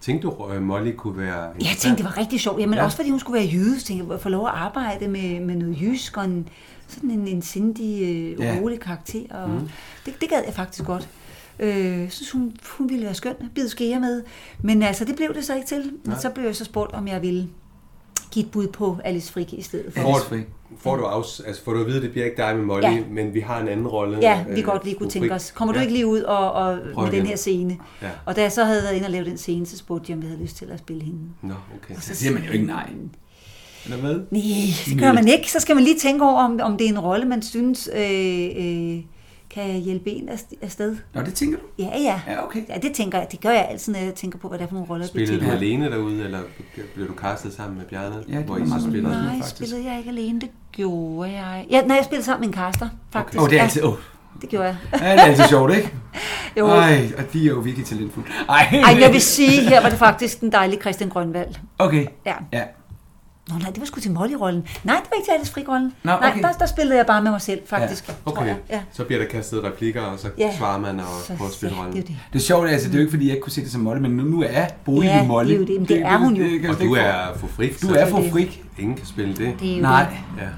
Tænkte du, at Molly kunne være... Jeg tænkte, det var rigtig sjovt. Jamen ja. også fordi hun skulle være jøde, så tænkte jeg, få lov at arbejde med, med noget jysk og en, sådan en, en sindig, øh, Ja. rolig karakter. Og mm. det, det gad jeg faktisk godt. Øh, jeg synes, hun, hun ville være skøn at bide skære med. Men altså, det blev det så ikke til. Men så blev jeg så spurgt, om jeg ville give et bud på Alice Fricke i stedet for. Ja. Får, får, du afs, altså, får du at vide, at det bliver ikke dig med Molly, ja. Ja. men vi har en anden rolle. Ja, vi øh, godt lige kunne fru tænke Frick. os. Kommer du ja. ikke lige ud og, og med igen. den her scene? Ja. Og da jeg så havde været inde og lave den scene, så spurgte jeg, om jeg havde lyst til at spille hende. Nå, okay. Så siger man jo ikke nej. Eller hvad? Nej, det gør man ikke. Så skal man lige tænke over, om, om det er en rolle, man synes øh, øh, kan jeg hjælpe en af- afsted. Nå, det tænker du? Ja, ja. Ja, okay. Ja, det tænker jeg. Det gør jeg altid, når jeg tænker på, hvad det er for nogle roller, jeg bliver Spillede du tilbudt. alene derude, eller blev du castet sammen med Bjarne, det hvor var I meget så spiller? spændende. Nej, faktisk. spillede jeg ikke alene. Det gjorde jeg. Ja, nej, jeg spillede sammen med en caster, faktisk. Åh, oh, det er Ja, altid, oh. det gjorde jeg. ja, det er altid sjovt, ikke? Jo. Ej, og de er jo virkelig talentfulde. Ej, Ej, men jeg vil sige, her var det faktisk den dejlige Christian Grønvald. Okay. Ja. Ja. Nå nej, det var sgu til Molly-rollen. Nej, det var ikke til Alice Frik-rollen. Nå, Nej, okay. der, der spillede jeg bare med mig selv, faktisk. Ja. Tror Okay, jeg. Ja. så bliver der kastet replikker, og så Ja. svarer man og prøver at spille ja, rollen. det er jo det. Det er sjovt, altså, det er jo ikke, fordi jeg ikke kunne se det som Molly, men nu, nu er Bolig Ja, ja, Molly. det er jo det. Men det er hun jo. Og kan jeg slet du ikke er for frik, få- Du så er for Det er frik. ingen kan spille det. Det er jo Nej. det. Ja.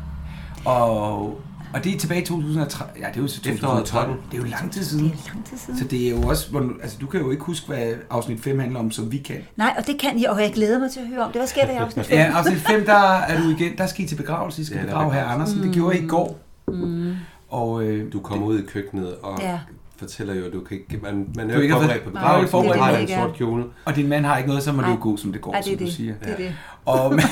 Og, og det er tilbage i 2013. Ja, det er jo så Efteråret 2012. Det er jo lang tid Det siden. er lang tid siden. Så det er jo også, hvor- altså du kan jo ikke huske, hvad afsnit 5 handler om, som vi kan. Nej, og det kan jeg, og jeg glæder mig til at høre om det. Hvad sker der i afsnit 5? Ja, afsnit 5, der er du igen, der skal I til begravelse, I skal Ja, ja, der er begrave herr begravelse. Andersen. Det gjorde I i går. Mm. Og øh, Du kommer ud i køkkenet og Ja. fortæller jo, at du kan ikke... Man, man er Du jo ikke ikke har forberedt fået- på Nej, begravelsen, det er det, du har man en ikke er. sort kjole. Og din mand har ikke noget, så må du Ej. jo god, som det går, Ej, det er som du det. siger. Det er det. Og det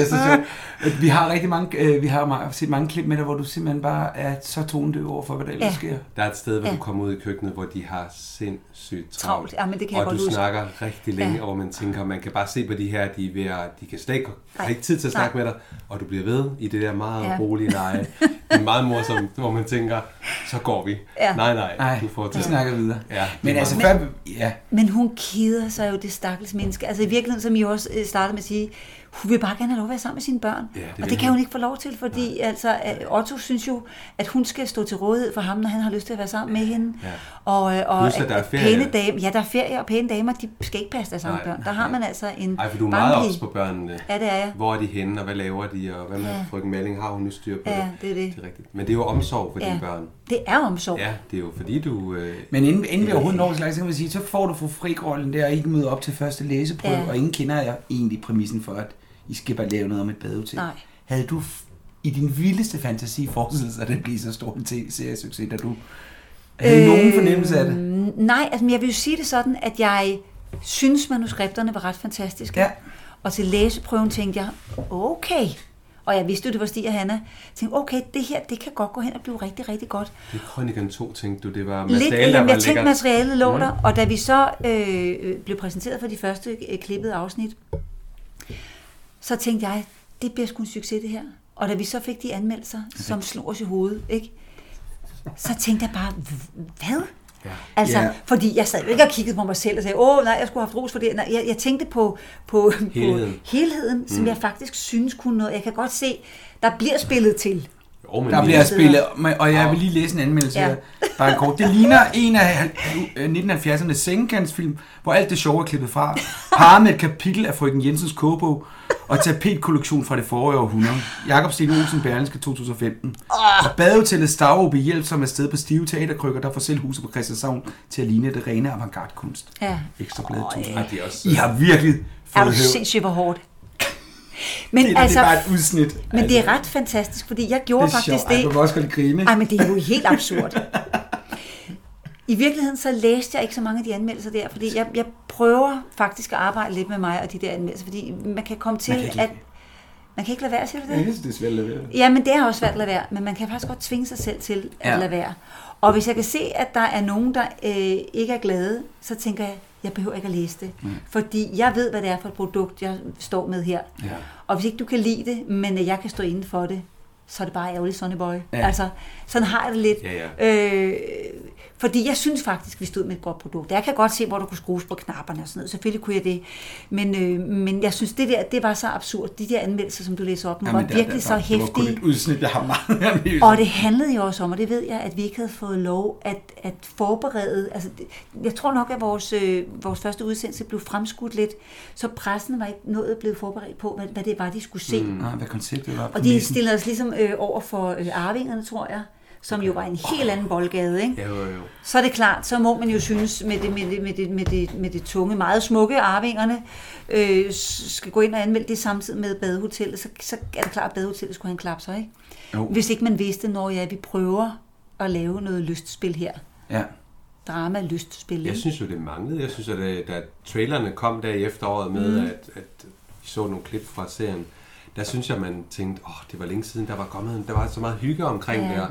er så sjovt. Vi har rigtig mange, øh, vi har ma- set mange klip med dig, hvor du simpelthen bare er så tonedøv over for, hvad der ellers Ja. sker. Der er et sted, hvor Ja. du kommer ud i køkkenet, hvor de har sindssygt Travlt. travlt. Ja, men det kan jeg og godt du huske. snakker rigtig længe, ja. og hvor man tænker, man kan bare se på de her, de, er ved at, de kan slet ikke, har Nej. ikke tid til at Nej. snakke med dig, og du bliver ved i det der meget Ja. ja. rolige leje. Det er meget morsomt, hvor man tænker, så går vi. Ja. Nej, nej, Nej, du får vi til. snakker videre. Ja, Men det er altså, meget- før, ja, Men hun keder sig jo, det stakkels menneske. Altså i virkeligheden, som I også øh, startede med at sige, hun vil bare gerne have lov at være sammen med sine børn. Ja, det og vil det kan hun. hun ikke få lov til, fordi altså, øh, Otto synes jo, at hun skal stå til rådighed for ham, når han har lyst til at være sammen med hende. Ja. Og, øh, og Plus, at der er ferie. pæne damer, ja, der er ferie, og pæne damer, de skal ikke passe deres egne Nej. børn. Der har man altså en Ej, for du er meget barnpige. ops på børnene. Ja, det er jeg. Hvor er de henne, og hvad laver de, og hvad med Ja. ja. frøken Malling, har hun nu styr på Ja, det? det er det. det er rigtigt. Men det er jo omsorg for ja. Ja, dine børn. det er omsorg. Ja, det er jo fordi, du... Øh, Men inden, inden vi overhovedet når slags, så kan man sige, så får du fru frikrollen der, og I kan møde op til første læseprøve, Ja. ja. og ingen kender jer egentlig præmissen for, at I skal bare lave noget om et badehotel. Nej. Havde du f- i din vildeste fantasi forestillet sig, at det bliver så stor en te- seriesucces, da du havde øh... nogen fornemmelse af det? Mm, Øhm, Nej, altså, men jeg vil jo sige det sådan, at jeg synes, manuskripterne var ret fantastiske. Ja. Og til læseprøven tænkte jeg, okay. Og jeg vidste jo, det var Stig og Hanna. Jeg tænkte, okay, det her, det kan godt gå hen og blive rigtig, rigtig godt. det er Krønikeren 2, tænkte du, det var Lidt, materiale, der jamen, var jeg tænkte, lækkert. materialet Mm. lå der. Og da vi så øh, øh, blev præsenteret for de første øh, klippede afsnit, så tænkte jeg, det bliver sgu en succes, det her. Og da vi så fik de anmeldelser, som slog os i hovedet, ikke? så tænkte jeg bare, "Hv- hvad? Ja. Altså, Ja. yeah. fordi jeg sad jo ikke og kiggede på mig selv og sagde, åh nej, jeg skulle have haft ros for det. Nej, jeg, jeg tænkte på, på, Helheden. på helheden, mm. som jeg faktisk synes kunne noget. Jeg kan godt se, der bliver spillet til. Jo, men Der vi- bliver spillet, med- og jeg vil lige læse en anmeldelse ja. Ja. her. Bare en kort. Det ligner en af øh, 1970'ernes sengekantsfilm, hvor alt det sjove er klippet fra, parret med et kapitel af frøken Jensens kogebog og tapetkollektion fra det forrige århundrede. Jakob Sten Olsen, Berlingske 2015. Og badehotellet Stavrup i hjælp, som er sted på stive teaterkrykker, der får selv huset på Christianshavn til at ligne det rene avantgarde-kunst. Ja. Ekstrabladet 2000. Ej, det er også... I har virkelig Er fået du høv. sindssygt, hvor hårdt? Men Det, altså, det er bare et udsnit. men det er ret fantastisk, fordi jeg gjorde Altså- det er faktisk sjovt. Ej, det. man må også godt grine. Ej, men det er jo helt absurd. I virkeligheden så læste jeg ikke så mange af de anmeldelser der, fordi jeg, jeg prøver faktisk at arbejde lidt med mig og de der anmeldelser, fordi man kan komme til, Man kan ikke at... lade Man kan ikke lade være, siger du det? Jeg synes, det er svært at lade være. Ja, men det er også svært at lade være, men man kan faktisk godt tvinge sig selv til at ja. Ja. lade være. Og hvis jeg kan se, at der er nogen, der øh, ikke er glade, så tænker jeg, jeg behøver ikke at læse det. Mm. Fordi jeg ved, hvad det er for et produkt, jeg står med her. Ja. Og hvis ikke du kan lide det, men jeg kan stå inden for det, så er det bare ærgerligt, Sonny Boy. Ja. Altså, sådan har jeg det lidt. Ja, Øh, fordi jeg synes faktisk, vi stod med et godt produkt. Jeg kan godt se, hvor der kunne skrues på knapperne og sådan noget. Selvfølgelig kunne jeg det. Men, øh, men jeg synes, det der, det var så absurd. De der anmeldelser, som du læser op nu, var Jamen, der- virkelig der- så Det var kun hæftige. et udsnit, jeg har meget nervøs. Og det handlede jo også om, og det ved jeg, at vi ikke havde fået lov at, at forberede. Altså, det- jeg tror nok, at vores, øh, vores første udsendelse blev fremskudt lidt, så pressen var ikke noget blevet forberedt på, hvad, hvad det var, de skulle se. Mm. Nej, Ah, hvad konceptet var. Og de stillede os ligesom øh, over for øh, arvingerne, tror jeg, som jo var en helt anden boldgade. Ikke? Ja, jo, jo. Så er det klart, så må man jo synes med det, med det, med det, med det, med det tunge, meget smukke arvingerne, øh, s- skal gå ind og anmelde det samtidig med badehotellet, så, så er det klart, at badehotellet skulle have en klap så, ikke? Jo. Hvis ikke man vidste, når ja, vi prøver at lave noget lystspil her. Ja. Drama, lystspil. Jeg ikke? synes jo, det manglede. Jeg synes, at øh, da trailerne kom der i efteråret med, mm. at, at vi så nogle klip fra serien, der synes jeg, man tænkte, åh, oh, det var længe siden, der var kommet, en- der var så meget hygge omkring ja. det. Og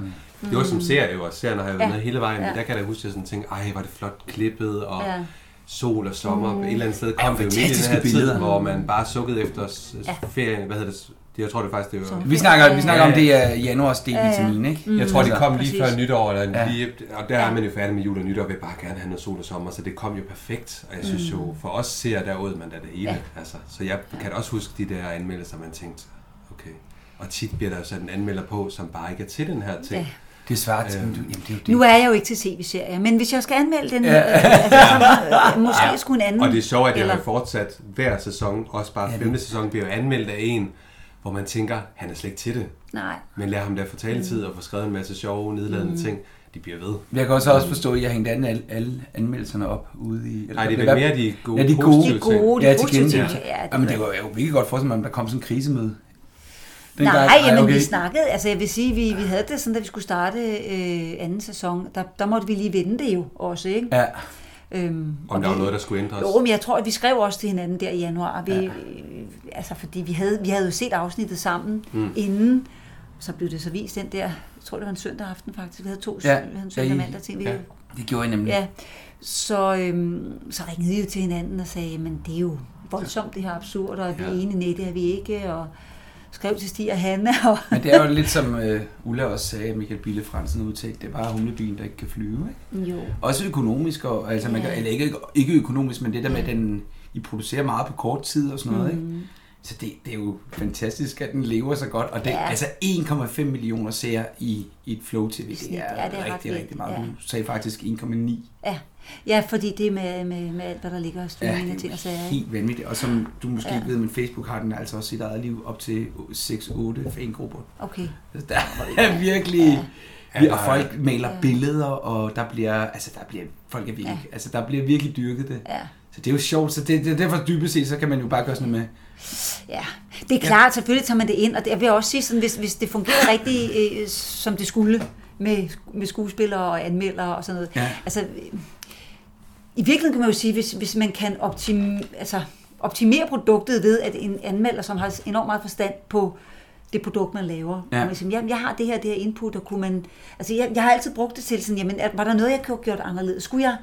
det var som serie jo, og serien har jeg været Mm. Ja. med hele vejen, ja. Ja. men der kan jeg da huske, at jeg sådan tænkte, ej, var det flot klippet, og Ja. ja. sol og sommer, mm. et eller andet sted kom det jo Ja, midt i den fantastiske her billeder. tid, hvor man bare sukkede efter s- ferien, hvad hedder det, s- det- jeg tror det faktisk, det var... Vi snakker, vi snakker om det er januars D-vitamin, ikke? Jeg tror, det kom lige Præcis. før nytår, eller ja. lige, og der er man jo færdig med jul og nytår, og vil bare gerne have noget sol og sommer, så det kom jo perfekt. Og jeg synes jo, for os ser derud, man der det hele. Ja. Altså, så jeg kan da også huske de der anmeldelser, man tænkte, okay. Og tit bliver der jo sat en anmelder på, som bare ikke er til den her ting. Ja. Det svarer til, jamen, du- jamen, det er jo det. Nu er jeg jo ikke til tv-serier, men hvis jeg skal anmelde den, ja. øh, altså, så, øh, måske ja. skulle en anden... Og det er sjovt, at jeg eller- har fortsat hver sæson, også bare femte sæson, bliver jo anmeldt af en, hvor man tænker, han er slet ikke til det. Nej. Men lad ham da få taletid og få skrevet en masse sjove, nedladende mm. ting. De bliver ved. Men Jeg kan også også forstå, at jeg hængte alle, alle anmeldelserne op ude i... Eller, Nej, det er hvad- vel mere de gode, Ja, de gode. positive De gode, de ja, til positive gengæld. ting. Ja, Ja, Ah, men det var jo virkelig godt for mig, at der kom sådan en krisemøde. Den Nej, gang- nej jamen, okay. vi snakkede, altså jeg vil sige, vi, vi havde det sådan, da vi skulle starte øh, anden sæson, der, der måtte vi lige vende det jo også, ikke? Ja, Øhm, Om der var noget, der skulle ændres. Jo, men jeg tror, at vi skrev også til hinanden der i januar. Vi, ja. altså, fordi vi havde, vi havde jo set afsnittet sammen mm. inden. Så blev det så vist den der, jeg tror det var en søndag aften faktisk. Vi havde to Ja, ja. vi havde en søndag ja, og I- mandag ting. Vi, ja. ja. det gjorde jeg nemlig. ja. Så, øhm, så ringede vi jo til hinanden og sagde, men det er jo voldsomt, det her absurd, og er vi Ja. enige nej, det er vi ikke, og skrev til Stig og Hanna. Og, Men det er jo lidt som øh, Ulla også sagde, Michael Bille Fransen udtalte, det er bare humlebyen, der ikke kan flyve. Ikke? jo. Også økonomisk, og, altså man kan, Ja. eller ikke, ikke økonomisk, men det der med, at den, I producerer meget på kort tid og sådan noget. Mm. Ikke? Så det, det er jo fantastisk, at den lever så godt. Og det, ja. Ja. altså 1,5 millioner ser i, i et flow tv. snit. Det er, Ja, det er ret rigtig, vildt, rigtig meget. ja. Du sagde faktisk 1,9 Ja. ja, fordi det med, med, med alt, hvad der ligger af streaming og ting og sager. ikke? helt vanvittigt. Og som du måske ja. ved, men Facebook har den altså også sit eget liv op til 6-8 fangrupper. Okay. Altså, Der er virkelig... Ja. Ja. Og folk maler ja. billeder, og der bliver, altså der bliver, folk er virkelig, ja. altså der bliver virkelig dyrket det. Ja. Så det er jo sjovt, så det, det er derfor dybest set, så kan man jo bare gøre sådan noget med, Ja, det er klart, selvfølgelig tager man det ind, og det, jeg vil også sige, sådan, hvis, hvis det fungerer rigtig, øh, som det skulle, med, med skuespillere og anmeldere og sådan noget. Ja. Altså, øh, I virkeligheden kan man jo sige, hvis, hvis man kan optim, altså, optimere produktet ved, at en anmelder, som har enormt meget forstand på det produkt, man laver. Ja. Ja. Man siger, jamen, jeg har det her, det her input, og kunne man... Altså, jeg, jeg har altid brugt det til sådan, jamen, er- var der noget, jeg kunne have gjort anderledes? Skulle jeg...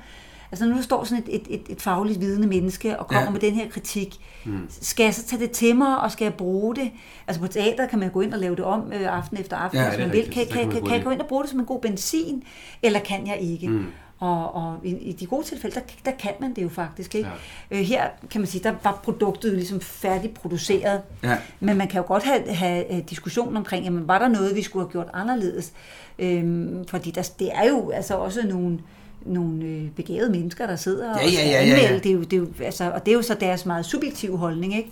Altså, når nu står sådan et, et, et, et fagligt vidende menneske og kommer Ja. ja. med den her kritik, mm. skal jeg så tage det til mig, og skal jeg bruge det? Altså på teater kan man gå ind og lave det om øh, aften efter aften, Ja, ja, hvis det er man vil. rigtigt. Kan, Så kan kan, man kan, bruge kan jeg det. gå ind og bruge det som en god benzin, eller kan jeg ikke? Mm. Og, og i, i de gode tilfælde, der, der kan man det jo faktisk. Ikke? Ja. Øh, her kan man sige, der var produktet jo ligesom færdigt produceret. Ja. Men man kan jo godt have, have øh, diskussion omkring, jamen, var der noget, vi skulle have gjort anderledes? Øhm, fordi der, det er jo altså også nogle nogle øh, begavede mennesker, der sidder og Ja, ja, skal ja, ja, ja. anmelde. Det er jo, det er jo, altså, og det er jo så deres meget subjektive holdning, ikke?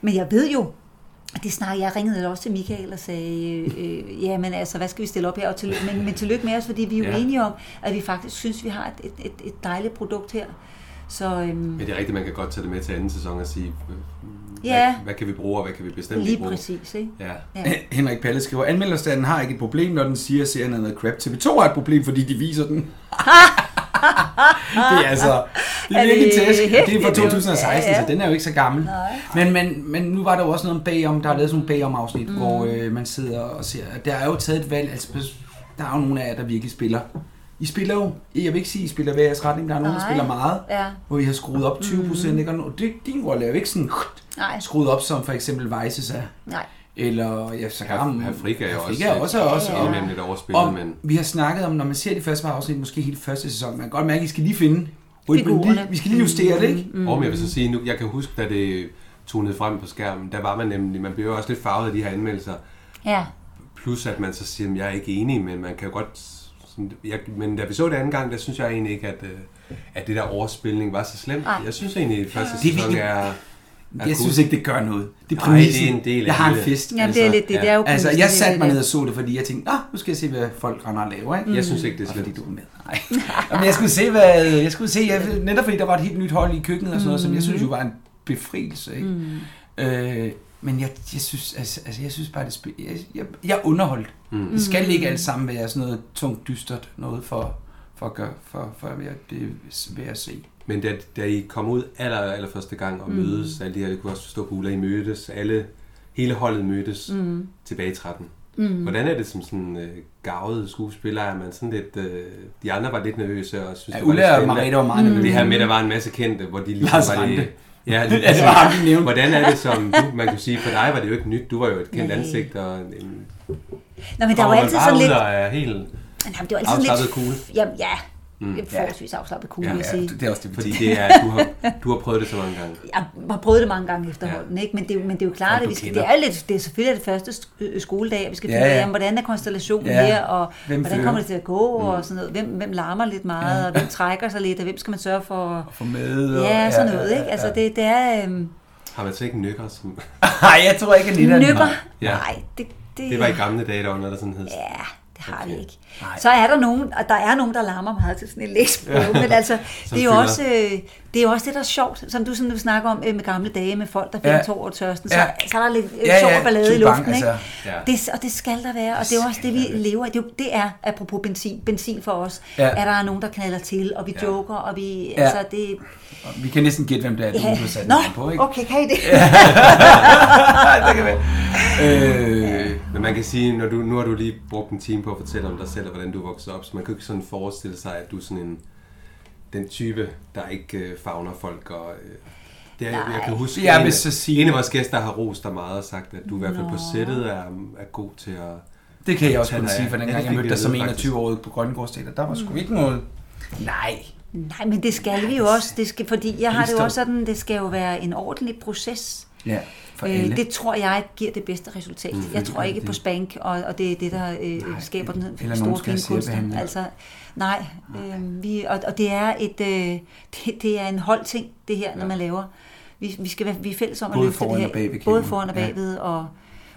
Men jeg ved jo, det snakker jeg ringede også til Michael og sagde, øh, øh, ja, men altså, hvad skal vi stille op her? Og tillykke, men, men tillykke med os, fordi vi er jo Ja. ja. enige om, at vi faktisk synes, vi har et, et, et, et dejligt produkt her. Så øhm, Men det er rigtigt, man kan godt tage det med til anden sæson og sige, øh, Ja. hvad, hvad kan vi bruge, og hvad kan vi bestemt lige ikke bruge. præcis, ikke? Ja. Henrik Palle skriver, anmelderstanden har ikke et problem, når den siger, at serien er noget crap. TV2 har et problem, fordi de viser den. det er altså, det er Er det virkelig tæsk. Og Det er fra hæftigt? 2016, Ja, ja. så den er jo ikke så gammel. Men, men, men nu var der jo også noget om bagom, der er lavet sådan nogle bagom-afsnit, mm. hvor øh, man sidder og ser. Der er jo taget et valg, altså pers- der er jo nogle af jer, der virkelig spiller. I spiller jo, jeg vil ikke sige, I spiller hver jeres retning, der er nogen, der Nej. spiller meget, Ja. hvor I har skruet op 20 procent, ikke? Og nu- det, din rolle er jo ikke sådan Nej. skruet op, som for eksempel Vices er. Nej. Eller ja, så Herr- Herr Frigga er Frigga også- er også, også Det er og, nemlig lidt overspillet, og men vi har snakket om, når man ser de første par afsnit, måske helt første sæson, man kan godt mærke, at I skal lige finde rytmen. Figurerne. Lige, vi skal lige justere det, ikke? mm. om jeg vil så sige, nu, jeg kan huske, da det tonede frem på skærmen, der var man nemlig, man blev jo også lidt farvet af de her anmeldelser, Ja. plus at man så siger, at jeg er ikke enig, men man kan jo godt, sådan, jeg, men da vi så det anden gang, der synes jeg egentlig ikke, at, øh, at det der overspilning var så slemt. Nej. Jeg synes egentlig, at første Det sæson er virkelig- er... er Jeg cool. synes ikke, det gør noget. Det er Nej, det er præmissen. en del af jeg har en det. fest. Jamen, det er lidt det. det er jo Altså, jeg kunsten, satte mig det. ned og så det, fordi jeg tænkte, Nå, nu skal jeg se, hvad folk render og laver, ikke? Jeg synes ikke, det er Og fordi slemt. du var med. Nej. Jamen, jeg skulle se, hvad... Jeg skulle se, jeg, netop fordi der var et helt nyt hold i køkkenet og sådan noget, som jeg synes jo var en befrielse, ikke? Mm. Øh, men jeg, jeg synes, altså, altså, jeg synes bare, det spil, jeg, jeg, jeg er underholdt. Mm. Det skal ikke alt sammen være sådan noget tungt, dystert noget for, for at gøre, for, for at være, det er ved at se. Men da, da I kom ud aller, aller første gang og mødes, mm. alle de her, jeg kunne også forstå på Ulla, I mødtes alle hele holdet mødtes mm. tilbage i 13. Mm. Hvordan er det som sådan øh, gavet skuespiller? Er man sådan lidt... Øh, de andre var lidt nervøse og synes, Ja, det var lidt Ulla og spændende. Mm. Marita var meget Mm. nervøse. Det her med, der var en masse kendte, hvor de lige Lars var Ranthe. lige... Ja, lige Ja, det var ham, vi nævnte. Hvordan er det som... Du, man kunne sige, for dig var det jo ikke nyt. Du var jo et kendt Nej. ansigt og... En, Nå, men der var altid sådan lidt... Der er helt... Nej, men det var altid sådan afslappet lidt... kugle. Jamen, ja. Mm. Forholdsvis afslappet kugle, Ja, ja, vil jeg sige. Det er også det, vi Fordi tænker. det er, du har, du har prøvet det så mange gange. jeg har prøvet det mange gange efterhånden, ja. ikke? Men, det, er jo- men det er jo klart, du at vi skal, det kender. er lidt, det er selvfølgelig det første sk- øh, skoledag, at vi skal Ja, finde ud af, ja. jamen, hvordan er konstellationen Ja. her, og Hvem hvordan fører? kommer det til at gå, og sådan noget. Hvem, hvem larmer lidt meget, og hvem trækker sig lidt, og hvem skal man sørge for? For med og... Ja, sådan noget, ikke? Altså, det, det er... Øhm, Har man så ikke nykker? Som, Nej, jeg tror ikke, at Nina... nypper? Ja. Nej, det, det, det var i gamle dage, der var noget, der sådan hed. Ja, det har vi ikke. Så er der nogen, og der er nogen, der larmer meget til sådan en læsprøve, ja. men altså, det er, jo fylder. også, øh, det er jo også det, der er sjovt, som du, sådan, du snakker om øh, med gamle dage med folk, der fik Ja. ja. tår og tørsten, så, Ja. ja. så er der lidt øh, Ja, ja, sjov ja, ballade i tubank, luften, ikke? altså. Ja. Ja. Det, og det skal der være, og det er jo også det, vi lever af. Det, er jo- det er, apropos benzin, benzin for os, Ja. ja. at der er nogen, der knaller til, og vi ja. joker, og vi, Ja. ja. altså det... Vi kan næsten gætte, hvem det er, du Ja. har sat Nå, den på, ikke? okay, kan I det? det kan være. Øh, Men man kan sige, når du, nu har du lige brugt en time på at fortælle om dig selv, og hvordan du voksede op, så man kan jo ikke sådan forestille sig, at du er sådan en, den type, der ikke øh, fagner folk. Og, øh, det er, jeg kan huske, Jeg en, vil af- så sige- en af vores gæster har rost dig meget og sagt, at du i hvert fald på sættet er, er god til at... det kan jeg også Han kun er- sige, for ja, det dengang jeg fik mødte vi dig at som vide, faktisk. 21-årig på Grønnegårdsdater, der var sgu Mm. ikke noget... Nej. Nej, men det skal vi jo også, det skal, fordi jeg har det jo Bistå. også sådan, det skal jo være en ordentlig proces. Ja, for Øh, alle. Det tror jeg giver det bedste resultat. Mm, jeg tror ikke på spank, og, og det er det, der øh, nej, skaber den eller nogen store skal fine have kunst. særbehandling. Altså, nej, øh, vi, og, og det er et øh, det, det er en holdting, det her, når man laver. Vi, vi skal være vi er fælles om at Både løfte foran det her. og bagved både kameraet, foran og ja. bagved, og,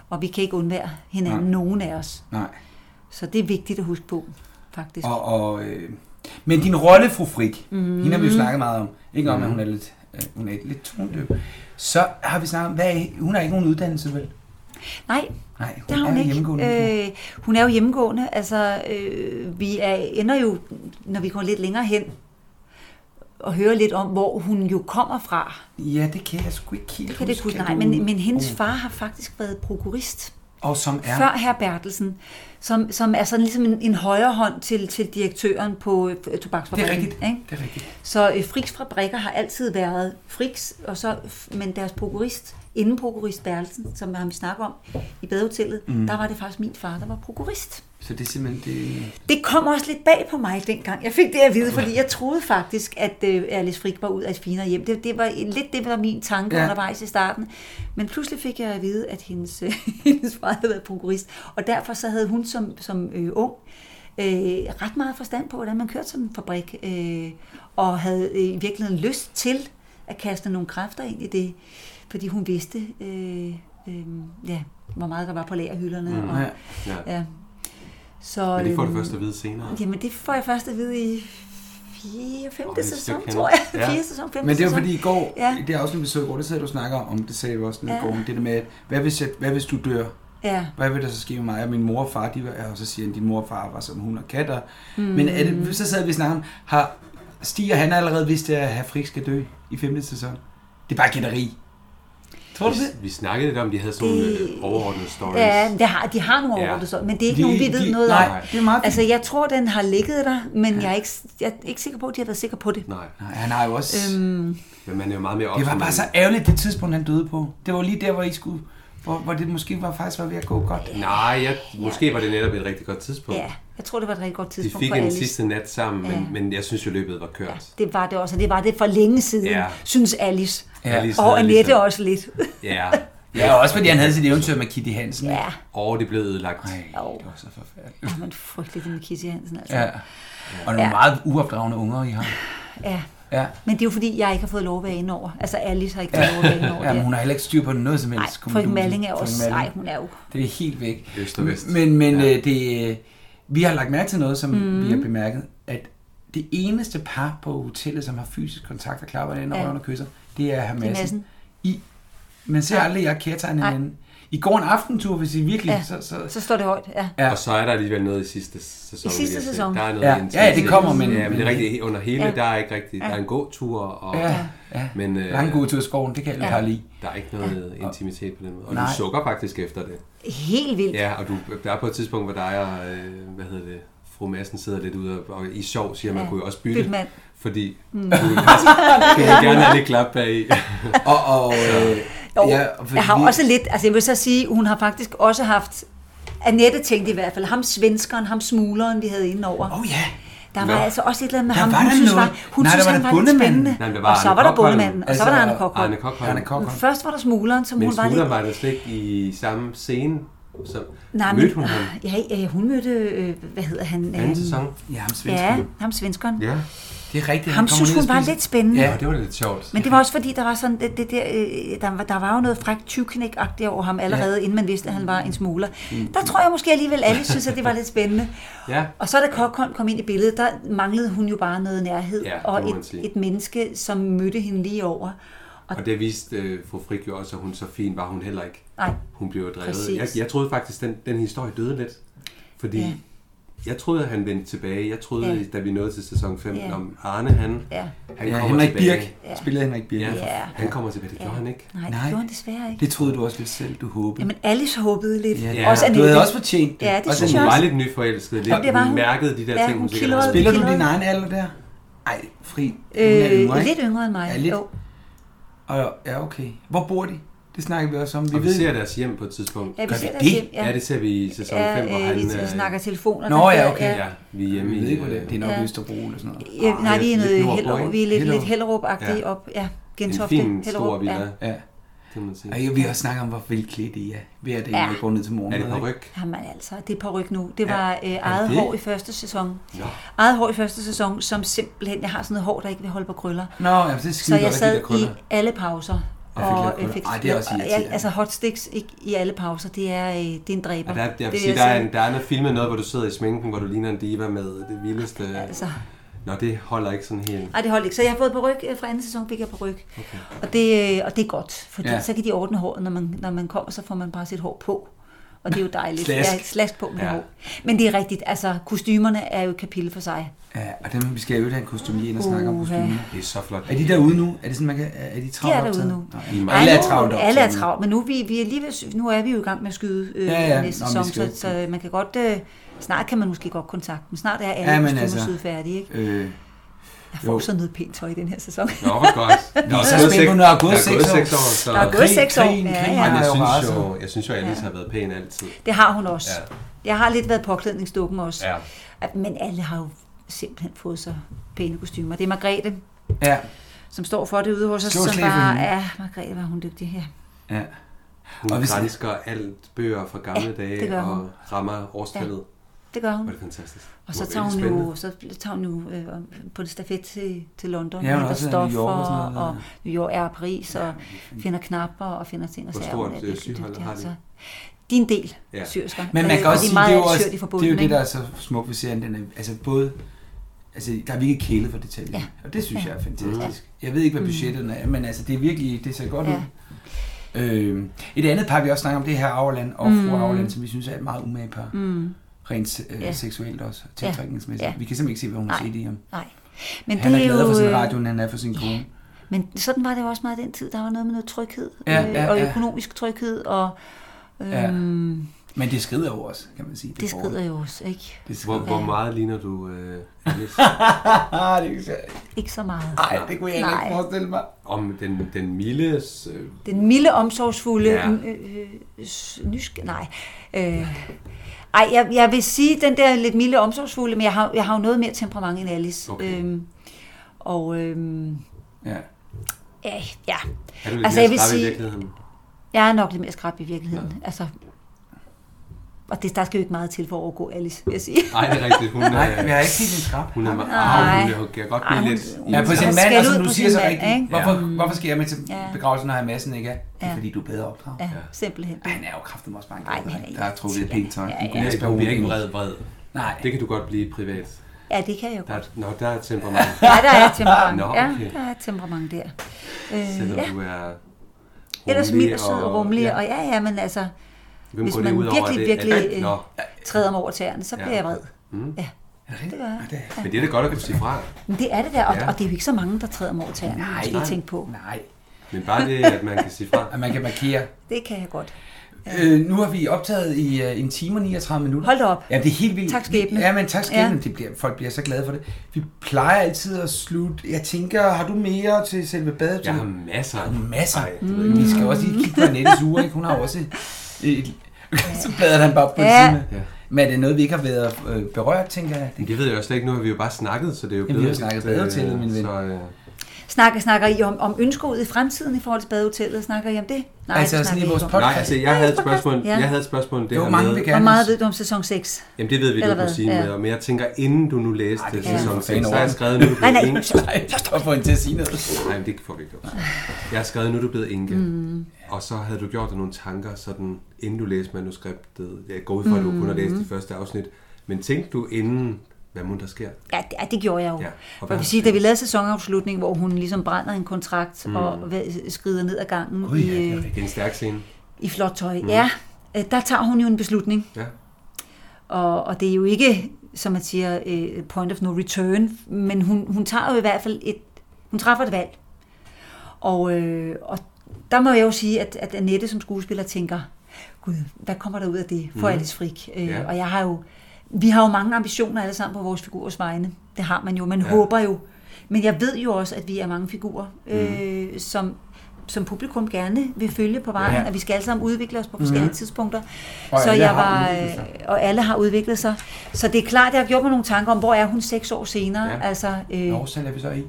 og vi kan ikke undvære hinanden, nej. nogen af os. Nej. Så det er vigtigt at huske på, faktisk. Og, og, øh, men din rolle, fru Frik, Mm. mm-hmm. hende har vi jo snakket meget om. Ikke om, at hun er lidt, øh, hun er lidt tondøv. Så har vi snakket om, hvad er, hun har ikke nogen uddannelse, vel? Nej, Nej, hun, Det har hun er ikke. hjemmegående. Øh, hun er jo hjemmegående. Altså, øh, vi er, ender jo, når vi går lidt længere hen, og hører lidt om, hvor hun jo kommer fra. Ja, det kan jeg sgu ikke helt Det kan det kunne, huske, at nej, du- men, men hendes far har faktisk været prokurist Og som ja. er... før herr Bertelsen, som, som er sådan ligesom en, en højre hånd til, til direktøren på øh, Det er tobaksfabrikken. rigtigt. Ikke? Det er rigtigt. Så øh, Friks fabrikker har altid været Friks, og så, men deres prokurist, inden prokurist Bertelsen, som vi snakker om i badehotellet, mm. der var det faktisk min far, der var prokurist. Så det er simpelthen... Det, Det kom også lidt bag på mig dengang. Jeg fik det at vide, fordi jeg troede faktisk, at øh, Alice Frik var ud af et finere hjem. Det, det var lidt det, der var min tanke Ja. ja. undervejs i starten. Men pludselig fik jeg at vide, at hendes, øh, hendes far havde været prokurist. Og derfor så havde hun som, som øh, ung øh, ret meget forstand på, hvordan man kørte som en fabrik. Øh, og havde øh, i virkeligheden lyst til at kaste nogle kræfter ind i det. Fordi hun vidste, øh, øh, ja, hvor meget der var på lagerhylderne. Mm, og, ja. Ja. ja. Så, Men det får du øhm, først at vide senere. Jamen, det får jeg først at vide i 4. 5. det er et sæson, stykke tror hen. jeg. Ja. 4. sæson, 5. Men det var sæson. fordi i går, ja. Ja. i det afsnit, vi så i går, det sad du og snakker om, det sagde vi også nede ja. i Ja. går, det der med, at hvad hvis, jeg, hvad hvis du dør? Ja. Hvad vil der så ske med mig? Og min mor og far, de var, ja, og så siger han, din mor og far var som hun og katter. Mm. Men er det, så sad vi og snakkede om, har Stig og han allerede vidst, at herr Frik skal dø i femte sæson? Det er bare gætteri. Tror du det? Vi, vi snakkede lidt om, de havde sådan nogle Det- øh, overordnede stories. Ja, det har, de har nogle Ja. overhovedet, så, men det er ikke De- nogen, vi ved de- noget om. nej, det er meget fint. Altså, jeg tror, den har ligget der, men jeg, er ikke, jeg er ikke sikker på, at de har været sikre på det. Nej, Nej, han har jo også... Øhm, men man er jo meget mere det var opsat bare med- så ærgerligt, det tidspunkt, han døde på. Det var lige der, hvor I skulle... Hvor, hvor det måske var faktisk var ved at gå godt. Nej, jeg, måske var det netop et rigtig godt tidspunkt. Ja, jeg tror, det var et rigtig godt De tidspunkt fik for en Alice. sidste nat sammen, men, Ja. men jeg synes jo, løbet var kørt. Det var det også, og det var det for længe siden, Ja. synes Alice. Ja. Alice Og havde Annette ligesom- også lidt. Ja. Ja, og også fordi han havde sit eventyr med Kitty Hansen. ikke? ja, Og det blev ødelagt. Ej, Jo. det var så forfærdeligt. det var frygteligt det med Kitty Hansen. Altså. Ja. Og nogle ja. meget uopdragende unger, I har. ja. Ja. Men det er jo fordi, jeg ikke har fået lov at være inde over. Altså, Alice har ikke fået lov at være inde over. Jamen, det. hun har heller ikke styr på noget som Nej, helst. frøken Kommandosen. Malling er også... Frøken Nej, Malling. hun er jo... Det er helt væk. Øst og vest. Men, men ja. øh, det, øh, vi har lagt mærke til noget, som mm. Mhm. vi har bemærket, at det eneste par på hotellet, som har fysisk kontakt og klapper hinanden ja. Ja. og røven og kysser, det er herr Madsen. Madsen. I, man ser aldrig, jeg kærtegner hinanden. I går en aftentur, hvis I virkelig... Ja. Så, så, Så står det højt, ja. Ja. Og så er der alligevel noget i sidste sæson. I sidste vil jeg sige. sæson. Der er noget Ja. intensitet. Ja, det kommer, men- Ja, men det er men- rigtigt. Under hele, Ja. ja. der er ikke rigtigt. Der er en god tur, og, ja, ja. men øh, Lange gode tur i skoven, det kan jeg Ja. ja. lide. der er ikke noget intimitet på den måde. Og Nej. du sukker faktisk efter det. Helt vildt. Ja, og du, der er på et tidspunkt, hvor dig og, øh, hvad hedder det, fru Madsen sidder lidt ude og, og i sjov siger, at man Ja. kunne jo også bytte, Bytte mand. fordi mm. du, du vil gerne have lidt klap bag. Og, og øh, Jo, ja, ja, og jeg har vi- også lidt, altså jeg vil så sige, hun har faktisk også haft, Annette tænkte i hvert fald, ham svenskeren, ham smugleren, vi havde inde over. Åh oh, ja, Der var Nå. altså også et eller andet med Der ham, var hun der synes, noget. var, hun Nej, synes der var han der Altså, var lidt bondemanden. spændende. Nej, men der var og så Arne var der Kokholm. bondemanden, og så var der Arne Kokholm. Arne Kokholm. Arne Kokholm. Først var der smugleren, som Men hun var lidt... smugleren var der slet ikke i samme scene. Så Nej, men- mødte hun ham Ja, ja, hun mødte, øh, hvad hedder han? anden øh, sæson. Ja, ham svenskeren. Ja, Ja. ham svenskeren. Ja, Det er rigtigt. Ham kommer synes ned og hun var spiser. lidt spændende. Ja. og det var da lidt sjovt. Men det var også fordi, der var sådan det, det der, øh, der, var- der var jo noget frækt tyvknæk-agtigt over ham allerede, ja. inden man vidste, at han var en smugler. Der tror jeg måske alligevel, alle synes, at det var lidt spændende. Ja. Og så da Kokholm kom ind i billedet, der manglede hun jo bare noget nærhed Ja, det må og man et, sige. et menneske, som mødte hende lige over. Og Og det viste øh, fru Frik jo også, at hun så fin var hun heller ikke. Nej. Hun blev jo drevet. Præcis. Jeg, jeg troede faktisk, den, den historie døde lidt. Fordi Ja. ja. jeg troede, at han vendte tilbage. Jeg troede, Ja. ja. da vi nåede til sæson 5, Ja. ja. om Arne, han, Ja. han Ja, kommer Henrik tilbage. Birk. Ja. Spillede Henrik Birk. Ja, Ja. Ja. han kommer tilbage. Det gjorde ja. han ikke. nej, det Nej. gjorde han desværre ikke. Det troede du også lidt selv, du håbede. Jamen, Alice håbede lidt. ja. du Også Annette. havde også fortjent det. Ja, det Også synes Hun jeg Annette. var også. lidt nyforelsket. Lidt. Jamen, det var hun. hun mærkede de der Ja, ting, hun hun sikkert kildrede. havde. Spiller du Kildrede. din egen alder der? Ej, fri. Hun er yngre, Øh, ikke? lidt yngre end mig. Ja, lidt. Jo. Og, ja, okay. Hvor bor de? Det snakker vi også om. Vi Og vi ved ser deres hjem på et tidspunkt. Ja, vi Gør ser vi det? det? Hjem, ja. Ja, det ser vi i sæson 5, Ja, hvor øh, han... vi øh, snakker telefoner. Nå, ja, okay. Ja, vi er Jeg hjemme ved i... øh, ikke, hvor det er. Det er nok Ja. ja. Østerbro eller sådan noget. Ja, nej, vi er lidt noget Nordborg, Hellerup. ikke? Vi er lidt, lidt Hellerup. Hellerup-agtige Ja. op. Ja, en Gentofte. fin, stor ja. villa, Ja. kan man sige. Og jeg- vi har også snakket om, hvor velklædt I er. Hver dag, når I går ned til morgen. Er det på ryg? Jamen altså, det er på ryg nu. Det var øh, eget det? hår i første sæson. Nå. Eget hår i første sæson, som simpelthen, jeg har sådan noget hår, der ikke vil holde på krøller. Nå, jamen, det er Så skide jeg godt, at sad de der i krøller. alle pauser. øh, Og fik lavet krøller. Ej, det er også ja, irriterende. altså hot sticks ikke i alle pauser, det er, øh, det er en dræber. Ja, der, jeg Det vil vil sige, jeg der, er sige. en, der er noget filmet noget, hvor du sidder i sminken, hvor du ligner en diva med det vildeste... Altså, Nå, det holder ikke sådan helt. Nej, det holdt ikke. Så jeg har fået på ryg. Fra anden sæson fik jeg på ryg. Okay. Og, det, øh, og det er godt, fordi ja. Ja. så kan de ordne håret, når man, når man kommer, så får man bare sit hår på. Og det er jo dejligt. Slask. Ja, slask på med ja. Ja. hår. Men det er rigtigt. Altså, kostymerne er jo et kapitel for sig. Ja, og dem, vi skal jo have en kostumier ind og snakke om Uha. kostumier. Det er så flot. Er de derude nu? Er det sådan, man kan... Er de De travlt er derude optaget? nu. Nå, I er alle Ej, er nu- travlt optaget. Alle er nu. travlt, men nu, er vi, vi er lige ved, at sy- nu er vi jo i gang med at skyde øh, Ja, ja. næste Nå, sæson, men vi skal så, jo- så, man kan godt, øh, snart kan man måske godt kontakte dem. Snart er alle Ja, ja, men kostymer altså, altså- syde færdige. Ikke? Øh, Jeg får jo. sådan noget pænt tøj i den her sæson. Nå, hvor godt. Nå, så spændt på, når der er gået seks år. seks år. Så. Der er gået seks år. krigen, Ja, krigen. ja. Men jeg Ja, synes raser. jo, jeg synes jo, at Alice har været pæn altid. Det har hun også. Ja. Ja. Jeg har lidt været påklædningsdukken også. Ja. Men alle har jo simpelthen fået så pæne kostymer. Det er Margrethe, Ja, som står for det ude hos os, Slå et som slag for bare hende. ja, Margrethe var hun dygtig her. ja. Hun Og og hvis- grænsker alt bøger fra gamle Ja, dage det gør hun. og rammer årstallet. Ja. Det gør Var hun. det fantastisk. Og så Det var tager hun virkelig jo, så tager hun jo øh, på en stafet til, til London. Ja, hun henter er også i stoffer New York og sådan noget, og New York er Paris og finder knapper og finder ting og Hvor sager. stort, Hun er øh, virkelig syhold dygtig, har de? De er en del Ja. syrsker. Men man Øh, kan og også de sige, det er jo, meget også, syrt i det, er jo forbundet, det, der ikke? er så smukt ved serien. Den er, altså både, altså, der er virkelig kælet for detaljer. Ja. Ja. Og det synes Ja. Mm. ja. jeg er fantastisk. Jeg ved ikke, hvad budgettet er, men altså, det er virkelig, det ser godt Ja. ja. ud. Øh, et andet par, vi også snakker om, det er her Auerland og mm. fru Auerland, som vi synes er et meget umage par. Mm. Rent øh, Ja. ja. seksuelt også, tiltrækningsmæssigt. Ja. Ja. Vi kan simpelthen ikke se, hvad hun har Nej. set i ham. Nej. Men Han er det er gladere jo, for sin øh, radio, end han er for sin kone. Men sådan var det jo også meget i den tid. Der var noget med noget tryghed, Ja, øh, ja, og ja. økonomisk tryghed, og øhm, Ja. ja. Men det skrider jo også, kan man sige. det får- skrider jo også, ikke? Det skrider. Hvor, hvor Ja. meget ligner du øh, Alice? Ah, det, kan jeg- Ikke så meget. ej, det kunne jeg heller Nej. ikke forestille mig. Om den, den mildes... Øh, Den milde, omsorgsfulde, Ja. ja. øh, nysk... Nej. Øh, ej, jeg, jeg vil sige den der lidt milde, omsorgsfulde, men jeg har, jeg har jo noget mere temperament end Alice. Okay. Øhm, og øhm, Ja. ja, ja, er du lidt altså, Altså, mere jeg vil skrab sige... sige- i virkeligheden? jeg er nok lidt mere skrab i virkeligheden. Ja. Altså, og det, der skal jo ikke meget til for at overgå Alice, vil jeg sige. Nej, det er rigtigt. Hun øh, Nej, er, jeg har ikke set en skrab. Hun er meget Nej. arv, hun kan godt blive Ej, hun- lidt... Ja, på sin Hun mand, skal og som ud du på siger sin så mand, rigtigt. ikke? Hvorfor, hvorfor skal jeg med til Ja. begravelsen, når jeg massen ikke er? Det er Ja. fordi, du er bedre opdraget. Ja, simpelthen. Ej, han er jo kraftet mig også bare en Ej, glad men han er dreng, Der er trukket et irriterende. pænt tøj. Ja, Den ja. kunne Ja, næsten hun være bliver ikke hovedet. vred, vred. Nej. Det kan du godt blive privat. Ja, det kan jeg jo Der godt. er, nå, der er temperament, Ja, der er et temperament. Nå, Ja, okay. der er et temperament der. Øh, selvom ja, du er Ellers Rummelige mild og sød og og- rummelig, ja. og ja, ja, men altså, Hvem hvis går det man ud over, virkelig, at det- virkelig at- øh, Nå. træder mig over tæerne, så bliver Ja. Mm. jeg vred. Ja, det gør jeg. Men det er da godt at kunne sige fra. Men det er det der, og, og det er jo ikke så mange, der træder mig over tæerne, nej, skal I tænke på. Nej, Men bare det, at man kan sige fra. at man kan markere. Det kan jeg godt. Øh, nu har vi optaget i øh, en time og 39 minutter. Hold da op. Ja, det er helt vildt. Tak skæbne. Ja, men tak skæbne. Ja. Ja. Det bliver, folk bliver så glade for det. Vi plejer altid at slutte. Jeg tænker, har du mere til selve badet? Jeg har masser. masser. Ej, Mm. Vi skal også lige kigge på Annettes uge, ikke? Hun har også et... så bladrer han bare på Ja. ja. siden. af. Men er det noget, vi ikke har været øh, berørt, tænker jeg? Men Det ved jeg jo slet ikke. Nu har vi jo bare snakket, så det er jo Jamen, vi har snakket lidt, bedre til det, min ven. Så, øh, Snakker, snakker I om, om ønsker ud i fremtiden i forhold til badehotellet? Snakker I om det? Nej, Altså, det sådan i snakker I vores ikke om. nej, altså, jeg havde et spørgsmål. Ja. Jeg havde et spørgsmål om det Det var her mange, med... vi Hvor gerne meget ved du om sæson 6? Jamen, det ved vi, Eller du kunne hvad? sige Ja. med om. Men jeg tænker, inden du nu læste det kan jeg sæson ikke 6, for så har jeg skrevet, nu er du Nej, blevet nej. enke. Nej, jeg står for en til at sige noget. Øh. Nej, men det får vi ikke lov til. Jeg har skrevet, nu er du blevet enke. Mm. Og så havde du gjort dig nogle tanker, sådan, inden du læste manuskriptet. Jeg går ud fra, at du kun har læst det første afsnit. Men tænkte du inden, hvad må der sker? Ja, det, ja, det gjorde jeg jo. Ja, Ja. og hvad Og har jeg vil du sige, da skrevet? vi lavede sæsonafslutningen, hvor hun ligesom brænder en kontrakt mm. og væ- skrider ned ad gangen Ui, ja, i, det er øh, Det er en stærk scene. i flot tøj, mm. ja, øh, der tager hun jo en beslutning. Ja. Og, og det er jo ikke, som man siger, øh, point of no return, men hun, hun tager jo i hvert fald et, hun træffer et valg. Og, øh, og der må jeg jo sige, at, at Annette som skuespiller tænker, gud, hvad kommer der ud af det Mhm. for mm. Alice Frik? Øh, Ja. Og jeg har jo, vi har jo mange ambitioner alle sammen på vores figurers vegne. Det har man jo, man ja. håber jo. Men jeg ved jo også, at vi er mange figurer, øh, som som publikum gerne vil følge på vejen, Mhm. ja. Ja. Mhm. og vi skal alle sammen udvikle os på forskellige mm. tidspunkter. Og så alle jeg har var, udviklet sig. øh, og alle har udviklet sig. Så det er klart, at jeg har gjort mig nogle tanker om, hvor er hun seks år senere? Ja. Ja. Altså, øh, Nå, så lader vi så i.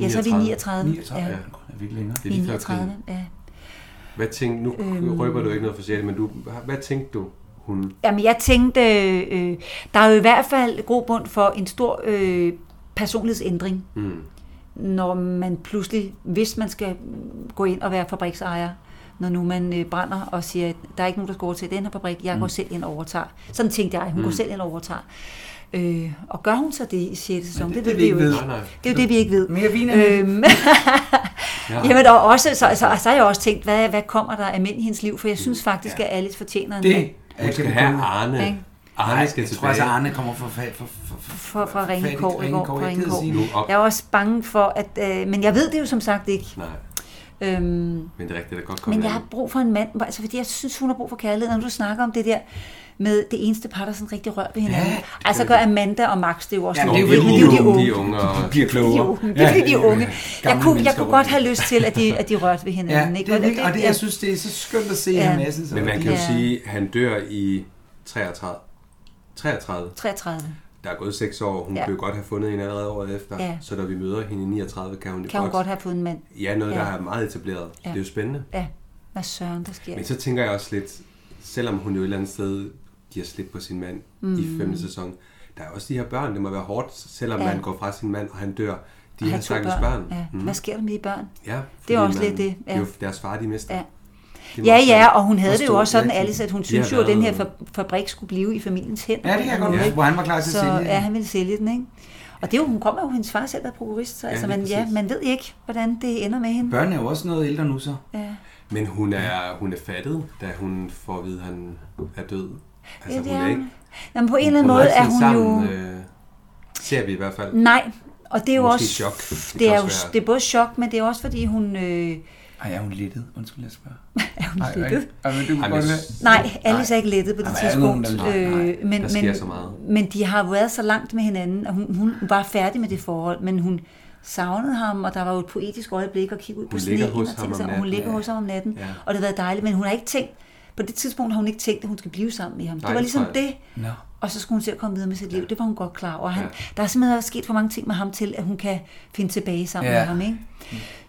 ja, så er vi 39. 39, ja. ja. Det er virkelig længere. Det er I lige før krigen. 39, ja. Hvad tænkte, nu øhm. røber du ikke noget for sjældent, men du, hvad tænkte du, hun? Jamen, jeg tænkte, øh, der er jo i hvert fald grobund for en stor øh, personlighedsændring, Mm. når man pludselig, hvis man skal mm, gå ind og være fabriksejer, når nu man øh, brænder og siger, at der er ikke nogen, der skal overtage den her fabrik, jeg går selv ind og overtager. Sådan tænkte jeg, hun går selv ind og overtager. Øh, og gør hun så det i 6. sæson? Det, det, ved vi jo ikke. Nej, nej. Det er jo det, vi ikke ved. Mere vin end Øhm, Jamen, og også, så, så, så, har jeg også tænkt, hvad, hvad kommer der af mænd i hendes liv? For jeg synes faktisk, at Alice fortjener en mand det. Hun skal have Arne. Ikke? Arne skal jeg tror tilbage. altså, Arne kommer for... for, for, for, for fra, fra Ringe Fattigt Kår i går. Ringekår, Fra jeg gider Ringekår. sige nu op. Jeg er også bange for, at... Øh, men jeg ved det jo som sagt ikke. Nej, Øhm, men det er rigtigt, der godt kommer men jeg har brug for en mand, altså fordi jeg synes, hun har brug for kærlighed. Når du snakker om det der med det eneste par, der sådan rigtig rører ved hinanden. Ja, altså gør Amanda og Max det jo også. Ja, nogle- det er jo men fordi, de de er unge. De er unge, og bliver De er klogere. unge. Det er fordi, de er unge. Jeg Gamle kunne, jeg mennesker kunne rundt. godt have lyst til, at de, at de rørte ved Ja, hinanden. ikke? det er Men virkelig, og det, ja. jeg synes, det er så skønt at se Ja. ham Madsen. så Men man kan jo Ja. sige, at han dør i 33. 33. 33. Der er gået 6 år, hun Ja. ja. kunne jo godt have fundet en allerede året efter. Ja. Så når vi møder hende i 39, kan hun det Kan hun godt have fået en mand. Ja, noget, der Ja. er meget etableret. Ja. Ja. Det er jo spændende. Ja, hvad søren, der sker. Men så tænker jeg også lidt, selvom hun jo et eller andet sted giver slip på sin mand mm. i femte sæson, der er også de her børn, det må være hårdt, selvom Ja. ja. man går fra sin mand, og han dør. De Og her have to stakkels børn. Ja. Mm. Hvad sker der med de børn? Ja, Det er fordi også lidt det, ja. Det er jo deres far, de mister. Ja. Det må Ja, også ja, være- og hun havde det jo stor også sådan, reaktion. Alice, at hun De synes har jo, at den her været- fa- fabrik skulle blive i familiens hænder. Ja, det kan jeg på en godt måde, huske, ikke? hvor han var klar til at så, sælge den. Ja, han ville sælge den, ikke? Og det er jo, hun kommer jo, hendes far selv er prokurist, så ja, altså, lige man, ja, præcis. man ved ikke, hvordan det ender med hende. Børnene er jo også noget ældre nu, så. Ja. Men hun er, hun er fattet, da hun får at vide, at han er død. Altså, det hun er er ikke... hun. Jamen, på en eller anden hun måde ikke er siddet hun sammen, jo... Øh, ser vi i hvert fald. Nej, og det er jo Måske også... chok. Det Det, kan er jo, også være- det er både chok, men det er også, fordi hun... Øh, Ej, er hun lettet? Undskyld, jeg spørger. er hun Ej, ej. flyttet? Ej, men du kan Ej, men godt jeg lade. synes- Nej, Alice er ikke lettet på det Jamen, er der nogen, tidspunkt. øh, der vil- Nej, nej. men, Der sker men, så meget. men de har jo været så langt med hinanden, at hun, hun var færdig med det forhold, men hun savnede ham, og der var jo et poetisk øjeblik at kigge ud på ligger sneen, og, hos ham om tænke sig, og hun natten, ligger ja. hos ham om natten, Ja. og det har været dejligt, men hun har ikke tænkt, på det tidspunkt har hun ikke tænkt, at hun skal blive sammen med ham. Nej, det var det ligesom tror jeg. det, Nå. og så skulle hun til at komme videre med sit liv. Det var hun godt klar over. Han, Ja. Der er simpelthen sket for mange ting med ham til, at hun kan finde tilbage sammen Ja. med ham. Ikke?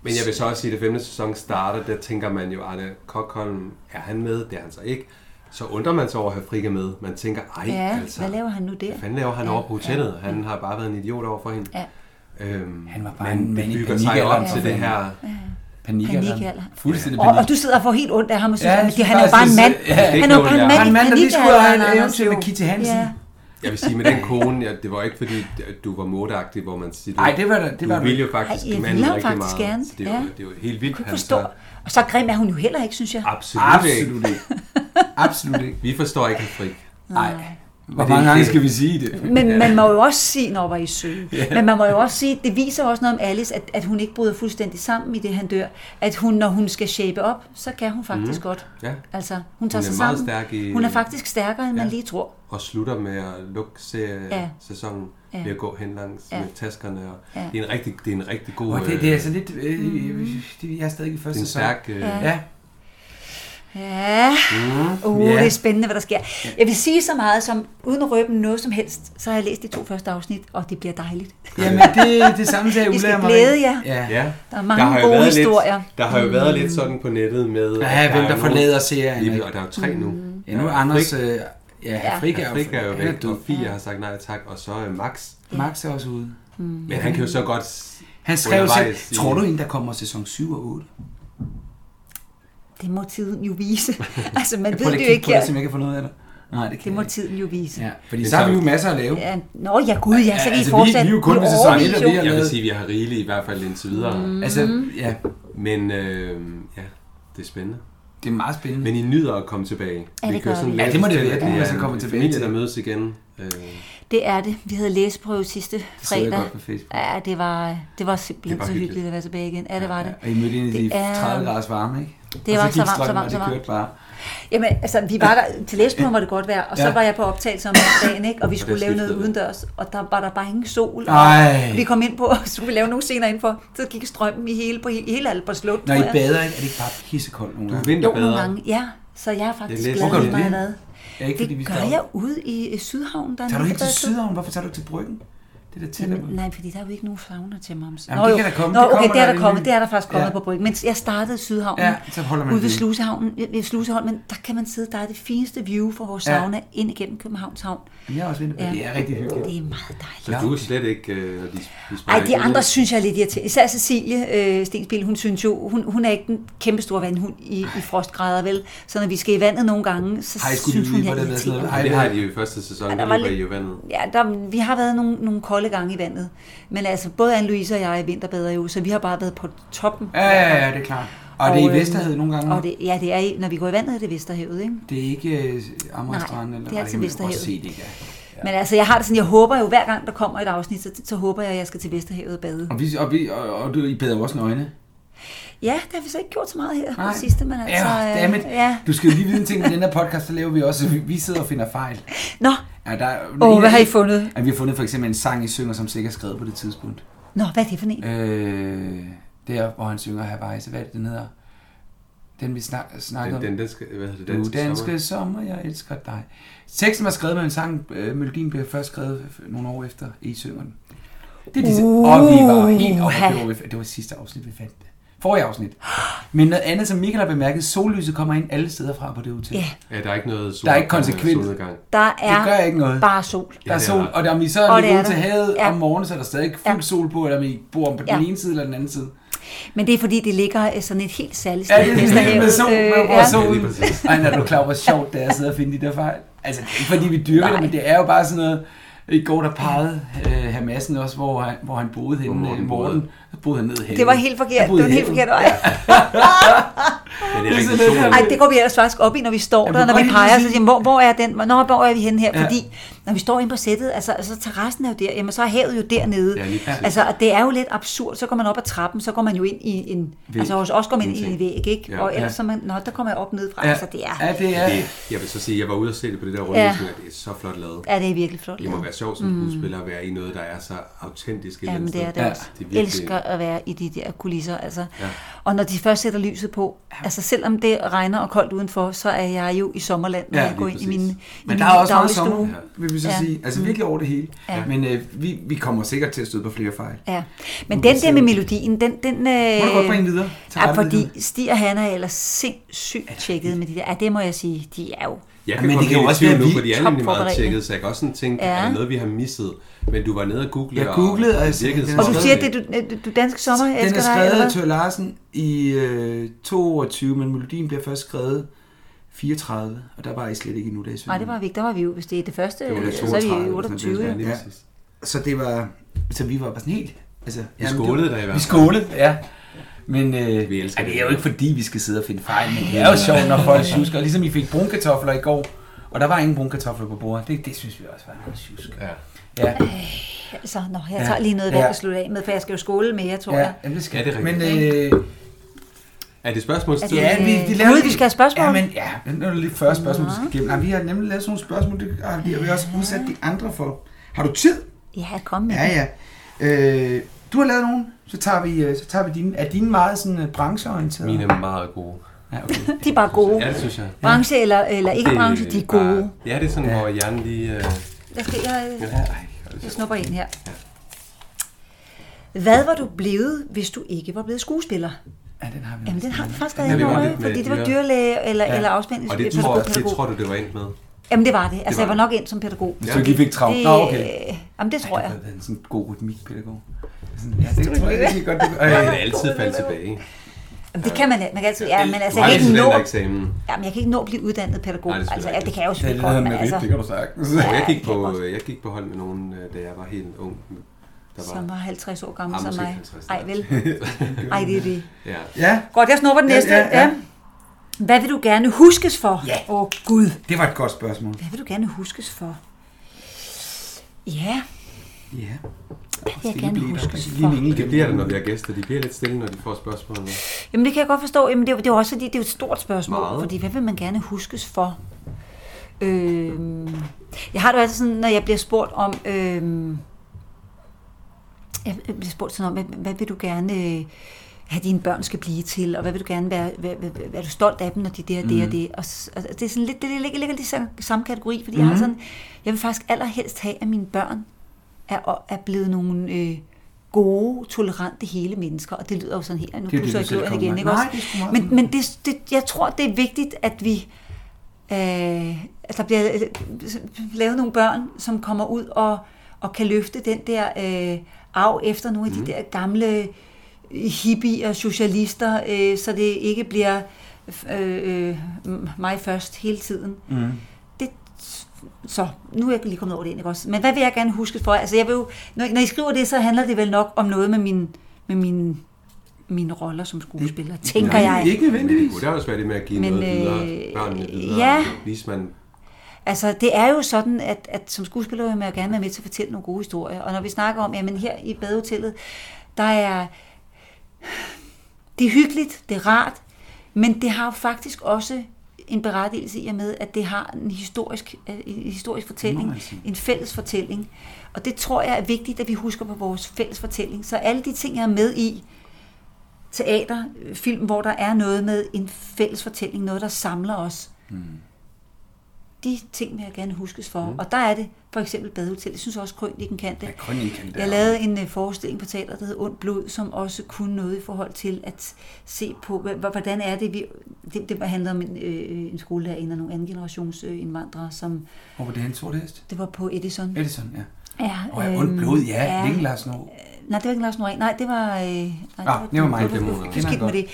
Men jeg vil så også sige, at da femte sæson starter, der tænker man jo, Arne Kokholm, er han med? Det er han så ikke. Så undrer man sig over at have Frika med. Man tænker, ej Ja, altså, hvad laver han nu der? hvad fanden laver han ja, over på hotellet? Ja, han har bare været en idiot over for hende. Ja. Øhm, Han var bare men en mand det i bygger sig panik, op eller til hvad? det her. Panikalderen. Panikalder. Fuldstændig Og, panik. og du sidder og får helt ondt af ham og synes, Ja, ja, jeg han, synes han er jo faktisk, bare en mand. det er- Ja, han er jo bare en Ja, mand en mand, der lige skulle have et panikalderen, Anders, eventyr med jo. Kitty Hansen. Ja. Jeg vil sige, med den kone, ja, det var ikke fordi, at du var modeagtig, hvor man siger, du, Nej, det var da- det du var du ville ikke. jo faktisk Ej, jeg manden ville ham rigtig faktisk meget. gerne, Så Det er, ja. jo, det er jo helt vildt. Han Jeg Ah, forstår. så- Og så grim er hun jo heller ikke, synes jeg. Absolut, ikke. Absolut ikke. Absolut ikke. Vi forstår ikke Frik. Nej. Hvor det er mange gange ikke- skal vi sige det? Men man må jo også sige, når var I søde. Men man må jo også sige, det viser også noget om Alice, at, at hun ikke bryder fuldstændig sammen i det, han dør. At hun, når hun skal shape op, så kan hun faktisk mm. godt. Ja. Altså, hun tager Hun er sig meget sammen. stærk i- Hun er faktisk stærkere, end man Ja. lige tror. Og slutter med at lukke serie, Ja. ja. sæsonen Ja. ja. ved at gå hen langs Ja. ja. med taskerne. Og Ja. ja. det, er en rigtig, det er en rigtig god... Og det, øh, det er altså lidt... Øh, Mm. det, jeg er stadig i det første er en sæson. stærk... Øh, ja. Ja. Ja, uh, yeah. Ja. det er spændende, hvad der sker. Jeg vil sige så meget som, uden at røbe noget som helst, så har jeg læst de to første afsnit, og det bliver dejligt. Jamen, det, det samme sagde I Ulla skal og Marie. glæde jer. Ja. ja. Der er mange gode været historier. Lidt, der har jo været lidt sådan på nettet med... Ja, at hvem er der nogen- forlader serien, Lige- ikke? Og der er jo tre Mm. nu. Ja, nu er Anders... Frik, Øh, ja, Frik er jo, Frik er jo han er væk, død. og Fie har sagt nej tak, og så er Max. Max er også ude. Men han kan jo så godt... s- Han skrev selv, undervejs i- tror du hende, der kommer sæson 7 og 8? Det må tiden jo vise. altså, man ved Prøv lige at det kigge på jo ikke. det, Jeg, så jeg kan få noget af det. Nej, det kan det må jeg ikke. tiden jo vise. Ja, fordi Det så har er vi jo så- masser at lave. Ja. Nå, ja gud, ja, så kan Ja, I altså, vi- fortsætte. vi er jo kun i ved sæson årevis, et, og jo. vi er- Jeg vil sige, at vi har rigeligt i hvert fald indtil videre. Mm. Altså, ja, Men øh, ja, det er spændende. det er meget spændende. Men I nyder at komme tilbage. Ja, det gør vi. Ja, det må det være. Det må er man så en komme tilbage familie, til. der mødes igen. Øh, Det er det. Vi havde læseprøve sidste så jeg fredag. godt på Facebook. Ja, det var, det var Det simpelthen var så hyggeligt. hyggeligt at være tilbage igen. Ja, det var det. Og I mødte ind i de Det er- 30 graders varme, ikke? Det Og var så gik varmt, så strømmen, varmt, og så det varmt. kørte bare. Jamen, altså, vi var der til læseprøven var det godt vejr, og så Ja. var jeg på optagelse om dagen, ikke? og vi skulle lave noget skiftede det. udendørs, og der var der bare ingen sol. Og Ej. Vi kom ind på, og så skulle vi lave nogle scener indenfor, så gik strømmen i hele, på hele, hele Albertslund, Når tror I jeg. bader, ikke? Er det ikke bare pissekoldt nogle du gange? Jo, nogle vinterbader. gange, ja. Så jeg er faktisk lidt- glad Hvor gør for, du at jeg har det? været. Ja, ikke, fordi vi Det gør skal- jeg ude i øh, Sydhavn. Der er Tager du nogen, ikke der til bader- Sydhavn? Hvorfor tager du ikke til Bryggen? Det er da tættere på. Nej, fordi der er jo ikke nogen sauner til mig om Jamen, det kan der komme. Nå, Det okay, kommer det der er der en kommet. ny- Det er der faktisk kommet Ja. på Bryggen. Men jeg startede i Sydhavnen. Ja, så holder man ude ved lige. Slusehavn, ved Sluseholm, men der kan man sidde. Der er det fineste view fra vores Ja. sauna ind igennem Københavns Havn. Jamen, jeg er også vinter. Ja. Det er rigtig hyggeligt. Det er meget dejligt. Så du er slet ikke... Øh, når de, de Ej, springer de ud. andre synes jeg er lidt irriterende. Især Cecilie øh, Stensbil, hun synes jo, hun, hun er ikke den kæmpe store vandhund i, i frostgrader, vel? Så når vi skal i vandet nogle gange, så Har I skulle synes lige hun, vide, jeg er hvordan det er sådan noget? irriterende. Men Det har de jo i første sæson, Ja, ja, der der var løber lidt- I jo vandet. Ja, der, vi har været nogle, nogle kolde gange i vandet. Men altså, både Anne-Louise og jeg er vinterbader jo, så vi har bare været på toppen. Ja, ja, ja, det er klart. Og, det er i øhm, Vesterhed nogle gange. Og det, ja, det er, i- når vi går i vandet, er det Vesterhavet, ikke? Det er ikke øh, Amagerstrand? Nej, eller, det er altså Ej, kan man godt Vesterhavet. se det, ja. Ja. Men altså, jeg har det sådan, jeg håber jo, hver gang der kommer et afsnit, så, så håber jeg, at jeg skal til Vesterhavet og bade. Og, vi, og, vi, og, og du, I bader jo også nøgne. Ja, det har vi så ikke gjort så meget her på Nej. det sidste, men altså... ja, øh, dammit. ja. Du skal jo lige vide en ting med den her podcast, så laver vi også, vi, vi sidder og finder fejl. Nå, Ja, der, er- Åh, hvad har I fundet? Ja, vi har fundet for eksempel en sang, I synger, som sikkert er skrevet på det tidspunkt. nå, hvad er det for en? Øh, der, hvor han synger Hawaii, så hvad er det, den hedder? Den vi snak, snakkede Den, om. den danske, hvad hedder det, Du danske, danske sommer. sommer, jeg elsker dig. Teksten var skrevet med en sang, øh, melodien blev først skrevet f- nogle år efter, I synger den. Det er disse, uh, og vi var helt Uha. oppe, det var- det var sidste afsnit, vi fandt det. Forrige afsnit. Men noget andet, som Michael har bemærket, sollyset kommer ind alle steder fra på det hotel. Ja, Ja, der er ikke noget sol, Der er ikke konsekvens. Solnedgang. der er Det gør ikke noget. bare sol. Der er det er sol, der. og der, om I så Og er det er lidt ude til der. havet Ja. om morgenen, så er der stadig fuld Ja. sol på, eller om I bor på den Ja. ene side eller den anden side. Men det er fordi, det ligger øh, sådan et helt særligt Ja, sted. Øh, det er sådan med sol, med, hvor ja. Ja, solen. lige præcis. Ej, når du er klar, over, hvor sjovt det er at sidde og finde de der fejl. Altså, det er ikke fordi, vi dyrker Nej. det, men det er jo bare sådan noget... I går der pegede øh, Hamassen også, hvor han, hvor han boede henne, Morten Morten, Morten. Der boede han ned i Det var havet. helt Han forkert. Det boede var en i helt havet. forkert vej. Men det Det er er rigtig sådan lidt sol. her. Ej, det går vi ellers faktisk op i, når vi står Ja, der, men når bare vi lige peger, så sige- siger, hvor, hvor er den? Nå, hvor er vi henne her? Ja. Fordi når vi står inde på sættet, altså, altså terrassen er jo der, jamen så er havet jo dernede. Ja, lige præcis. altså, og det er jo lidt absurd. Så går man op ad trappen, så går man jo ind i en... Væg. Altså hos os går man ind i en Ingenting. væg, ikke? Ja. og ellers Ja. så man, nå, der kommer jeg op nedefra. Ja. Altså, det er, Ja, det er... Det, jeg vil så sige, jeg var ude og se det på det der rundvisning, at det er så flot lavet. er det er virkelig flot. Det må lavet. være sjovt som skuespiller at være i noget, der er så autentisk. et eller Jamen, andet sted. det er det Mm. ja. også. Det Det er virkelig- elsker at være i de der kulisser, altså. Ja. Ja. Og når de først sætter lyset på, altså selvom det regner og koldt udenfor, så er jeg jo i sommerland, når Ja, ja, jeg går ind lige i min, i præcis. Men min der er også meget dagligstue. sommer, vil vi så Ja. Mm. sige. Altså virkelig over det hele. Ja. Men øh, vi, vi kommer sikkert til at støde på flere fejl. Ja, men Nu den kan der vi med se- melodien, den... den øh, Må du godt bringe videre? Tag Ja, retten fordi videre. Stig og Hanna er ellers sindssygt tjekket med de der. Ja, det må jeg sige, de er jo... Jeg kan Men det godt kan jo blive i også tvivl være nu, vildt fordi jeg er nemlig meget topforberedende. tjekket, så jeg kan også sådan tænke, Ja. er der noget, vi har misset? Men du var nede og googlede, Jeg googlede, og, og det virkede den som er Og du skrevet- siger, at det er du, du danske sommer, jeg Den er elsker dig, skrevet eller af hvad? Tør Larsen i øh, 22, men melodien bliver først skrevet 34, og der var I slet ikke endnu, da I svømmede. Nej, det var vi ikke. Der var vi jo, hvis det er det første, Det var da øh, så er vi 32, jo eller sådan noget, 28. det jo. Ja. var Ja. Så det var, så vi var bare sådan helt, altså... Vi skålede da i hvert Vi fald. skålede, ja. Men øh, Vi vi elsker ej, det det. er jo ikke fordi, vi skal sidde og finde fejl, men det er jo sjovt, når folk sjusker. Ligesom I fik brunkartofler i går, og der var ingen brunkartofler på bordet. Det, det synes vi også var noget sjusk. Ja. Ja, Så Altså, nå, jeg Ja. tager lige noget vand Ja. at slutte af med, for jeg skal jo skåle mere, tror ja, jeg. jamen, det skal Ja, det er Men rigtigt. øh, Er det spørgsmål? Er det- ja, vi, vi Øh, laver Gud, lige- vi skal have spørgsmål. Ja, men ja, men nu er det lige første spørgsmål, du skal igennem. Nej, vi har nemlig lavet sådan nogle spørgsmål, det har vi, har vi også udsat de andre for. Har du tid? Ja, kom med. Ja, ja. Øh, du har lavet nogen, så tager vi, øh, så tager vi dine. Er dine meget sådan øh, brancheorienterede? Mine er meget gode. Ja, okay. De er bare gode. Ja, det synes jeg. Branche eller, eller ikke Det branche, de er bare- gode. Ja, det er sådan, hvor hjernen lige... Øh, Jeg, skal, jeg, ja, ej, jeg snupper en her. Hvad var du blevet, hvis du ikke var blevet skuespiller? Ja, den har vi. Jamen, den har vi faktisk Ja, været vi inde var over, lidt med fordi det var dyre. dyrlæge eller, ja. eller afspændings- og det tror, det tror du, det var endt med. Jamen, det var det. Altså, var jeg var det. nok ind som pædagog. Så du lige fik travlt. Nå, okay. øh, Jamen, det tror jeg. Det er sådan en god rytmikpædagog. Sådan, Ja, det tror jeg, det er godt. Det, øh, Jeg kan altid falde tilbage. Jamen, det kan man, man kan altid. Ja, men altså, Du jeg har kan ikke nå, eksamen. jamen, jeg kan ikke nå at blive uddannet pædagog. Nej, det er altså, selvfølgelig ja, det kan jeg jo selvfølgelig det godt, er men med altså, det, det kan du sagtens. Og jeg, gik det kan jeg på, jeg gik på hold med nogen, øh, da jeg var helt ung. Der var, som var 50 år gammel Ah, som måske mig. 50, Ej, vel? Ej, det er det. ja. Ja, Godt, jeg snupper den Ja, næste. ja, ja. Hvad vil du gerne huskes for? Åh, Ja. oh, Gud. det var et godt spørgsmål. Hvad vil du gerne huskes for? Ja, Ja. hvad vil jeg gerne huskes Lige en for? engel Det bliver det, når vi har gæster. De bliver lidt stille, når de får spørgsmål. Jamen, det kan jeg godt forstå. Jamen, det, er jo- det er jo også fordi, det er jo et stort spørgsmål. Meget. Fordi, hvad vil man gerne huskes for? Øhm, jeg har det jo altid sådan, når jeg bliver spurgt om... Øhm, jeg bliver spurgt sådan om, hvad, hvad vil du gerne øh, have dine børn skal blive til, og hvad vil du gerne være, hvad, hvad, hvad, er du stolt af dem, når de er det og det Mhm. og det. Og, s- og det er sådan lidt, det ligger, ligger lidt i sam- samme kategori, fordi mm. Mhm. jeg har sådan, jeg vil faktisk allerhelst have, at mine børn er, er blevet nogle øh, gode, tolerante, hele mennesker, og det lyder jo sådan helt, nu det, du pusser jeg selv glorien kom igen, med. ikke Nej, også? det er sgu meget men fint. men det, det, jeg tror, det er vigtigt, at vi, øh, at der bliver øh, lavet nogle børn, som kommer ud og, og kan løfte den der øh, arv efter nogle af de der gamle hippier, socialister, øh, så det ikke bliver øh, øh, mig først hele tiden. Mm. Det, så nu er jeg lige kommet over det ind, ikke også? Men hvad vil jeg gerne huske for? Altså, jeg vil jo, når, når I skriver det, så handler det vel nok om noget med min, med min, mine roller som skuespiller, tænker jeg. Ikke nødvendigvis. Det kunne da også være det med at give Men, noget videre. øh, Børnene videre. ja. Vise man Altså, det er jo sådan, at, at som skuespiller vil man jo gerne være med til at fortælle nogle gode historier. Og når vi snakker om, jamen her i badehotellet, der er... Det er hyggeligt, det er rart, men det har jo faktisk også en berettigelse i og med, at det har en historisk, øh, en historisk fortælling, en fælles fortælling. Og det tror jeg er vigtigt, at vi husker på vores fælles fortælling. Så alle de ting, jeg er med i, teater, øh, film, hvor der er noget med en fælles fortælling, noget, der samler os, de ting vil jeg gerne huskes for. Mm. Og der er det for eksempel badehotel. Jeg synes også, Krøniken kan det. Krøniken der. Jeg lavede en øh, forestilling på teateret, der hed Ondt Blod, som også kunne noget i forhold til at se på, hva- hva- hvordan er det, vi... Det, det handler om en, øh, en skolelærerinde og nogle anden generations øh, indvandrere, som... Hvor var det en sort hest? Det var på Edison. Edison, ja. Ja, Og jeg ondt blod, ja. Øhm, ja. Længe Lars Norge. Nej, det var ikke Lars Noreen. Nej, det var... Øh, nej, Ah, det var mig. Du, du, Det du, må- du, kender du jeg skidt med godt. det.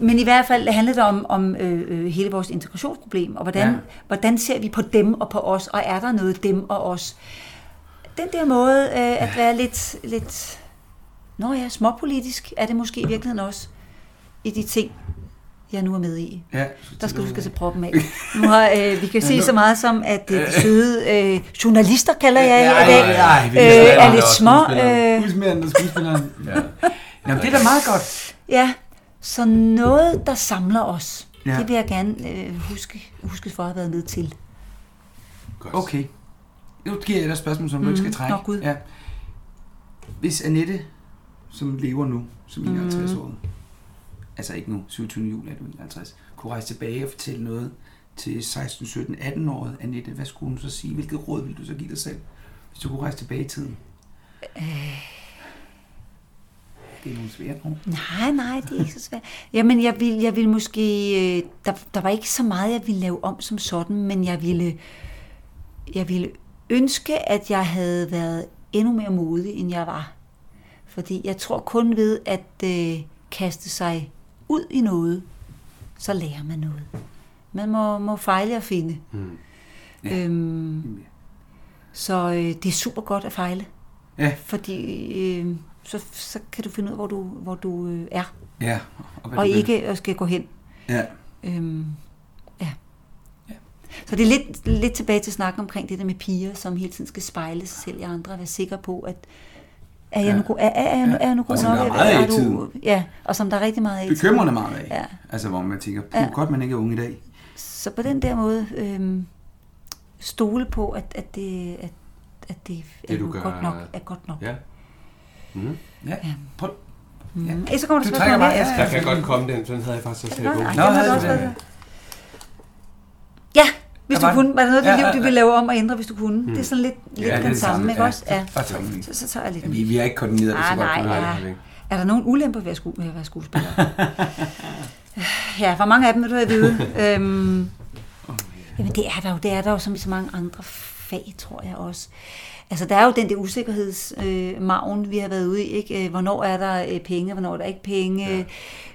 Men i hvert fald handlede det om, om øh, øh, hele vores integrationsproblem, og hvordan, Ja. ja. hvordan ser vi på dem og på os, og er der noget dem og os? Den der måde øh, at være lidt, lidt... Nå ja, småpolitisk er det måske i virkeligheden også i de ting, jeg nu er med i. Ja, Der skal du skal se proppen af. Nu har, øh, vi kan se så meget som, at øh, de søde øh, journalister, kalder jeg her i dag, Ej, ej, ej, vi kan øh, snakke er om det lidt også, små. skuespillere. Øh, Skuespilleren og skuespilleren. ja. Jamen, det er da meget godt. Ja, så noget, der samler os, Ja. ja. det vil jeg gerne øh, huske, huske for at have været med til. godt. Okay. Nu giver jeg dig et spørgsmål, som du ikke skal trække. Mm. Nå, Gud. Ja. Hvis Annette, som lever nu, som Mm. 51 år, altså ikke nu, 27. juli er du 51, kunne rejse tilbage og fortælle noget til 16, 17, 18 året Annette, hvad skulle hun så sige? Hvilket råd ville du så give dig selv, hvis du kunne rejse tilbage i tiden? Øh. Det er nogle svære nogen. Nej, nej, det er ikke så svært. Jamen, jeg ville, jeg ville måske... Øh, der, der var ikke så meget, jeg ville lave om som sådan, men jeg ville, jeg ville ønske, at jeg havde været endnu mere modig, end jeg var. Fordi jeg tror kun ved at øh, kaste sig ud i noget, så lærer man noget. Man må, må fejle og finde. Hmm. Mm. Ja. Øhm, så øh, det er super godt at fejle. Ja. Fordi øh, så, så kan du finde ud af, hvor du, hvor du øh, er. Ja. hvad Og du vil. ikke øh, skal gå hen. Ja. Øhm, ja. Så det er lidt, lidt tilbage til snakken omkring det der med piger, som hele tiden skal spejle sig selv i andre og være sikker på, at er jeg nu god, er, er, er, jeg nu- er jeg nu god Og som nok? der er meget eller af i du- tiden. Ja, og som der er rigtig meget af. i tiden. Bekymrende meget af. Ja. Altså, hvor man tænker, puh, godt man ikke er unge i dag. Så på den der måde øhm, stole på, at, at det, at, at det, er du nu gør godt nok. øh, er- Er godt nok. Ja. Ja. Prøv. Ja. Mm. Ellers så kommer der Du spørgsmål trækker mere. bare, ja, Asger. ja. Der kan godt komme den, sådan havde jeg faktisk også Nå, tænkt. nej, Nå, den har havde du du også den? været der. Ja, hvis Der var du den. kunne. Var der noget i Ja, dit liv, ja, du ville lave om og ændre, hvis du kunne? Det er sådan lidt, lidt det er den det samme, samme, ikke Hmm. ja. også? Ja. Bare tag den lige. Så, så tager jeg lidt. Vi, vi er ikke koordineret det så Ah, godt. nej, du. Nej, det ja. har vi ikke. Er der nogen ulemper ved at, sku- ved at være skuespiller? ja, hvor mange af dem vil du have at vide? øhm, jamen det er der jo, det er der jo som i så mange andre fag, tror jeg også. Altså der er jo den der usikkerhedsmagen, vi har været ude i, ikke? Øh, Hvornår er der øh, penge, hvornår er der ikke penge?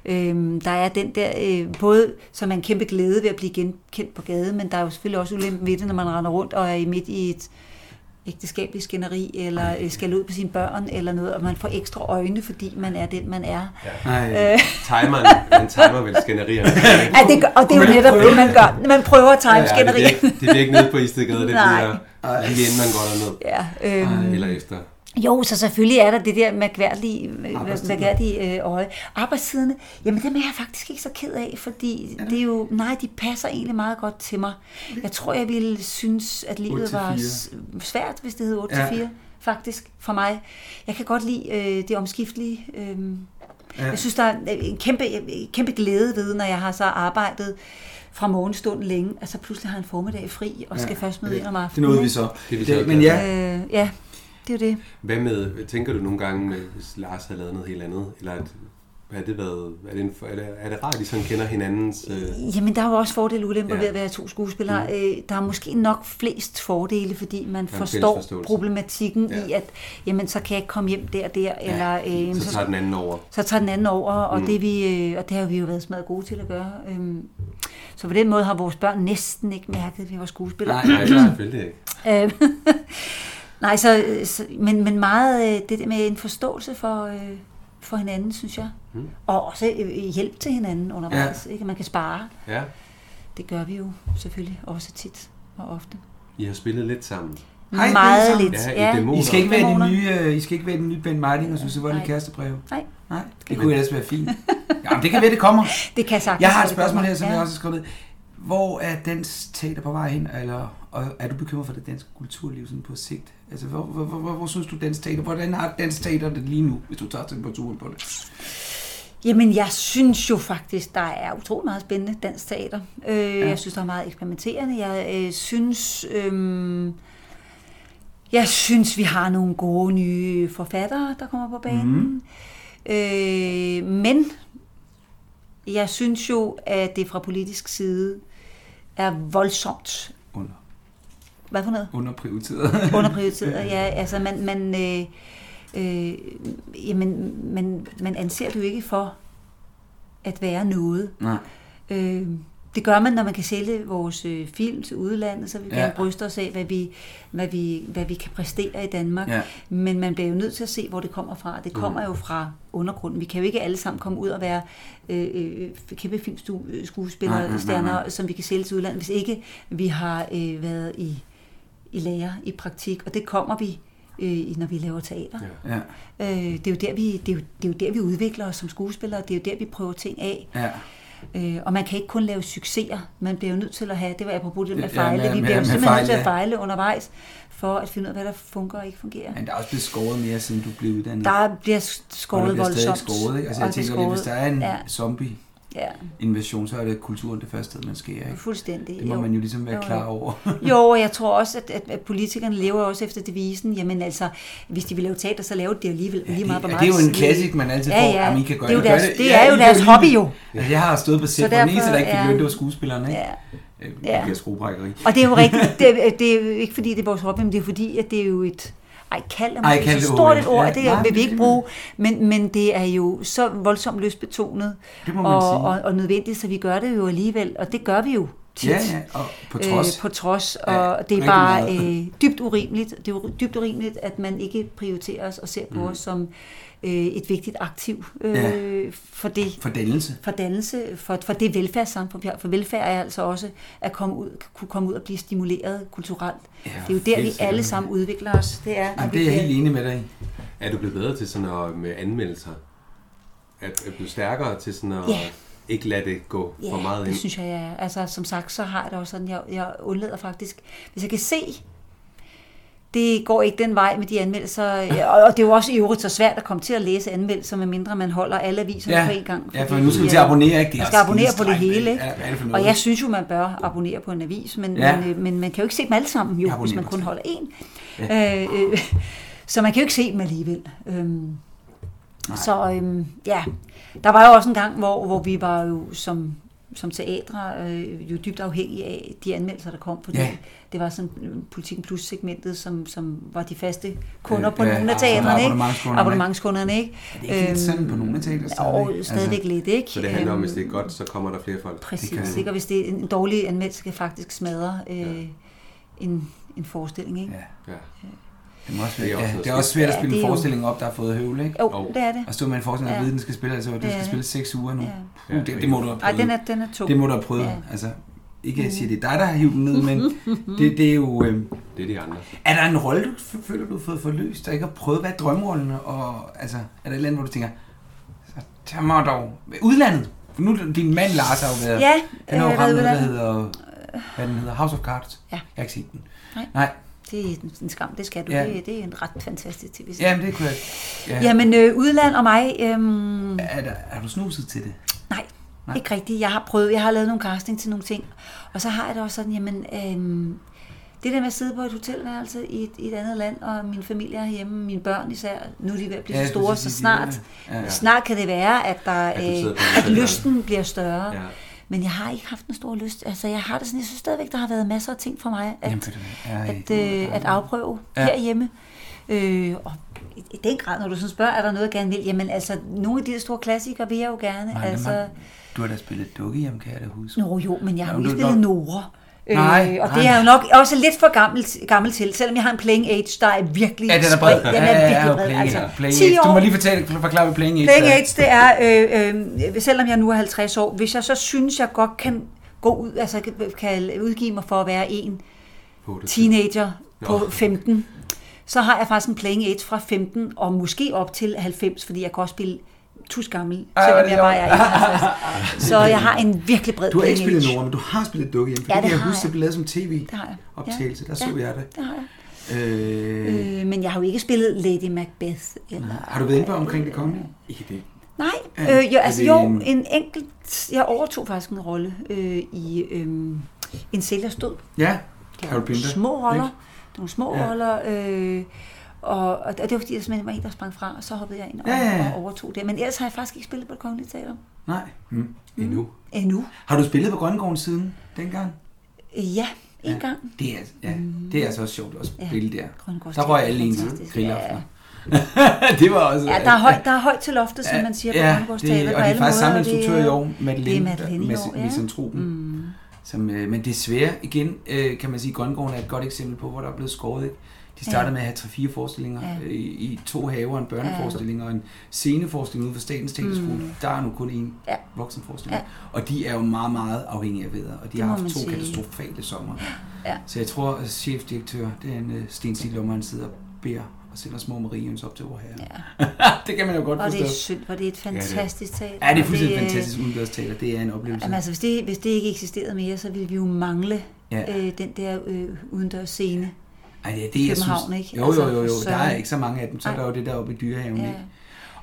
Ja. Øhm, der er den der, øh, både som er en kæmpe glæde ved at blive genkendt på gaden, men der er jo selvfølgelig også ulempen ved det, når man render rundt og er midt i et ægteskabelig skænderi, eller øh, skal ud på sine børn, eller noget, og man får ekstra øjne, fordi man er den, man er. Ja. Øh, Nej. Timeren, man timer vel skænderierne. Ja, det gør, og det er jo netop det, man gør. Man prøver at time Ja, det, skænderi. bliver ikke, det bliver ikke nede på Istedgade, det Nej. bliver lige inden man går derned. Ja, øhm, Eller efter. Jo, så selvfølgelig er der det der mærkværdige, mærkværdige øh, øje. Arbejdstiderne, jamen dem er jeg faktisk ikke så ked af, fordi det er jo, nej, de passer egentlig meget godt til mig. Jeg tror, jeg ville synes, at livet 8-4. var s- svært, hvis det hed 8-4, Ja. ja. faktisk, for mig. Jeg kan godt lide øh, det omskiftelige. Øh, ja. Ja. Jeg synes, der er en kæmpe, en kæmpe glæde ved, når jeg har så arbejdet fra morgenstunden længe, at så pludselig har jeg en formiddag fri, og skal først møde ind om Det aftenen. nåede vi ikke? så. Det er vi så Det, men glade ja, Øh, ja, det er jo det. Hvad med, tænker du nogle gange, med, hvis Lars havde lavet noget helt andet? Eller at, har det været, er, det en, er, det, er det rart, at I sådan kender hinandens... Øh, Jamen, der er jo også fordele og ulemper Ja. ja. ved at være to skuespillere. Mm. Der er måske nok flest fordele, fordi man fælles forstår forståelse. problematikken ja. Ja. i, at jamen, så kan jeg ikke komme hjem der og der, ja. eller øh, så tager den anden over. så tager den anden over, og, mm. det, vi, øh, og det har vi jo været smadret gode til at gøre. Øhm, så på den måde har vores børn næsten ikke mærket, at vi var skuespillere. Nej. Nej, det er selvfølgelig ikke. Øhm, Nej, så, så, men, men meget øh, det der med en forståelse for, øh, for hinanden, synes jeg. Mm. Og også øh, hjælp til hinanden undervejs. Ja. Ikke? Man kan spare. Ja, Det gør vi jo selvfølgelig også tit og ofte. I har spillet lidt sammen. Hej, det er Meget så- lidt, Ja, i ja. dæmoner. I skal ikke være Dæmoner. den nye, øh, I skal ikke være den nye Ben Martin og Susse Vold i Nej. kærestebreve. Nej, Nej, det kunne ellers være fint. Jamen, det kan være, det kommer. det kan sagtens. Jeg har et være, spørgsmål det her, som kommer. jeg også har skrevet ned. Hvor er dansk teater på vej hen, eller og er du bekymret for det danske kulturliv sådan på sigt? Altså, hvor, hvor, hvor, hvor, hvor synes du dansk teater? Hvordan har dansk teater det lige nu, hvis du tager temperaturen på det? Jamen, jeg synes jo faktisk, der er utrolig meget spændende dansk teater. Øh, ja. Jeg synes, der er meget eksperimenterende. Jeg øh, synes... Øh, jeg synes, vi har nogle gode nye forfattere, der kommer på banen. Mm. Øh, men jeg synes jo, at det fra politisk side er voldsomt. Under, Hvad for noget? underprioriteret. underprioriteret, ja. Altså, man, man, øh, øh, jamen, man, man anser det jo ikke for at være noget. Nej. Øh, det gør man, når man kan sælge vores øh, film til udlandet, så vil vi Ja. ja. gerne bryste os af, hvad vi, hvad, vi, hvad vi kan præstere i Danmark. Ja. Mm. Men man bliver jo nødt til at se, hvor det kommer fra. Det kommer jo fra undergrunden. Vi kan jo ikke alle sammen komme ud og være øh, øh, kæmpe Nej, nej, nej, filmskuespillere, nej. stjerner, som vi kan sælge til udlandet, hvis ikke vi har øh, været i, i lære, i praktik. Og det kommer vi, øh, i, når vi laver teater. Ja. Ja, Øh, det, er jo der, vi, det, er jo, det er jo der, vi udvikler os som skuespillere. Det er jo der, vi prøver ting af. ja. Øh, og man kan ikke kun lave succeser. Man bliver jo nødt til at have, det var apropos det med Ja, fejle, med- vi med- bliver jo med simpelthen fejl, nødt til at ja. fejle undervejs, for at finde ud af, hvad der fungerer og ikke fungerer. Men der er også blevet skåret mere, siden du blev uddannet. Der bliver og skåret der bliver stadig voldsomt. skåret, ikke? Altså, Og jeg der er tænker, lidt, hvis der er en Ja, zombie-invasion, ja, så er det kulturen det første sted, man skærer, ikke? fuldstændig. Det må jo. man jo ligesom være klar over. Jo, og jeg tror også, at, at, at politikerne lever også efter devisen, jamen altså, hvis de vil lave teater, så laver de det alligevel lige det, meget på og meget. det er jo en klassik, man altid Ja, får. ja. Jamen, I kan gøre Det er jo I gør deres- det er I jo kan deres lide hobby det. jo. Altså, jeg har stået på set, hvor den derfor eneste, der ikke fik er- løn, det var skuespilleren, ikke? Ja. Øh, Det Ja. bliver skruebrækkeri. Og det er jo rigtigt, det, er- det er jo ikke fordi, det er vores hobby, men det er fordi, at det er jo et... Ej, kald er Ej, måske kald så det stort okay. et ord, Ja, ja, det nej, vil vi det- ikke bruge, men, men det er jo så voldsomt løsbetonet Det må man og, sige. og, og nødvendigt, så vi gør det jo alligevel, og det gør vi jo. tit. Ja, ja, og på trods. Øh, på trods, og Ja, det er rigtig bare meget. øh, dybt urimeligt. Det er jo dybt urimeligt, at man ikke prioriterer os og ser på mm. os som øh, et vigtigt aktiv øh, Ja. for det For dannelse. for dannelse, for, for det velfærdssamfund, vi har. For velfærd er altså også at komme ud, kunne komme ud og blive stimuleret kulturelt. Ja, det er jo der, vi helt alle sikkert. sammen udvikler os. Det er, når Jamen, vi det er jeg bliver- helt enig med dig i. Er du blevet bedre til sådan at med anmeldelser? At, at blive stærkere til sådan at Ja. ikke lade det gå Ja, for meget det ind? synes jeg, jeg er. Altså, som sagt, så har jeg det også sådan, jeg, jeg undlader faktisk. Hvis jeg kan se, det går ikke den vej med de anmeldelser, og og det er jo også i øvrigt så svært at komme til at læse anmeldelser, medmindre man holder alle aviserne Ja, på en gang. ja, for fordi nu skal de man til er- at abonnere, ikke? Det er Man skal også abonnere på det skidestrengt, hele, ikke? Ja, hvad er det for ikke? noget? Og jeg synes jo, man bør abonnere på en avis, men, Ja. men, øh, men man kan jo ikke se dem alle sammen, jo, Jeg abonnerer hvis man på kun tre. holder en. Øh, øh, så man kan jo ikke se dem alligevel. Øhm, så øhm, ja, der var jo også en gang, hvor, hvor vi var jo som, som teatre øh, jo dybt afhængige af de anmeldelser, der kom, fordi Ja. ja. det var sådan øh, Politiken Plus-segmentet, som, som var de faste kunder Øh, på ja, nogle af altså, der er teatrene, ikke? abonnementskunderne, ikke? Abonnementskunderne, ikke? Er Det er ikke lidt sådan på nogle af teater stadigvæk. og stadigvæk altså, lidt, ikke? Så det handler om, hvis Øhm, det er godt, så kommer der flere folk. Det kan Præcis, det. ikke? Og hvis det er en en dårlig anmeldelse, kan faktisk smadre øh, en, en forestilling, ikke? Ja. Ja. Det, må også Det er være, det, også er ja, noget det er også svært at skidt. spille Ja, en det er jo- forestilling op, der har fået høvl, ikke? Jo, Jo. det er det. Og stå med en forestilling og Ja. vide, den skal spille, altså, det Det er skal det. spille seks uger nu. Ja. Ja. Uh, det, det, må du have Ej, prøvet. den er, den er tung. Det må du have prøvet. Ja. Mhm. Altså, ikke at jeg siger, det er dig, der har hivet den ned, men det, det er jo... Øh, Det er de andre. er der en rolle, du f- føler, du har fået forløst, der ikke har prøvet? Hvad er drømrollen? Og, altså, er der et eller andet, hvor du tænker, så tag mig dog... Udlandet! For nu, din mand Lars har jo været... Ja, han har jo øh, været ramt noget, der udlandet. hedder... Hvad den hedder? House of Cards. Ja. Jeg har ikke set den. Nej. Nej. Det er en skam, det skal du. Ja. Ja. Det, det er en ret fantastisk tv Ja, men det kunne jeg... Ja. Jamen, øh, udland og mig, øhm, Er, der, er du snuset til det? nej, nej, ikke rigtigt. Jeg har prøvet, jeg har lavet nogle casting til nogle ting. Og så har jeg det også sådan, jamen, øhm, det der med at sidde på et hotelværelse i et, i et andet land, og min familie er hjemme, mine børn især, nu er de ved at blive Ja, ja, jeg så skulle store, til så at sige, de snart, er- ja, ja, ja. ja. snart kan det være, at, der, du sidder på øh, et at hotelværelse. lysten bliver større. Ja. Ja. Men jeg har ikke haft den store lyst. Altså, jeg har det sådan, jeg synes stadigvæk, der har været masser af ting for mig, at, Jamen, ved du hvad? Ej, at, det må øh, at afprøve ja. herhjemme. Øh, og i, i den grad, når du sådan spørger, er der noget, jeg gerne vil? Jamen altså, nogle af de der store klassikere vil jeg jo gerne. Nej, Nej, altså, altså... Du har da spillet dukkehjem, kan jeg da huske. Nå jo, men jeg har jo Jamen, ikke du- spillet Nora. Øh, Nej, og nej. det er jeg jo nok også lidt for gammel, gammel til, selvom jeg har en playing age, der er virkelig Ja, den er bred. spredt. Den Ja, ja, er ja, virkelig bred. Playing Altså, Age. Playing 10 Age. Du må år. lige fortælle, forklare, hvad Playing Age Playing er. age, det er, øh, øh, selvom jeg nu er 50 år, hvis jeg så synes, jeg godt kan gå ud, altså kan- kan udgive mig for at være en teenager Nå. på 15, så har jeg faktisk en playing age fra 15 og måske op til 90, fordi jeg kan også spille tus gammel, Ej, hvor er selvom det jeg bare er 51. Så jeg har en virkelig bred Du har ikke playing spillet age. Nora, men du har spillet dukkehjem. For Ja, det det kan jeg har huske, jeg. det blev lavet som Det har jeg. tv-optagelse. Der så jeg det. Det har jeg. Øh, Øh, men jeg har jo ikke spillet Lady Macbeth. Eller... har du været inde på omkring det kongelige? Ikke det. Nej, Ja, øh, jo, er altså det jo, en- en enkelt, jeg overtog faktisk en rolle øh, i øh, En sælgers død. Ja, Det er Carol nogle Pinter. små roller, ikke? det er nogle små Ja. ja. roller, øh, og, og det var fordi, der simpelthen var en, der sprang fra, og så hoppede jeg ind og, Ja, ja, ja. og overtog det. Men ellers har jeg faktisk ikke spillet på det kongelige teater Nej. Mm. Endnu. endnu. Har du spillet på Grønnegården siden dengang? Øh, Ja, en ja. gang. Mm. Det er, ja, det er altså også sjovt at spille der. Grønnegårds Der røg Teater, alle ens fantastisk. grillaftener. det var også... Ja, der er, høj, der er højt til loftet, som Ja, man siger på ja, Grønnegårds det- Teater. Og på det er alle faktisk samme måder, og det instruktør i er- år, Matt det er Lind, Matt der- Lind i år, mis- ja. misantropen. Mm. Som, øh, men desværre, igen, øh, kan man sige, Grøngården er et godt eksempel på, hvor der er blevet skåret. Ikke? De startede ja. Ja. med at have 3-4 forestillinger Ja. ja. øh, i i to haver, en børneforestilling ja. og en sceneforestilling ude for Statens Teaterskole. Mm. Der er nu kun én ja. Ja. voksenforestilling. Ja. Og de er jo meget, meget afhængige af vejret, og de har må haft man to sige. katastrofale sommer. Ja. Så jeg tror, at chefdirektør, det er en øh, Sten Stig Lommeren, sidder og beder og sender små Mariens op til vor herre. Ja. det kan man jo godt Og det forstå. er synd, for det er et fantastisk teater. Ja, det er og fuldstændig øh, fantastisk udendørsteater. Det er en oplevelse. Jamen, altså, hvis, det, hvis det ikke eksisterede mere, så ville vi jo mangle Ja. ja. øh, den der øh, udendørs scene. Ej, det er det, jeg København, synes. ikke? Jo, Altså, jo, jo, jo. for Der er søren. ikke så mange af dem. Så er der jo det der oppe i dyrehaven, Ja. ikke?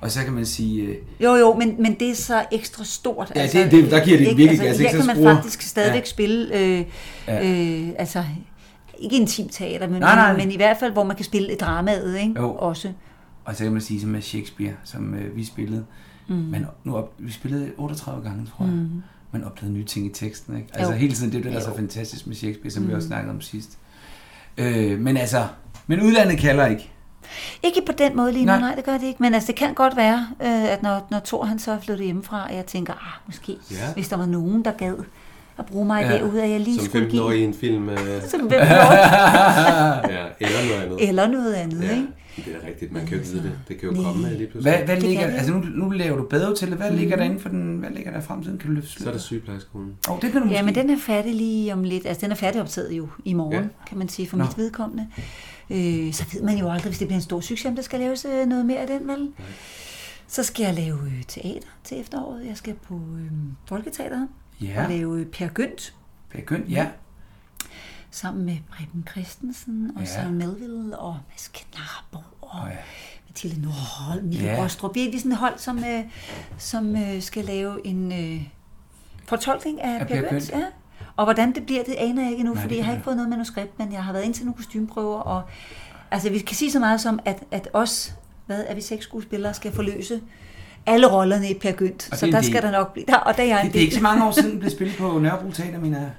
Og så kan man sige... øh, Jo, jo, men, men det er så ekstra stort. altså, Ja, det- det- der giver det virkelig gas, Her ikke? Så kan man skruer- faktisk stadigvæk Ja. ja. spille, øh, Ja. øh, altså ikke intimt teater, men, Nej, nej. men i hvert fald, hvor man kan spille dramaet, ikke? Jo. Også. Og så kan man sige, som med Shakespeare, som øh, vi spillede. Mm. Men nu op, vi spillede 38 gange, tror jeg. Mm. Man opdagede nye ting i teksten, ikke? Altså Jo. hele tiden, det er det, der er så fantastisk med Shakespeare, som mm. vi også snakkede om sidst. Øh, men altså... Men udlandet kalder ikke. Ikke på den måde lige nu, Nej. nej. nej, det gør det ikke. Men altså, det kan godt være, øh, at når, når Thor han så er flyttet hjemmefra, og jeg tænker, ah, måske, Ja. ja. hvis der var nogen, der gad at bruge mig ja. derud, at jeg lige Som skulle give... 15-årig i en film. Øh, Som 15 år. ja, eller noget andet. Eller noget andet, ja. Ja, ikke? det er rigtigt. Man kan jo ikke vide det. Det kan jo komme med lige pludselig. Hvad, hvad Det ligger, kan Mm. det. altså nu, nu laver du bedre til det. Hvad ligger der inden for den, hvad ligger der i fremtiden? Kan du løfte Så er det sløret? sygeplejerskolen. Åh, oh, det kan du måske. Ja, men den er færdig lige om lidt. Altså, den er færdigoptaget jo i morgen, ja. kan man sige, for mit vedkommende. Øh, så ved man jo aldrig, hvis det bliver en stor succes, om der skal laves øh, noget mere af den, vel? Så skal jeg lave øh, teater til efteråret. Jeg skal på øh, Folketeateret Ja. og lave øh, Per Gynt Begynd, ja. sammen med Preben Christensen og Ja. ja. Søren Melville og Mads Knarbo og ja. ja. Mathilde Nordholm, Mille Ja. ja. Rostrup. Vi er sådan et hold, som, øh, som øh, skal lave en øh, fortolkning af Per Per Gynt. Gynt. Ja. Og hvordan det bliver, det aner jeg ikke endnu, Nej, fordi det jeg har kan ikke fået noget manuskript, men jeg har været ind til nogle kostymeprøver. Og, altså, vi kan sige så meget som, at, at os, hvad er vi seks skuespillere, skal forløse alle rollerne i Per Gynt. Og Så det er en der del. skal der nok blive... Der, og der er jeg en Det, det er del. ikke så mange år siden, den blev spillet på Nørrebro Teater, mener jeg.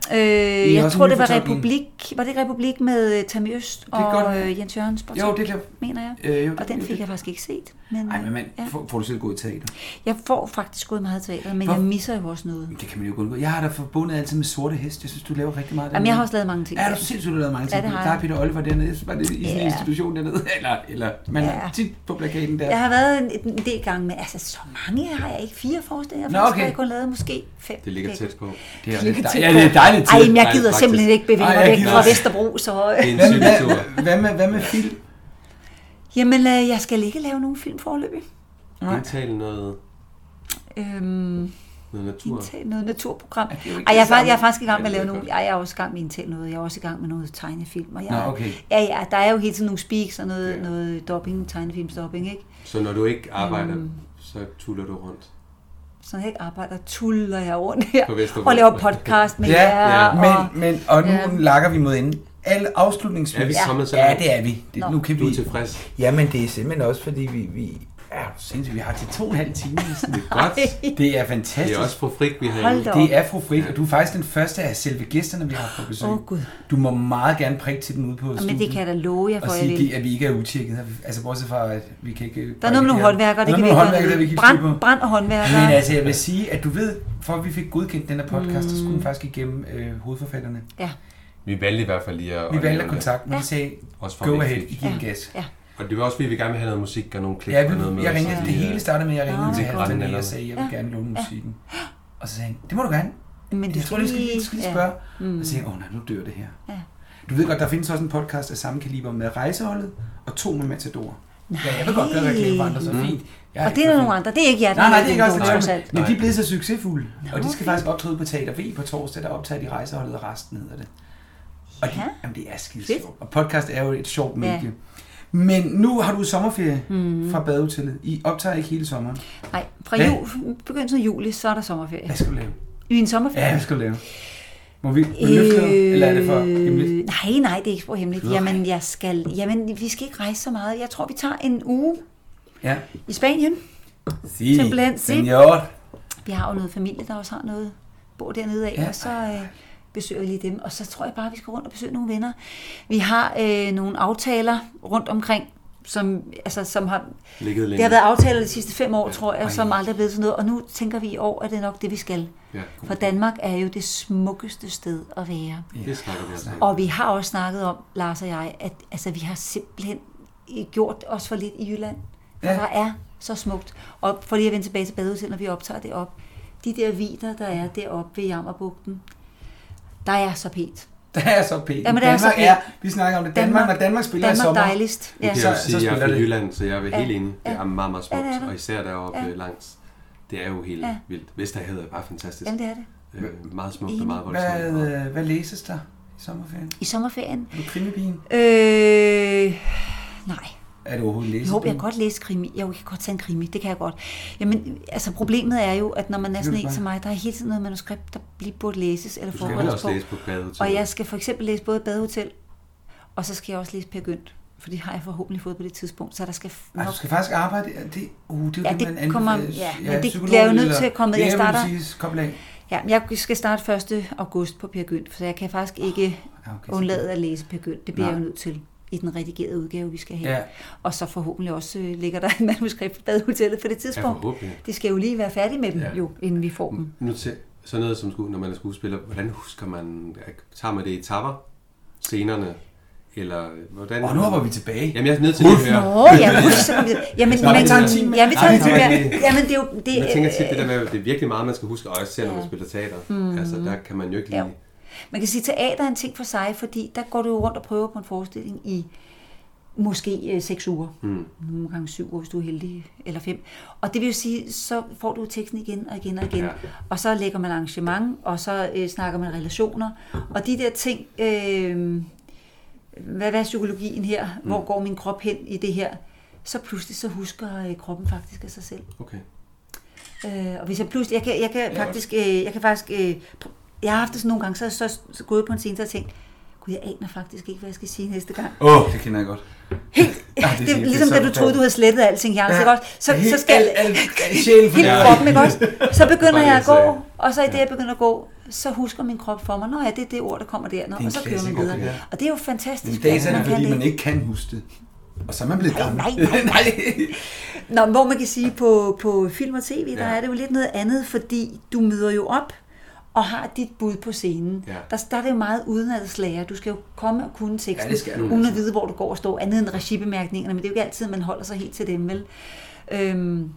Øh, jeg også tror, en det var nyfortolkning. Republik. Var det ikke Republik med øh, Tammy Øst er godt. og øh, Jens Jørgens Jo, det kan... mener jeg. Øh, jo, og den det- fik jeg faktisk ikke set. Men, Ej, men man, ja. får, får du selv gået i teater? Jeg får faktisk gået meget teater, men Hvor- jeg misser jo også noget. Det kan man jo godt gå. Jeg har da forbundet altid med sorte hest. Jeg synes, du laver rigtig meget. Jamen, jeg har dernede. også lavet mange ting. Ja, du har sindssygt lavet mange Ja, ting. det har Der er jeg. Peter Oliver dernede. Jeg synes bare, det er i sådan en Ja. institution dernede. Eller, eller man er Ja. tit på plakaten der. Jeg har været en, en del gange, men altså, så mange har jeg ikke. Fire forestillinger, Nå, Nå, okay. okay. har jeg kun lavet måske fem. Det ligger Kan tæt på. Det er, jeg lidt ikke dej- tænke ja, det er på. dejligt til. Ej, men jeg Ej, gider faktisk. simpelthen ikke bevæge Ej, mig jeg væk gider fra også. Vesterbro, så... Det er Øh. en Hvad, cykeltur. hvad, hvad, med, hvad med film? Jamen, øh, jeg skal ikke lave nogen film forløbig. Indtale noget, Øhm, noget natur. indtale noget naturprogram. det er jo ikke Ej, det jeg, er, fakt- samme. jeg er faktisk i gang med at Ja, det lave er nogle... Ej, jeg er også i gang med at indtale noget. Jeg er også i gang med noget tegnefilm. Og jeg, Nå, okay. Ja, ja, der er jo hele tiden nogle speaks og noget, ja. noget dopping, tegnefilmsdopping, ikke? Så når du ikke arbejder, så tuller du rundt. Så jeg ikke arbejder, tuller jeg rundt her På Vesterbro. og laver podcast med Ja, jer. ja. Og, Men, men, og nu Ja. lakker vi mod enden. Alle Er vi afslutningsvis. kommet så Ja, langt? det er vi. Det, Nå. nu kan Du vi... er tilfreds. Jamen, det er simpelthen også, fordi vi... vi ja, sindssygt, vi har til to og en halv time. Det er godt. Det er Det fantastisk. er også på frik, vi har Hold da op. Det er fru Frik, og du er faktisk den første af selve gæsterne, vi har haft på besøg. Åh, Gud. Du må meget gerne prikke til den ude på og, men studiet. det kan jeg da love jer og for, jeg sige, det, vil. at vi ikke er utjekket. her. Altså, bortset fra, at vi kan ikke... Der er noget med nogle håndværkere, det Der er kan nogle vi ikke håndværkere, gøre der vi noget. kan ikke styre Brand, på. brand og håndværkere. Men altså, jeg vil sige, at du ved, for at vi fik godkendt den her podcast, mm. så skulle den faktisk igennem øh, hovedforfatterne. ja, Vi valgte i hvert fald lige at... Vi at valgte nævne at det. kontakte dem, og de Ja. sagde, Også for go at vi ahead, fik- I giver en gas. ja. Og det var også, fordi vi gerne vil have noget musik og nogle klip og Ja, noget vi, med. jeg så ringede, det lige, øh, hele startede med, at jeg ringede Nå, til det er godt. Halvdan og sagde, jeg vil gerne låne musikken. Og så sagde han, det må du gerne. Men du jeg tror, skal det skal lige, lige... skal lige Ja. Mm. spørge. Ja. Og så tænkte jeg, åh nej, nu dør det her. Ja. Du ved godt, der findes også en podcast af samme kaliber med Rejseholdet og to med Matador. Ja, jeg vil godt gøre reklame for andre, så Mm. fint. Jeg Og det er der nogle andre, det er ikke jer, der Nej, nej, har det er ikke den også bog, trods alt. nej. Men de er blevet så succesfulde, og de skal faktisk optræde på Teater V på torsdag, der optager de Rejseholdet og resten hedder det. Og de, Ja. jamen, det er skide Fedt. sjovt. Og podcast er jo et sjovt Ja. Mhm. medie. Men nu har du sommerferie mm. fra badehotellet. I optager ikke hele sommeren. Nej, fra Hvad? jul, begyndelsen af juli, så er der sommerferie. Hvad skal du lave? I en sommerferie. Ja, hvad skal du lave? Må vi øh... løfte noget, eller er det for hemmeligt? Øh, Nej, nej, det er ikke for hemmeligt. Jamen, jeg skal, jamen, vi skal ikke rejse så meget. Jeg tror, vi tager en uge Ja. i Spanien. Si, Simpelthen, si. Senor. Vi har jo noget familie, der også har noget bor dernede af, Ja. ja. og så øh, besøger vi lige dem. Og så tror jeg bare, vi skal rundt og besøge nogle venner. Vi har øh, nogle aftaler rundt omkring, som, altså, som har, Ligget længe. det har været aftaler de sidste fem år, tror jeg, som aldrig er blevet til noget. Og nu tænker vi i år, at det er nok det, vi skal. Ja, For Danmark er jo det smukkeste sted at være. det snakker vi også om. Og vi har også snakket om, Lars og jeg, at altså, vi har simpelthen gjort os for lidt i Jylland. Ja. Ja. Der er så smukt. Og for lige at vende tilbage til badeudsendelsen, når vi optager det op. De der vider, der er deroppe ved Jammerbugten, der er så pænt. Der er så pænt. Jamen, der er Danmark så pænt. er, vi snakker om det, Danmark, når Danmark spiller i Danmark sommer. dejligst. Nu Ja. kan så- jeg jo så sige, at jeg er spiller fra det. Jylland, så jeg er helt Ja, enig. Det ja. er meget, meget Ja, det er smukt. det. Og især deroppe Ja. øh, langs. Det er jo helt Ja. vildt. Vesterhavet er bare fantastisk. Jamen, det er det. Øh, meget smukt og meget voldsomt. Hvad, Og- øh, hvad læses der i sommerferien? I sommerferien. Er du krimibigen? Øh, nej. Er du overhovedet læsebien? Jeg håber, jeg kan godt læse krimi. Jo, jeg kan godt tage en krimi, det kan jeg godt. Jamen, altså problemet er jo, at når man er Ved sådan du en hvad? som mig, der er hele tiden noget manuskript, der lige burde læses eller Du skal vel forberedes også på. læse på badet. Og jeg skal for eksempel læse både Badehotel, og så skal jeg også læse Per Gynt, for det har jeg forhåbentlig fået på det tidspunkt, så der skal f- Ej, nok... du skal faktisk arbejde. Er Det, uh, det er jo Ja, det, man det anbefaler. kommer- ja, men det psykolog bliver jeg jo nødt eller til at komme med. Jeg læger vil starter- Sige, kobl af. Ja, men jeg skal starte 1. august på Per Gynt, så jeg kan faktisk ikke Ja, Ah, okay, så- undlade at læse Per Gynt. Det bliver Nej. jeg jo nødt til i den redigerede udgave, vi skal have. Ja. Og så forhåbentlig også øh, ligger der et manuskript på Badehotellet for det Ja, tidspunkt. forhåbentlig. det skal jo lige være færdig med dem, Ja. jo, inden vi får dem. Nu til, sådan noget, som sku, når man er skuespiller, hvordan husker man, tager man det i tapper, scenerne, eller øh, hvordan... Og nu hopper vi tilbage. Jamen, jeg er nødt til lige at høre. Åh, ja, husk, så kom vi... Jamen, Nå, vi men, tager en time. ja, vi tager Ej, en time. nej, Ja, det- Jamen, det er jo... Det, Men jeg tænker tit, det der med, at det er virkelig meget, man skal huske, og også selv, når man spiller teater. Hmm. Altså, der kan man jo ikke lige... Ja. Man kan sige, at teater er en ting for sig, fordi der går du jo rundt og prøver på en forestilling i måske øh, seks uger. Mm. Nogle gange syv uger, hvis du er heldig, eller fem. Og det vil jo sige, så får du teksten igen og igen og igen. Ja. Ja. Og så lægger man arrangement, og så øh, snakker man relationer. Og de der ting, øh, hvad, hvad er psykologien her? Hvor går min krop hen i det her? Så pludselig så husker øh, kroppen faktisk af sig selv. Okay. Øh, og hvis jeg pludselig, jeg kan, jeg kan faktisk, øh, jeg kan faktisk, øh, pr- jeg har haft det sådan nogle gange, så er jeg så, så gået på en scene, så har jeg tænkt, gud, jeg aner faktisk ikke, hvad jeg skal sige næste gang. Åh, oh, det kender jeg godt. Helt, ja, det er det, virkelig det, ligesom så da du troede, forfærdeligt. du havde slettet alting, Jarl, ja, så godt, så, så skal Al, al, al, sjælen hele fornærmet. kroppen, ikke også? Så begynder Bare jeg at det, jeg gå, og så i det, jeg begynder at gå, så husker min krop for mig, nå ja, det er det ord, der kommer der, nå, en og så kører man klassiker, det videre. her. Og det er jo Men fantastisk. I dag så er det, man kan fordi det. man ikke kan huske det. Og så er man blevet gammel. nej, nej, nej. Nå, hvor man kan sige, på, på film og tv, der er det jo lidt noget andet, fordi du møder jo op og har dit bud på scenen. Ja. Der, der er det jo meget uden at slære. Du skal jo komme og kunne teksten, Ja, det skal du, uden at vide, hvor du går og står, andet end regibemærkningerne, men det er jo ikke altid, man holder sig helt til dem, vel? Øhm,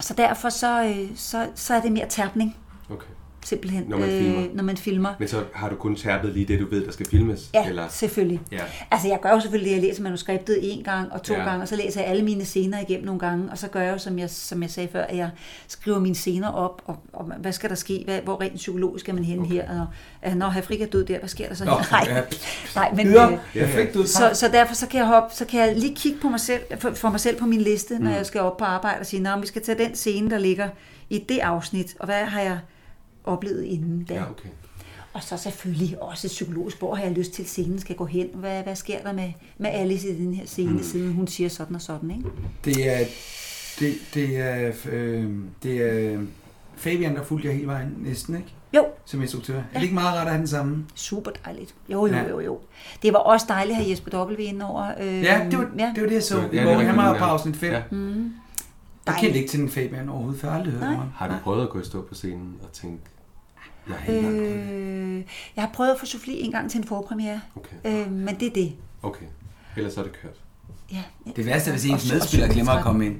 så derfor så, øh, så, så er det mere tærpning, Okay. simpelthen, øh, Når man filmer. når man filmer. Men så har du kun tærpet lige det, du ved, der skal filmes? Ja, Eller? Eller... selvfølgelig. Ja. Altså, jeg gør jo selvfølgelig det, jeg læser manuskriptet en gang og to Ja. ja. gange, og så læser jeg alle mine scener igennem nogle gange, og så gør jeg jo, som jeg, som jeg sagde før, at jeg skriver mine scener op, og, og hvad skal der ske, hvad, hvor rent psykologisk er man henne okay. her, og øh, når Hafrik er død der, hvad sker der så Nå, her? Nej, ja. nej, men... Videre. Øh, Jeg fik det ud. så, så derfor så kan, jeg hoppe, så kan jeg lige kigge på mig selv, for, for mig selv på min liste, når mm. jeg skal op på arbejde og sige, "Nå, men vi skal tage den scene, der ligger i det afsnit, og hvad har jeg oplevet inden da? Ja, okay. Og så selvfølgelig også et psykologisk, hvor har jeg lyst til, at scenen skal gå hen? Hvad, hvad sker der med, med Alice i den her scene, mm. siden hun siger sådan og sådan, ikke? Det er, det, det er, øh, det er Fabian, der fulgte jer hele vejen næsten, ikke? Jo, Som instruktør. Ja. Er det ikke meget rart at have den samme? super dejligt. Jo, jo, Ja. jo, jo. Det var også dejligt at have Jesper W. indover. Øh, Ja, det var, ja. det, var det, jeg så. Ja, det Ja, er hvor han rigtigt, var ja. på afsnit 5. Ja. Ja. Jeg kendte ikke til den Fabian overhovedet, for jeg har aldrig hørt om ham. Har du prøvet at gå i stå på scenen og tænke, jeg er helt langt ude"? Øh, jeg har prøvet at få Sofie en gang til en forpremiere, Okay. øh, men det er det. Okay. Ellers er det kørt. Ja. Det værste er, hvis Og- ens og medspiller glemmer at 37. komme ind.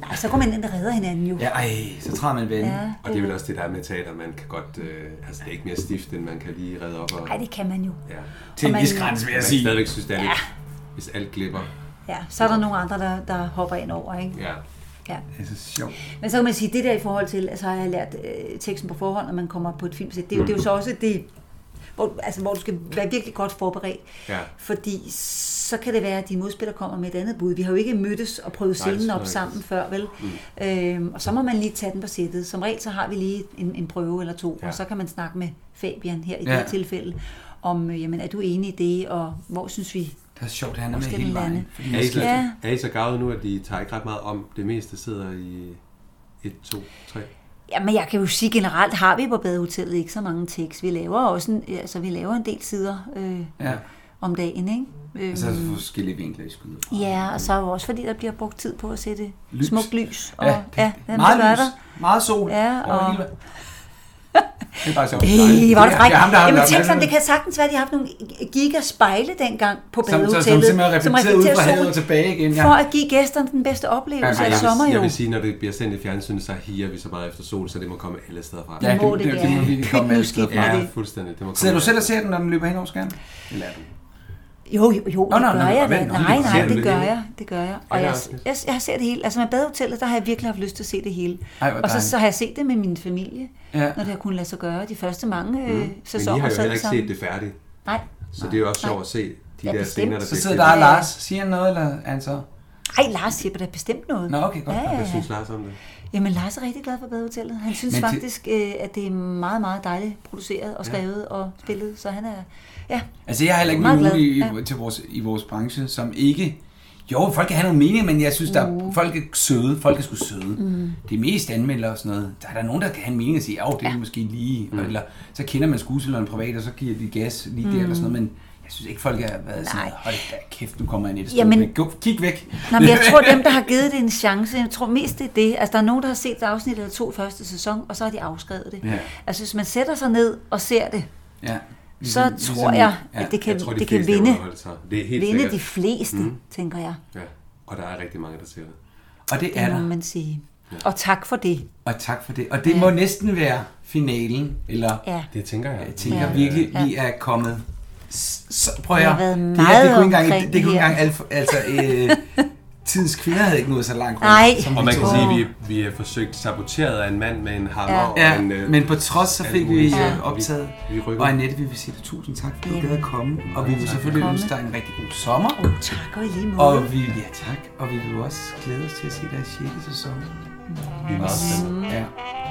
Nej, så går man ind og redder hinanden jo. Ja, ej, så træder man ven. Ja. Og det er vel også det der er med teater, man kan godt, øh, altså det er ikke mere stift, end man kan lige redde op og... Nej, det kan man jo. Ja. Til en Og vis man- grænse, vil Jeg jeg siger sige. stadigvæk synes, det er lidt, hvis alt glipper. Ja, så er der nogle andre, der, der hopper ind over, ikke? Ja. Ja. Det er så sjovt. Men så kan man sige, det der i forhold til, altså har jeg lært øh, teksten på forhånd, når man kommer på et filmsæt, det, er jo- det er jo så også det, hvor, altså, hvor du skal være virkelig godt forberedt. Ja. Fordi så kan det være, at dine modspillere kommer med et andet bud. Vi har jo ikke mødtes og prøvet Nej, det scenen tror op jeg sammen før, vel? Mm. Øhm, og så må man lige tage den på sættet. Som regel så har vi lige en, en prøve eller to, Ja. ja. og så kan man snakke med Fabian her i ja. Ja. det her tilfælde, om, øh, jamen, er du enig i det, og hvor synes vi... Det er sjovt, at han er med Måske hele den vejen. lande. Fordi Er I, så, Ja. er I så gavet nu, at de tager ikke ret meget om det meste sidder i 1, 2, 3? Jamen, jeg kan jo sige, generelt har vi på badehotellet ikke så mange tekst. Vi laver også en, altså, vi laver en del sider Ja, øh, Altså, om dagen, ikke? og Øh, så er der forskellige vinkler, I skyder fra. ja, og så er jo også fordi, der bliver brugt tid på at sætte Lys. lys. smukt lys. Og, Ja, det, ja, jamen, meget det gør lys, der. meget sol. Ja, og... og- hele- Det er bare sjovt. Ej, var du fræk. Det er ham, der har Jamen lavet tænk sådan, det. det kan sagtens være, at de har haft nogle gigaspejle dengang på Som, som, badehotellet, som simpelthen reflekterer ud fra havet og solen, tilbage igen. Ja. for at give gæsterne den bedste oplevelse Ja, af ja, Altså, jeg, sommer vil, jeg jo. vil sige, når det bliver sendt i fjernsynet, så higer vi så meget efter sol, så det må komme alle steder fra. Ja, Det må det- det det- det må vi være. lige Pyt komme med nu et sted skidt fra. med ja det. fuldstændig. Det må komme Sidder du alle selv og steder ser den, når den løber hen over skærmen? Eller er du? Jo, jo, jo, nå, det nå, gør jeg men da. nå, Nej, det ser nej, du det det gør hele? jeg. Det gør jeg. Og Ja, jeg, det er jeg, jeg har set det hele. Altså med badehotellet, der har jeg virkelig haft lyst til at se det hele. Ej, hvor og så, dejligt. så har jeg set det med min familie, Ja. Mm. når det har kunnet lade sig gøre. De første mange øh, Men I sæsoner har jo sad heller vi ikke sammen. set det færdigt, Nej. så det er jo også sjovt at se de der Ja, bestemt. scener, der Så bliver sidder klippet. der og Lars. Siger han noget, eller er han så? Ej, Lars siger da bestemt noget. Nå, okay, godt. Ja, ja, Hvad ja. synes Lars om det? Jamen, Lars er rigtig glad for badehotellet. Han synes Men det- faktisk, øh, at det er meget, meget dejligt produceret og skrevet og spillet, så han er... Ja, Altså, jeg har heller ikke Meget nogen glad, i, ja. i- til vores, i vores branche, som ikke... Jo, folk kan have nogle meninger, men jeg synes, der er, Mm. folk er søde. Folk er sgu søde. Mm. Det er mest anmelder og sådan noget. Der er der nogen, der kan have en mening og sige, at det er måske lige... Mm. Eller så kender man skuespilleren privat, og så giver de gas lige der eller sådan noget. Men jeg synes ikke, folk har været sådan, Nej. hold da kæft, nu kommer Annette Jamen- Jamen... Gå, kig væk. Nej, men jeg tror, dem, der har givet det en chance, jeg tror mest, det er det. Altså, der er nogen, der har set et afsnit eller to i første sæson, og så har de afskrevet det. Ja. Altså, hvis man sætter sig ned og ser det, Ja. ligesom- så tror jeg, at det kan, Jeg tror, de det kan fleste vinde, underholder sig. Det er helt vinde sikkert. de fleste, mm. tænker jeg. Ja. Og der er rigtig mange, der ser det. Og det er Det må der. man sige. Og tak for det. Og tak for det. Og det ja. må næsten være finalen, eller Ja. Det tænker jeg. Jeg tænker Ja. virkelig, vi er kommet... s- Så, prøv at Vi har høre, været det, her, meget det kunne ikke engang, omkring det, det kunne det ikke her. engang alf, altså, øh, tidens kvinder havde ikke nået så langt. rundt, Nej. som vi Og man kan to. sige, at vi, vi er forsøgt saboteret af en mand med en hammer. Ja. Og Ja, en, øh, men på trods så alt fik vi muligt. ja. optaget. Vi, vi rykker. Og Annette, vi vil sige dig tusind tak, fordi du Jamen. gad at komme. Og vi vil selvfølgelig ønske dig en rigtig god sommer. Oh, tak og i lige måde. Og vi, ja tak, og vi vil jo også glæde os til at se dig i 6. sæson. Vi er meget spændende. Ja,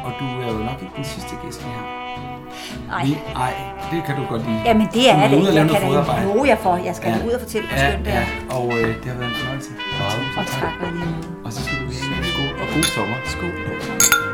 og du er jo nok ikke den sidste gæst, vi har. Nej. Vi, ej, det kan du godt lide. Jamen, det Du må er det. ud og lave Jeg noget kan da fodarbejde. love jer for. Jeg skal Ja. da ud og fortælle, hvor Ja, skønt det ja, er. og øh, det har været en fornøjelse. Og tak og i lige måde. Og så skal du have en skål og god sommer. Skål.